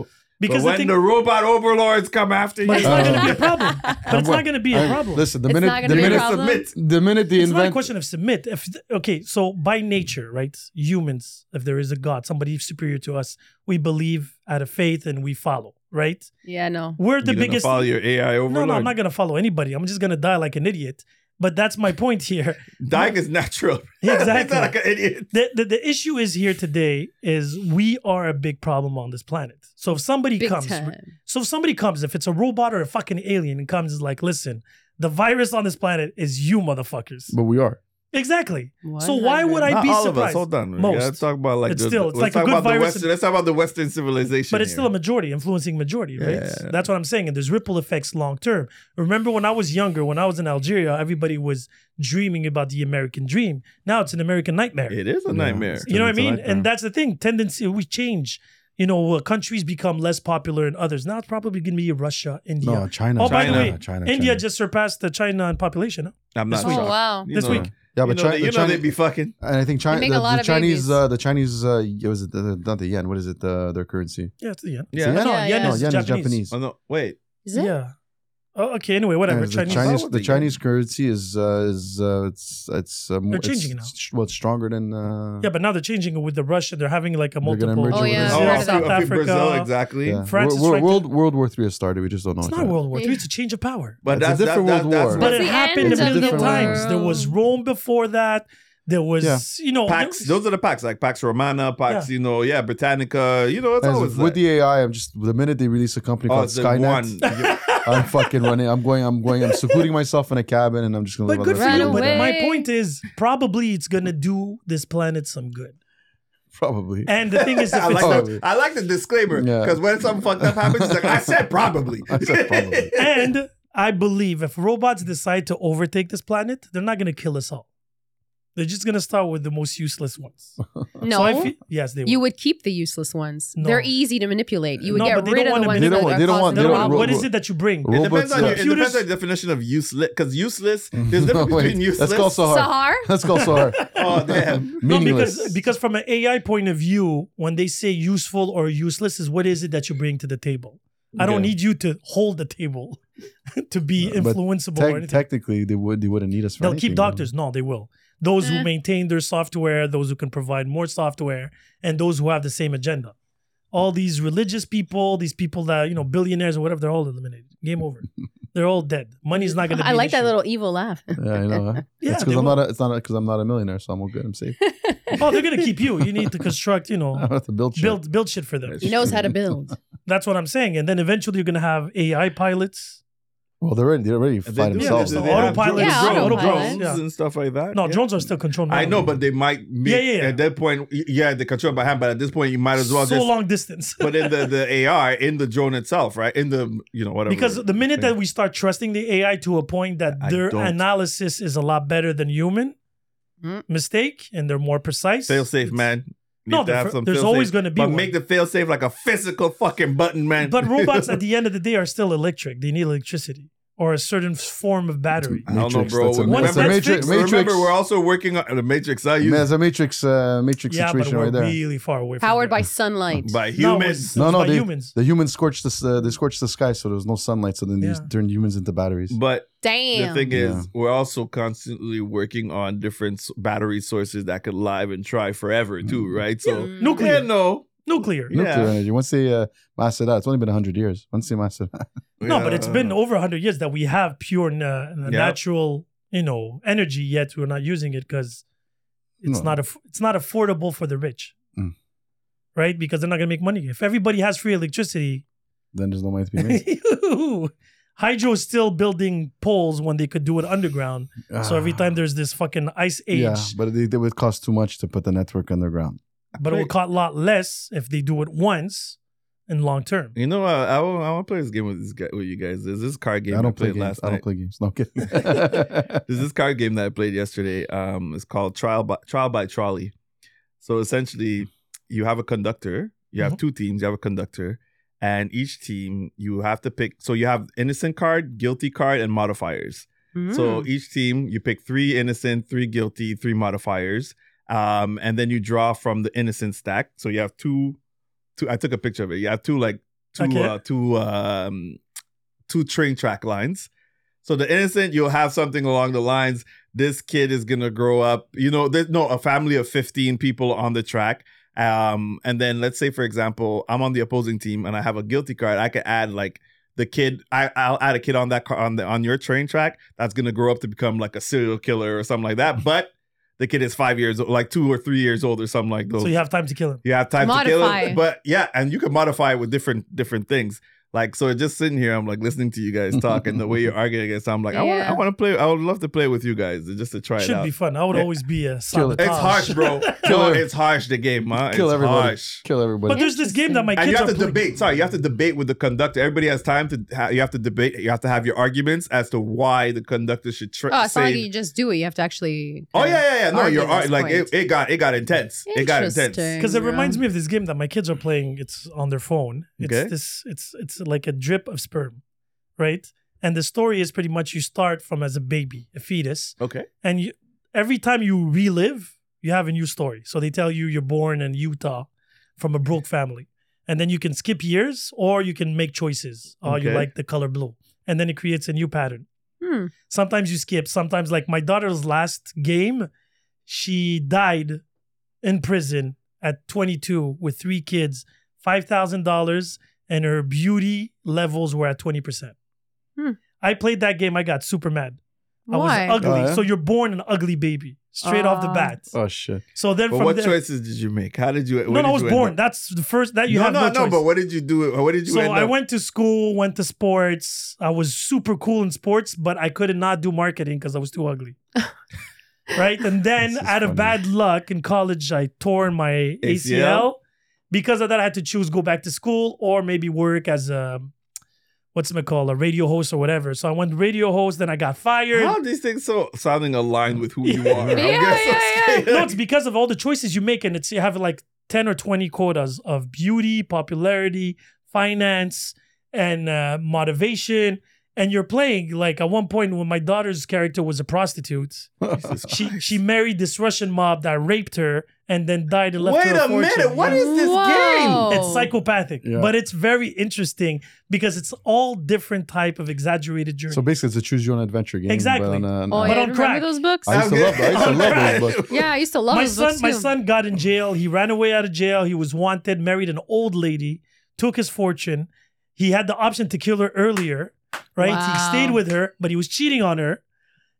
B: because
C: Because
B: the
C: when
B: thing,
C: the robot overlords come after you,
B: but it's not gonna be a
E: Uh,
B: problem. But it's not gonna be a
E: I'm-
B: problem.
E: Listen, the
D: It's not
E: minute
D: gonna
E: the
D: be a
E: minute
D: problem.
C: submit.
E: the minute the
B: it's not a
E: invent
B: question of submit. If okay, so by nature, right? Humans, if there is a God, somebody superior to us, we believe out of faith and we follow, right?
D: yeah, no.
B: We're the
C: You're gonna
B: biggest
C: follow your AI overlord.
B: No, no, I'm not gonna follow anybody. I'm just gonna die like an idiot. But that's my point here.
C: Dying is natural.
B: Yeah,
C: it's not like
B: exactly.
C: an idiot.
B: The, the, the issue is here today is we are a big problem on this planet. So if somebody
D: Big
B: comes,
D: time.
B: so if somebody comes, if it's a robot or a fucking alien and comes is like, listen, the virus on this planet is you motherfuckers.
E: but we are.
B: Exactly. So why would I
C: Not
B: be
C: all of us.
B: surprised?
C: Hold on.
B: Most.
C: Most. Let's talk about like
B: It's
C: the,
B: still-
C: let's
B: it's like a
C: talk
B: good
C: about the
B: virus
C: Western.
B: in-
C: Let's talk about the Western civilization.
B: But it's still a
C: here.
B: majority, influencing majority, right?
C: Yeah.
B: That's what I'm saying. And there's ripple effects long term. Remember when I was younger, when I was in Algeria, everybody was dreaming about the American dream. Now it's an American nightmare.
C: It is a
E: Yeah.
C: nightmare.
B: you know what I
E: It's a
B: mean?
E: nightmare.
B: And that's the thing. Tendency we change. You know, uh, countries become less popular than others. Now it's probably going to be Russia, India.
E: No, China.
B: Oh, by the
E: China,
B: way,
E: China,
B: India
E: China.
B: just surpassed the China in population. Huh?
C: I'm not.
B: This
D: Oh
B: week.
C: shocked.
D: wow.
C: You
B: This
C: know-
B: week.
E: yeah,
C: you know
E: but China,
C: they- you
E: the
C: know
E: China,
C: they'd be fucking.
E: and I think China,
D: make a
E: the,
D: lot
E: the
D: of
E: Chinese,
D: babies.
E: uh, the Chinese, uh, it was it, the, not the yen. What is it? The their currency?
B: Yeah, it's the yen.
E: It's
C: Yeah.
E: yen?
B: No,
D: Yeah,
B: yen,
D: yeah.
E: no,
B: Is
E: yen
B: Japanese.
E: is Japanese.
C: Oh, no, wait.
D: Is it?
B: Yeah. Oh, okay. Anyway, whatever.
E: Yeah, the
B: Chinese.
E: Chinese,
C: Why would
E: the
C: they-
E: Chinese currency is uh, is uh, it's it's uh, more,
B: They're changing
E: it's, sh- Well, it's stronger than uh,
B: Yeah, but now they're changing it with the Russian. They're having like a
E: They're gonna
B: multiple.
E: merge
D: Oh, it with yeah. Brazil.
C: a few- a
D: South
C: few
B: Africa.
C: Brazil, exactly.
E: yeah.
B: France is
E: Wor- wor-
B: right
E: World World War Three has started. We just don't know.
B: It's
E: it
B: not
E: yet.
B: World War
D: Yeah.
B: III. It's a change of power.
E: It's
C: But
E: a
C: that's
E: different
C: that,
E: world
C: that,
E: war.
C: That's
B: But
C: what
B: it
D: the
B: happened a
E: end of
B: million
E: the
B: times.
E: world.
B: There was Rome before that. There was,
E: Yeah.
B: you know,
C: Pax. Those are the packs, like Pax Romana, Pax. You know, yeah, Britannica. You know, it's
E: As
C: always
E: of- with
C: that.
E: the AI, I'm just the minute they release a company
C: Oh,
E: called
C: it's the
E: Skynet,
C: one. You-
E: I'm fucking running. I'm going. I'm going. I'm secluding myself in a cabin, and I'm just gonna.
B: But
E: live
B: good
E: on
B: for
E: the
D: Run
B: you.
E: rest of
B: But
E: my life.
B: my
D: away.
B: point is, probably it's gonna do this planet some good.
E: probably.
B: And the thing is, if
C: I
B: it's
C: like,
B: not,
E: Probably.
C: that, I like the disclaimer
E: Oh. Yeah.
C: because when something fucked up happens, it's like I said probably.
E: I said probably.
B: and I believe if robots decide to overtake this planet, they're not gonna kill us all. They're just gonna start with the most useless ones.
D: No.
B: So I feel, yes, they will.
D: you would keep the useless ones.
B: No.
D: They're easy to manipulate. You would
B: No,
D: get
B: but they
D: rid
B: don't wanna
D: of the ones
E: They
D: that
E: don't-
D: are
E: they don't
D: causing
E: want-
B: No,
E: they
B: no,
E: don't
B: no,
E: want-
D: problems.
B: what is it that you bring?
E: Ro-
C: It depends
E: Robots,
C: on
E: yeah.
C: your, it depends
B: Computers-
C: on your definition of useless because useless. There's a
E: No,
C: difference
E: wait.
C: between useless.
E: Let's call Sahar.
D: Sahar?
E: Let's call Sahar.
C: Oh damn!
B: No,
E: Meaningless.
B: because because from an AI point of view, when they say useful or useless, is what is it that you bring to the table? I don't
E: Okay. Uh,
B: need you to hold the table to be
E: But
B: influenceable or
E: Tec-
B: anything.
E: technically, they would. They wouldn't need us. For
B: They'll
E: anything,
B: keep doctors. No, they will. those
D: Eh.
B: who maintain their software, those who can provide more software, and those who have the same agenda. All these religious people, these people that you know, billionaires or whatever, they're all eliminated. Game over. they're all dead. Money's not going to.
D: I like that little evil laugh.
E: Yeah, I know. huh?
B: Yeah,
E: That's
B: they
E: because I'm
B: will.
E: not. A, it's not because I'm not a millionaire, so I'm all good. I'm safe.
B: Oh, they're going to keep you. You need to construct. You
E: I
B: know,
E: don't have to build shit.
B: build build shit for them.
E: Yes.
D: He knows how to build.
B: That's what I'm saying. And then eventually you're going to have AI pilots.
E: Well, they're already. They're already
C: They
E: fighting
C: do-
E: themselves.
C: they-
B: Yeah,
C: they have uh,
B: autopilot.
C: drones-
D: Yeah,
C: drones,
D: autopilot.
C: drones and stuff like that.
B: No,
C: yeah.
B: drones are still controlled.
C: I know, but they might. Meet,
B: Yeah, yeah, yeah.
C: At that point, y- yeah, they control by hand. But at this point, you might as well
B: so
C: just
B: long distance.
C: put in the the AI in the drone itself, right? In the you know whatever.
B: Because the minute that we start trusting the AI to a point that
C: I
B: their
C: don't.
B: analysis is a lot better than human
D: Mm.
B: mistake and they're more precise.
C: fail safe,
B: it's-
C: man. Need
B: No,
C: to have
B: there-
C: some
B: there's
C: fail-safe.
B: always going to be
C: But
B: one.
C: make the fail safe like a physical fucking button, man.
B: but robots at the end of the day are still electric. They need electricity or a certain form of battery.
C: I don't know,
E: Matrix,
C: bro.
E: that's a-
C: remember,
B: that's a Matrix.
E: Matrix.
C: remember, we're also working on the Matrix. I
E: Man,
C: use
E: it's a matrix, uh, matrix
B: Yeah, but
E: situation
B: we're
E: right there.
B: really far away from
D: Powered by
B: there.
D: sunlight.
C: by
B: No, it
C: humans.
B: was-
E: No,
B: it was
E: no,
B: by humans.
E: The humans scorched the uh, they scorched the sky, so there was no sunlight. So then they
B: Yeah.
E: turned humans into batteries.
C: But
D: Damn.
C: the thing is,
E: Yeah.
C: we're also constantly working on different s- battery sources that could live and try forever too, right? So
D: Mm.
B: Nuclear.
C: yeah, no,
B: Nuclear.
C: Yeah.
E: Nuclear energy. Once they uh, mastered that, it's only been hundred years. Once they mastered that,
B: No, but
C: Yeah.
B: it's been over 100 years that we have pure na- na-
C: Yeah.
B: natural, you know, energy yet we're not using it cuz it's
E: No.
B: not aff- it's not affordable for the rich.
E: Mm.
B: Right? Because they're not going to make money. If everybody has free electricity,
E: then there's no money to be made.
B: Hydro's still building poles when they could do it underground. So every time there's this fucking ice age,
E: Ah. yeah, but it, it would cost too much to put the network underground.
B: but it will cost a lot less if they do it once and long term.
C: You know, I, I want, I want to play this game with this guy, with you guys. There's this card game
E: I
C: I,
E: don't play
C: played
E: games.
C: last
E: I don't
C: night.
E: play games. No I'm kidding.
C: There's this card game that I played yesterday. Um, it's called Trial by Trial by Trolley. So essentially, you have a conductor. You have
B: Mhm.
C: two teams. You have a conductor, and each team you have to pick. So you have innocent card, guilty card, and modifiers.
D: Mm-hmm. Oh,
C: So each team, you pick three innocent, three guilty, three modifiers, um, and then you draw from the innocent stack. So you have two, two. I took a picture of it. You have two like two
B: Okay.
C: uh, two um, two train track lines. So the innocent, you'll have something along the lines. This kid is gonna grow up. You know, there's no a family of fifteen people on the track. Um, and then let's say, for example, I'm on the opposing team and I have a guilty card. I could add like the kid I, i'll add a kid on that car on the on your train track that's going to grow up to become like a serial killer or something like that but the kid is five years old like two or three years old or something like those
B: So you have time to kill him.
C: you have time to kill
D: Modify.
C: it but yeah and you can modify it with different different things like so just sitting here i'm like listening to you guys talk and the way you're arguing against i'm like i want
D: Yeah.
C: i want to play i would love to play with you guys just to try it
B: Should
C: out
B: be fun. I would
C: Yeah.
B: always be a
E: Kill
B: sabotage.
E: it.
C: it's harsh bro
E: Kill
C: no
E: her.
C: it's harsh the game huh
E: Kill
C: it's
E: everybody.
C: harsh
E: Kill everybody.
B: But there's this game that my kids
C: and you have
B: are
C: to
B: playing.
C: debate. Sorry, you have to debate with the conductor. Everybody has time to. Ha- you have to debate. You have to have your arguments as to why the conductor should tr-
D: Oh, it's not like you
C: say.
D: just do it. You have to actually.
C: Oh yeah, yeah, yeah. No,
D: Argue
C: you're
D: this
C: ar- like it,
D: point.
C: it. got it got intense. It got intense.
D: Interesting.
B: because it
D: Yeah.
B: reminds me of this game that my kids are playing. It's on their phone. It's
C: Okay.
B: this. It's it's like a drip of sperm, right? And the story is pretty much you start from as a baby, a fetus,
C: Okay.
B: and you, every time you relive, you have a new story. So they tell you you're born in Utah from a broke family, and then you can skip years or you can make choices. Oh, you
C: Okay.
B: like the color blue, and then it creates a new pattern.
D: Hmm.
B: Sometimes you skip. Sometimes, like my daughter's last game, she died in prison at 22 with three kids, $5,000, and her beauty levels were at 20%.
D: Hmm.
B: I played that game. I got super mad.
D: Why?
B: I was ugly.
E: Oh,
C: Uh-huh.
E: yeah?
B: So you're born an ugly baby straight off the
D: Ah.
B: bat.
E: oh shit.
B: So then
C: But
B: from
C: what
B: there,
C: choices did you make? How did you?
B: no,
C: where
B: no, I
C: did
B: was
C: you end
B: born.
C: up?
B: That's the first that you
C: no,
B: have
C: no,
B: no,
C: no.
B: choice.
C: But what did you do? What did you?
B: so
C: end
B: I
C: up?
B: went to school, went to sports. I was super cool in sports, but I could not do marketing because I was too ugly. right? And then
E: This is
B: out of
E: funny.
B: bad luck in college, I tore my ACL.
C: ACL?
B: Because of that, I had to choose go back to school or maybe work as a what's it called, a radio host or whatever. So I went radio host, then I got fired.
C: How are these things so sounding aligned with who you are? I'm
D: Yeah,
C: getting so
D: yeah, yeah.
C: scared.
B: no, it's because of all the choices you make, and it's you have like ten or twenty quotas of beauty, popularity, finance, and uh, motivation. And you're playing like at one point when my daughter's character was a prostitute.
C: Jesus
B: She
C: Christ.
B: she married this Russian mob that raped her and then died and left
C: Wait
B: her
C: a
B: fortune.
C: minute, what is this
D: Whoa. Oh,
B: It's psychopathic,
E: Yeah.
B: but it's very interesting because it's all different type of exaggerated journey.
E: So basically, it's a choose your own adventure game.
B: Exactly.
E: But on, a- on a-
D: Oh,
B: But
D: yeah,
B: on
D: remember
B: crack.
D: those books?
E: I used to
C: I'm
E: love. I used to
C: good.
E: love those. But
D: yeah, I used to love
B: my
D: those
B: son,
D: books
B: my
D: too.
B: son got in jail. He ran away out of jail. He was wanted, married an old lady, took his fortune. He had the option to kill her earlier, right? He
D: Wow.
B: stayed with her, but he was cheating on her.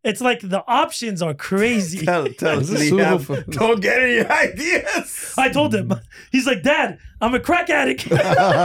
B: It's like the options are crazy.
C: Tell, tell
E: This is
C: Liam,
E: suitable for-
C: don't get any ideas.
B: I told him, he's like, Dad, I'm a crack addict.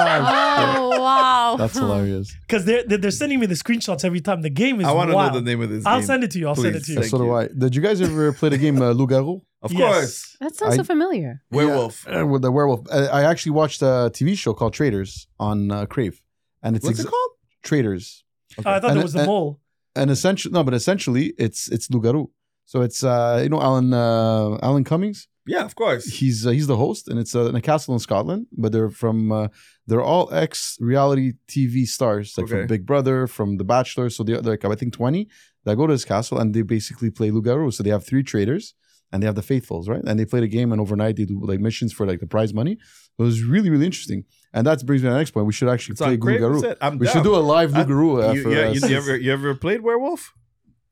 D: oh wow,
E: That's hilarious.
B: Because they're, they're, they're sending me the screenshots every time. The game is
C: I want
B: wild.
C: to know the name of this
B: I'll
C: game.
B: send it to you. I'll send it
C: Please,
B: to you.
C: thank
E: so do
C: you.
E: I. Did you guys ever play the game uh, Lugaro?
C: Of
B: Yes.
C: course.
D: that sounds so
E: I-
D: familiar.
C: Werewolf.
E: Uh, with the werewolf. Uh, I actually watched a TV show called Traders on uh, Crave, and it's
C: What's
E: ex-
C: it called?
E: Traders.
B: Oh, I thought
E: And-
B: there was a
E: and-
B: mole.
E: and essentially no, but essentially it's it's Lugaru. So it's uh, you know Alan uh, Alan Cummings.
C: Yeah, of course.
E: He's uh, he's the host, and it's uh, in a castle in Scotland. But they're from uh, they're all ex reality TV stars, like
C: Okay.
E: from Big Brother, from The Bachelor. So they're like I think twenty that go to his castle, and they basically play Lugaru. So they have three traders, and they have the faithfuls, right? And they play the game, and overnight they do like missions for like the prize money. It was really really interesting, and that brings me to the next point. We should actually
C: It's
E: play
C: on Crave. you
E: Lugaru.
C: said? I'm
E: We should
C: down.
E: do a live
C: I-
E: Lugaru.
C: You,
E: for,
C: yeah,
E: uh,
C: you, you ever you ever played Werewolf?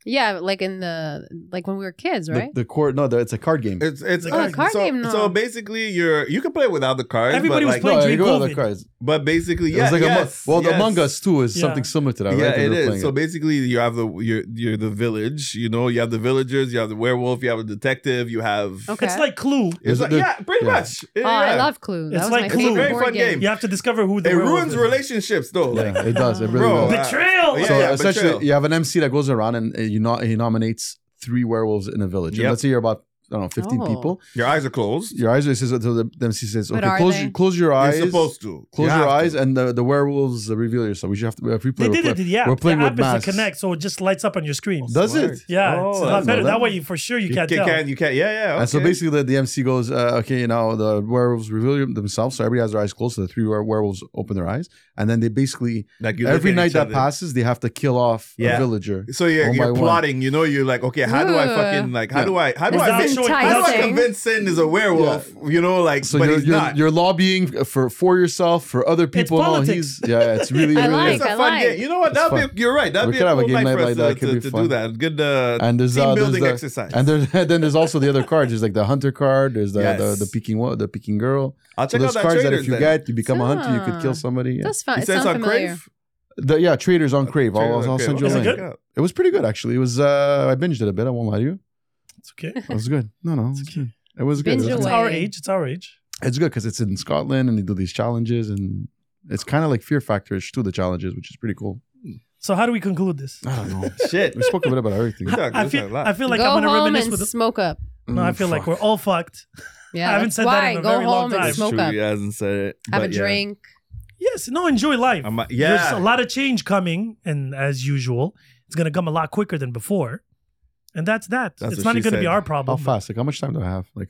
D: Yeah, like in the like when we were kids,
E: the,
D: right?
E: the court. No, the, it's a card game.
C: It's it's
B: Oh,
C: like-
D: card
C: so,
D: game, no.
C: so basically, you're you can play without the cards.
B: Everybody
C: but
B: was
C: like,
B: playing
E: No, you
B: during
E: go with
B: COVID.
E: the cards.
C: but basically, yeah,
E: it was like
C: yes,
E: a, Among- well,
C: yes.
E: the Among Us too is
B: Yeah.
E: something similar to that,
C: Yeah,
E: right? They
C: it
E: were
C: is.
E: playing
C: So basically, you have the you're you're the village. You know, you have the villagers. You have the werewolf. You have a detective. You have
D: Okay.
B: It's like Clue.
C: It's
E: There's a-
C: like,
E: there-
C: yeah, pretty
E: yeah.
C: much. Yeah,
D: oh, I
C: yeah.
D: love Clue. That
B: It's
D: was
B: like
D: my
B: Clue.
D: favorite
B: It's a very
D: board
C: fun game.
B: You have to discover who the
C: It
B: werewolf
C: ruins
B: is.
C: relationships though. Like,
E: yeah, it does. It really
C: Bro,
E: does.
C: uh,
B: Betrayal.
C: yeah,
E: so
C: yeah,
E: essentially,
C: betrayal.
E: you have an MC that goes around and uh, you know he nominates three werewolves in a village. And
C: Yep.
E: let's say you're about I don't know, fifteen
D: Oh.
E: people.
C: Your eyes are closed.
E: Your eyes are says so the, the MC says,
D: But
E: okay,
D: are
E: close
D: they?
E: your, close your eyes,
C: You're supposed to
E: close
C: You
E: your
C: have
E: eyes,
C: to.
E: and the, the werewolves uh, reveal yourself. We should have to if we play.
B: They
E: we
B: did it.
E: play.
B: to the app.
E: We're playing
B: the
E: with
B: app is
E: masks.
B: a connect, so it just lights up on your screen.
E: Does it?
B: Yeah,
C: Oh,
B: it's a
C: I
B: lot
C: didn't know
B: better. That.
E: that.
B: way, you for sure you
C: You
B: can't
C: can,
B: tell.
C: can you can yeah yeah.
E: And so
C: okay.
E: basically, the, the MC goes, uh, okay, you know, the werewolves reveal themselves, so everybody has their eyes closed. So the three were- werewolves open their eyes, and then they basically
C: like you look
E: every
C: at
E: night
C: each
E: that
C: other.
E: passes, they have to kill off
C: Yeah.
E: a villager.
C: So you're,
E: one by
C: you're
E: one.
C: plotting, you know. You're like, okay, how do I
D: Ugh.
C: fucking like? How
E: Yeah.
C: do I? How do
D: It's
C: I?
D: not
C: Convince,
D: showing-
C: how do I
D: enticing.
C: convince Sin is a werewolf? You know, like,
E: So
C: but
E: you're,
C: he's
E: you're,
C: not.
E: you're lobbying for for yourself, for other people. No,
B: politics.
E: he's yeah, it's really
D: I
E: really
D: like-
E: is.
C: it's a
D: I
C: fun
D: like.
C: game. You know what?
E: It's
C: That'd be.
E: fun.
C: A, you're right. That'd
E: We
C: be
E: could
C: a
E: have a
C: cool
E: game
C: night
E: night
C: for us
E: like that.
C: to,
E: It could
C: to,
E: be
C: to do
E: fun.
C: that. Good uh,
E: And there's
C: team
E: uh, there's
C: building
E: the,
C: exercise.
E: and there's, then there's also the other card. There's like the hunter card. There's the
C: Yes.
E: the, the peeking wo- the peeking girl.
C: I'll
E: So
C: check out
E: there's
C: that
E: cards
C: traders
E: that if you
C: then.
E: get, you become a hunter. You could
D: Ah.
E: kill somebody. Yeah,
D: That's fun.
C: He
D: It
C: says
D: sounds
C: on
D: familiar.
C: Crave.
E: the, yeah traders on Crave. I'll,
C: Uh, Traders
E: I'll
C: on
E: send
C: Crave.
E: you a
B: Is it
E: link.
B: good?
E: It, was pretty good actually. It was uh, I binged it a bit. I won't lie to you.
B: It's okay.
E: It was good. No, no, it was
B: It's okay.
E: good. It was good.
D: Binge
E: It was
B: It's
E: good.
D: away.
B: our age. It's our age.
E: It's good because it's in Scotland and they do these challenges and it's kind of like Fear Factor ish to the challenges, which is pretty cool.
B: So how do we conclude this?
E: I don't know.
C: Shit.
E: we spoke a bit about everything.
C: We talked-
B: I
C: we
B: feel.
C: talked a lot.
B: I feel like
D: go
B: I'm gonna
D: home
B: reminisce
D: and
B: with. The,
D: smoke up.
B: no,
E: Mm,
B: I feel
C: Mm,
B: like we're all fucked.
D: Yeah,
B: I haven't
D: that's
B: said that
D: why.
B: in a
D: go
B: very long
D: home
B: time.
D: and
C: That's
D: smoke
C: true.
D: up.
C: He hasn't said it.
D: Have a
C: but yeah.
D: drink.
B: Yes. No. Enjoy life.
C: I'm,
B: There's a
C: yeah.
B: lot of change coming, and as usual, it's gonna come a lot quicker than before. And that's that.
C: That's
B: it's
C: what
B: not
C: she
B: even gonna be
C: said.
B: our
E: How
B: problem. but-
E: fast? Like how much time do I have? Like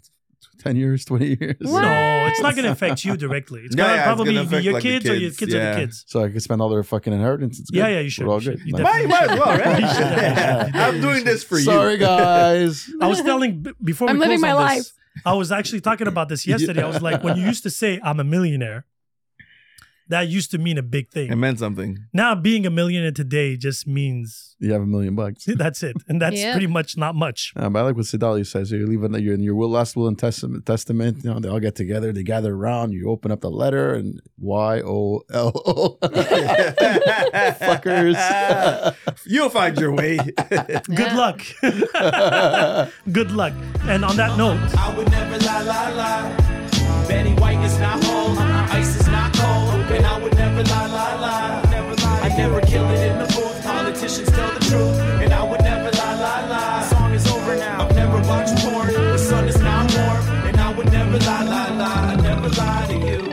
E: ten years, twenty years.
D: What?
B: No, it's not gonna affect you directly. It's
C: Yeah,
B: gonna
C: yeah, it's
B: probably
C: gonna
B: be
C: affect,
B: your
C: like, the
B: kids, or your
C: kids,
B: kids or
C: yeah.
B: the kids.
E: So I could spend all their fucking inheritance. It's good.
B: Yeah, yeah, you should,
E: We're all
B: you should.
E: good.
B: You
E: Like-
B: definitely-
C: Might, might as well,
B: You should,
C: right?
B: definitely.
C: I'm doing this for you.
E: Sorry guys.
B: I was telling b- before we
D: I'm
B: close
D: living my
B: on this, I was actually talking about this yesterday. I was like, when you used to say "I'm a millionaire," that used to mean a big
C: It
B: thing.
C: meant something.
B: Now being a millionaire today just means
E: you have a million bucks.
B: that's it, and that's
D: Yeah.
B: pretty much not much.
E: Um, but I like what Sidali says. You leave it your in your will, last will and testament. Testament. You know, they all get together. They gather around. You open up the letter and Y O L O. Fuckers.
C: You'll find your way.
B: Good
D: Yeah.
B: luck. Good luck. And on that note.
A: I would never lie, lie, lie. Betty White is not home, ice is not cold, and I would never lie, lie, lie. I never kill it in the booth. Politicians tell the truth, and I would never lie, lie, lie. Song is over now. I've never watched porn. The sun is not warm, and I would never lie, lie, lie. I never lie to you.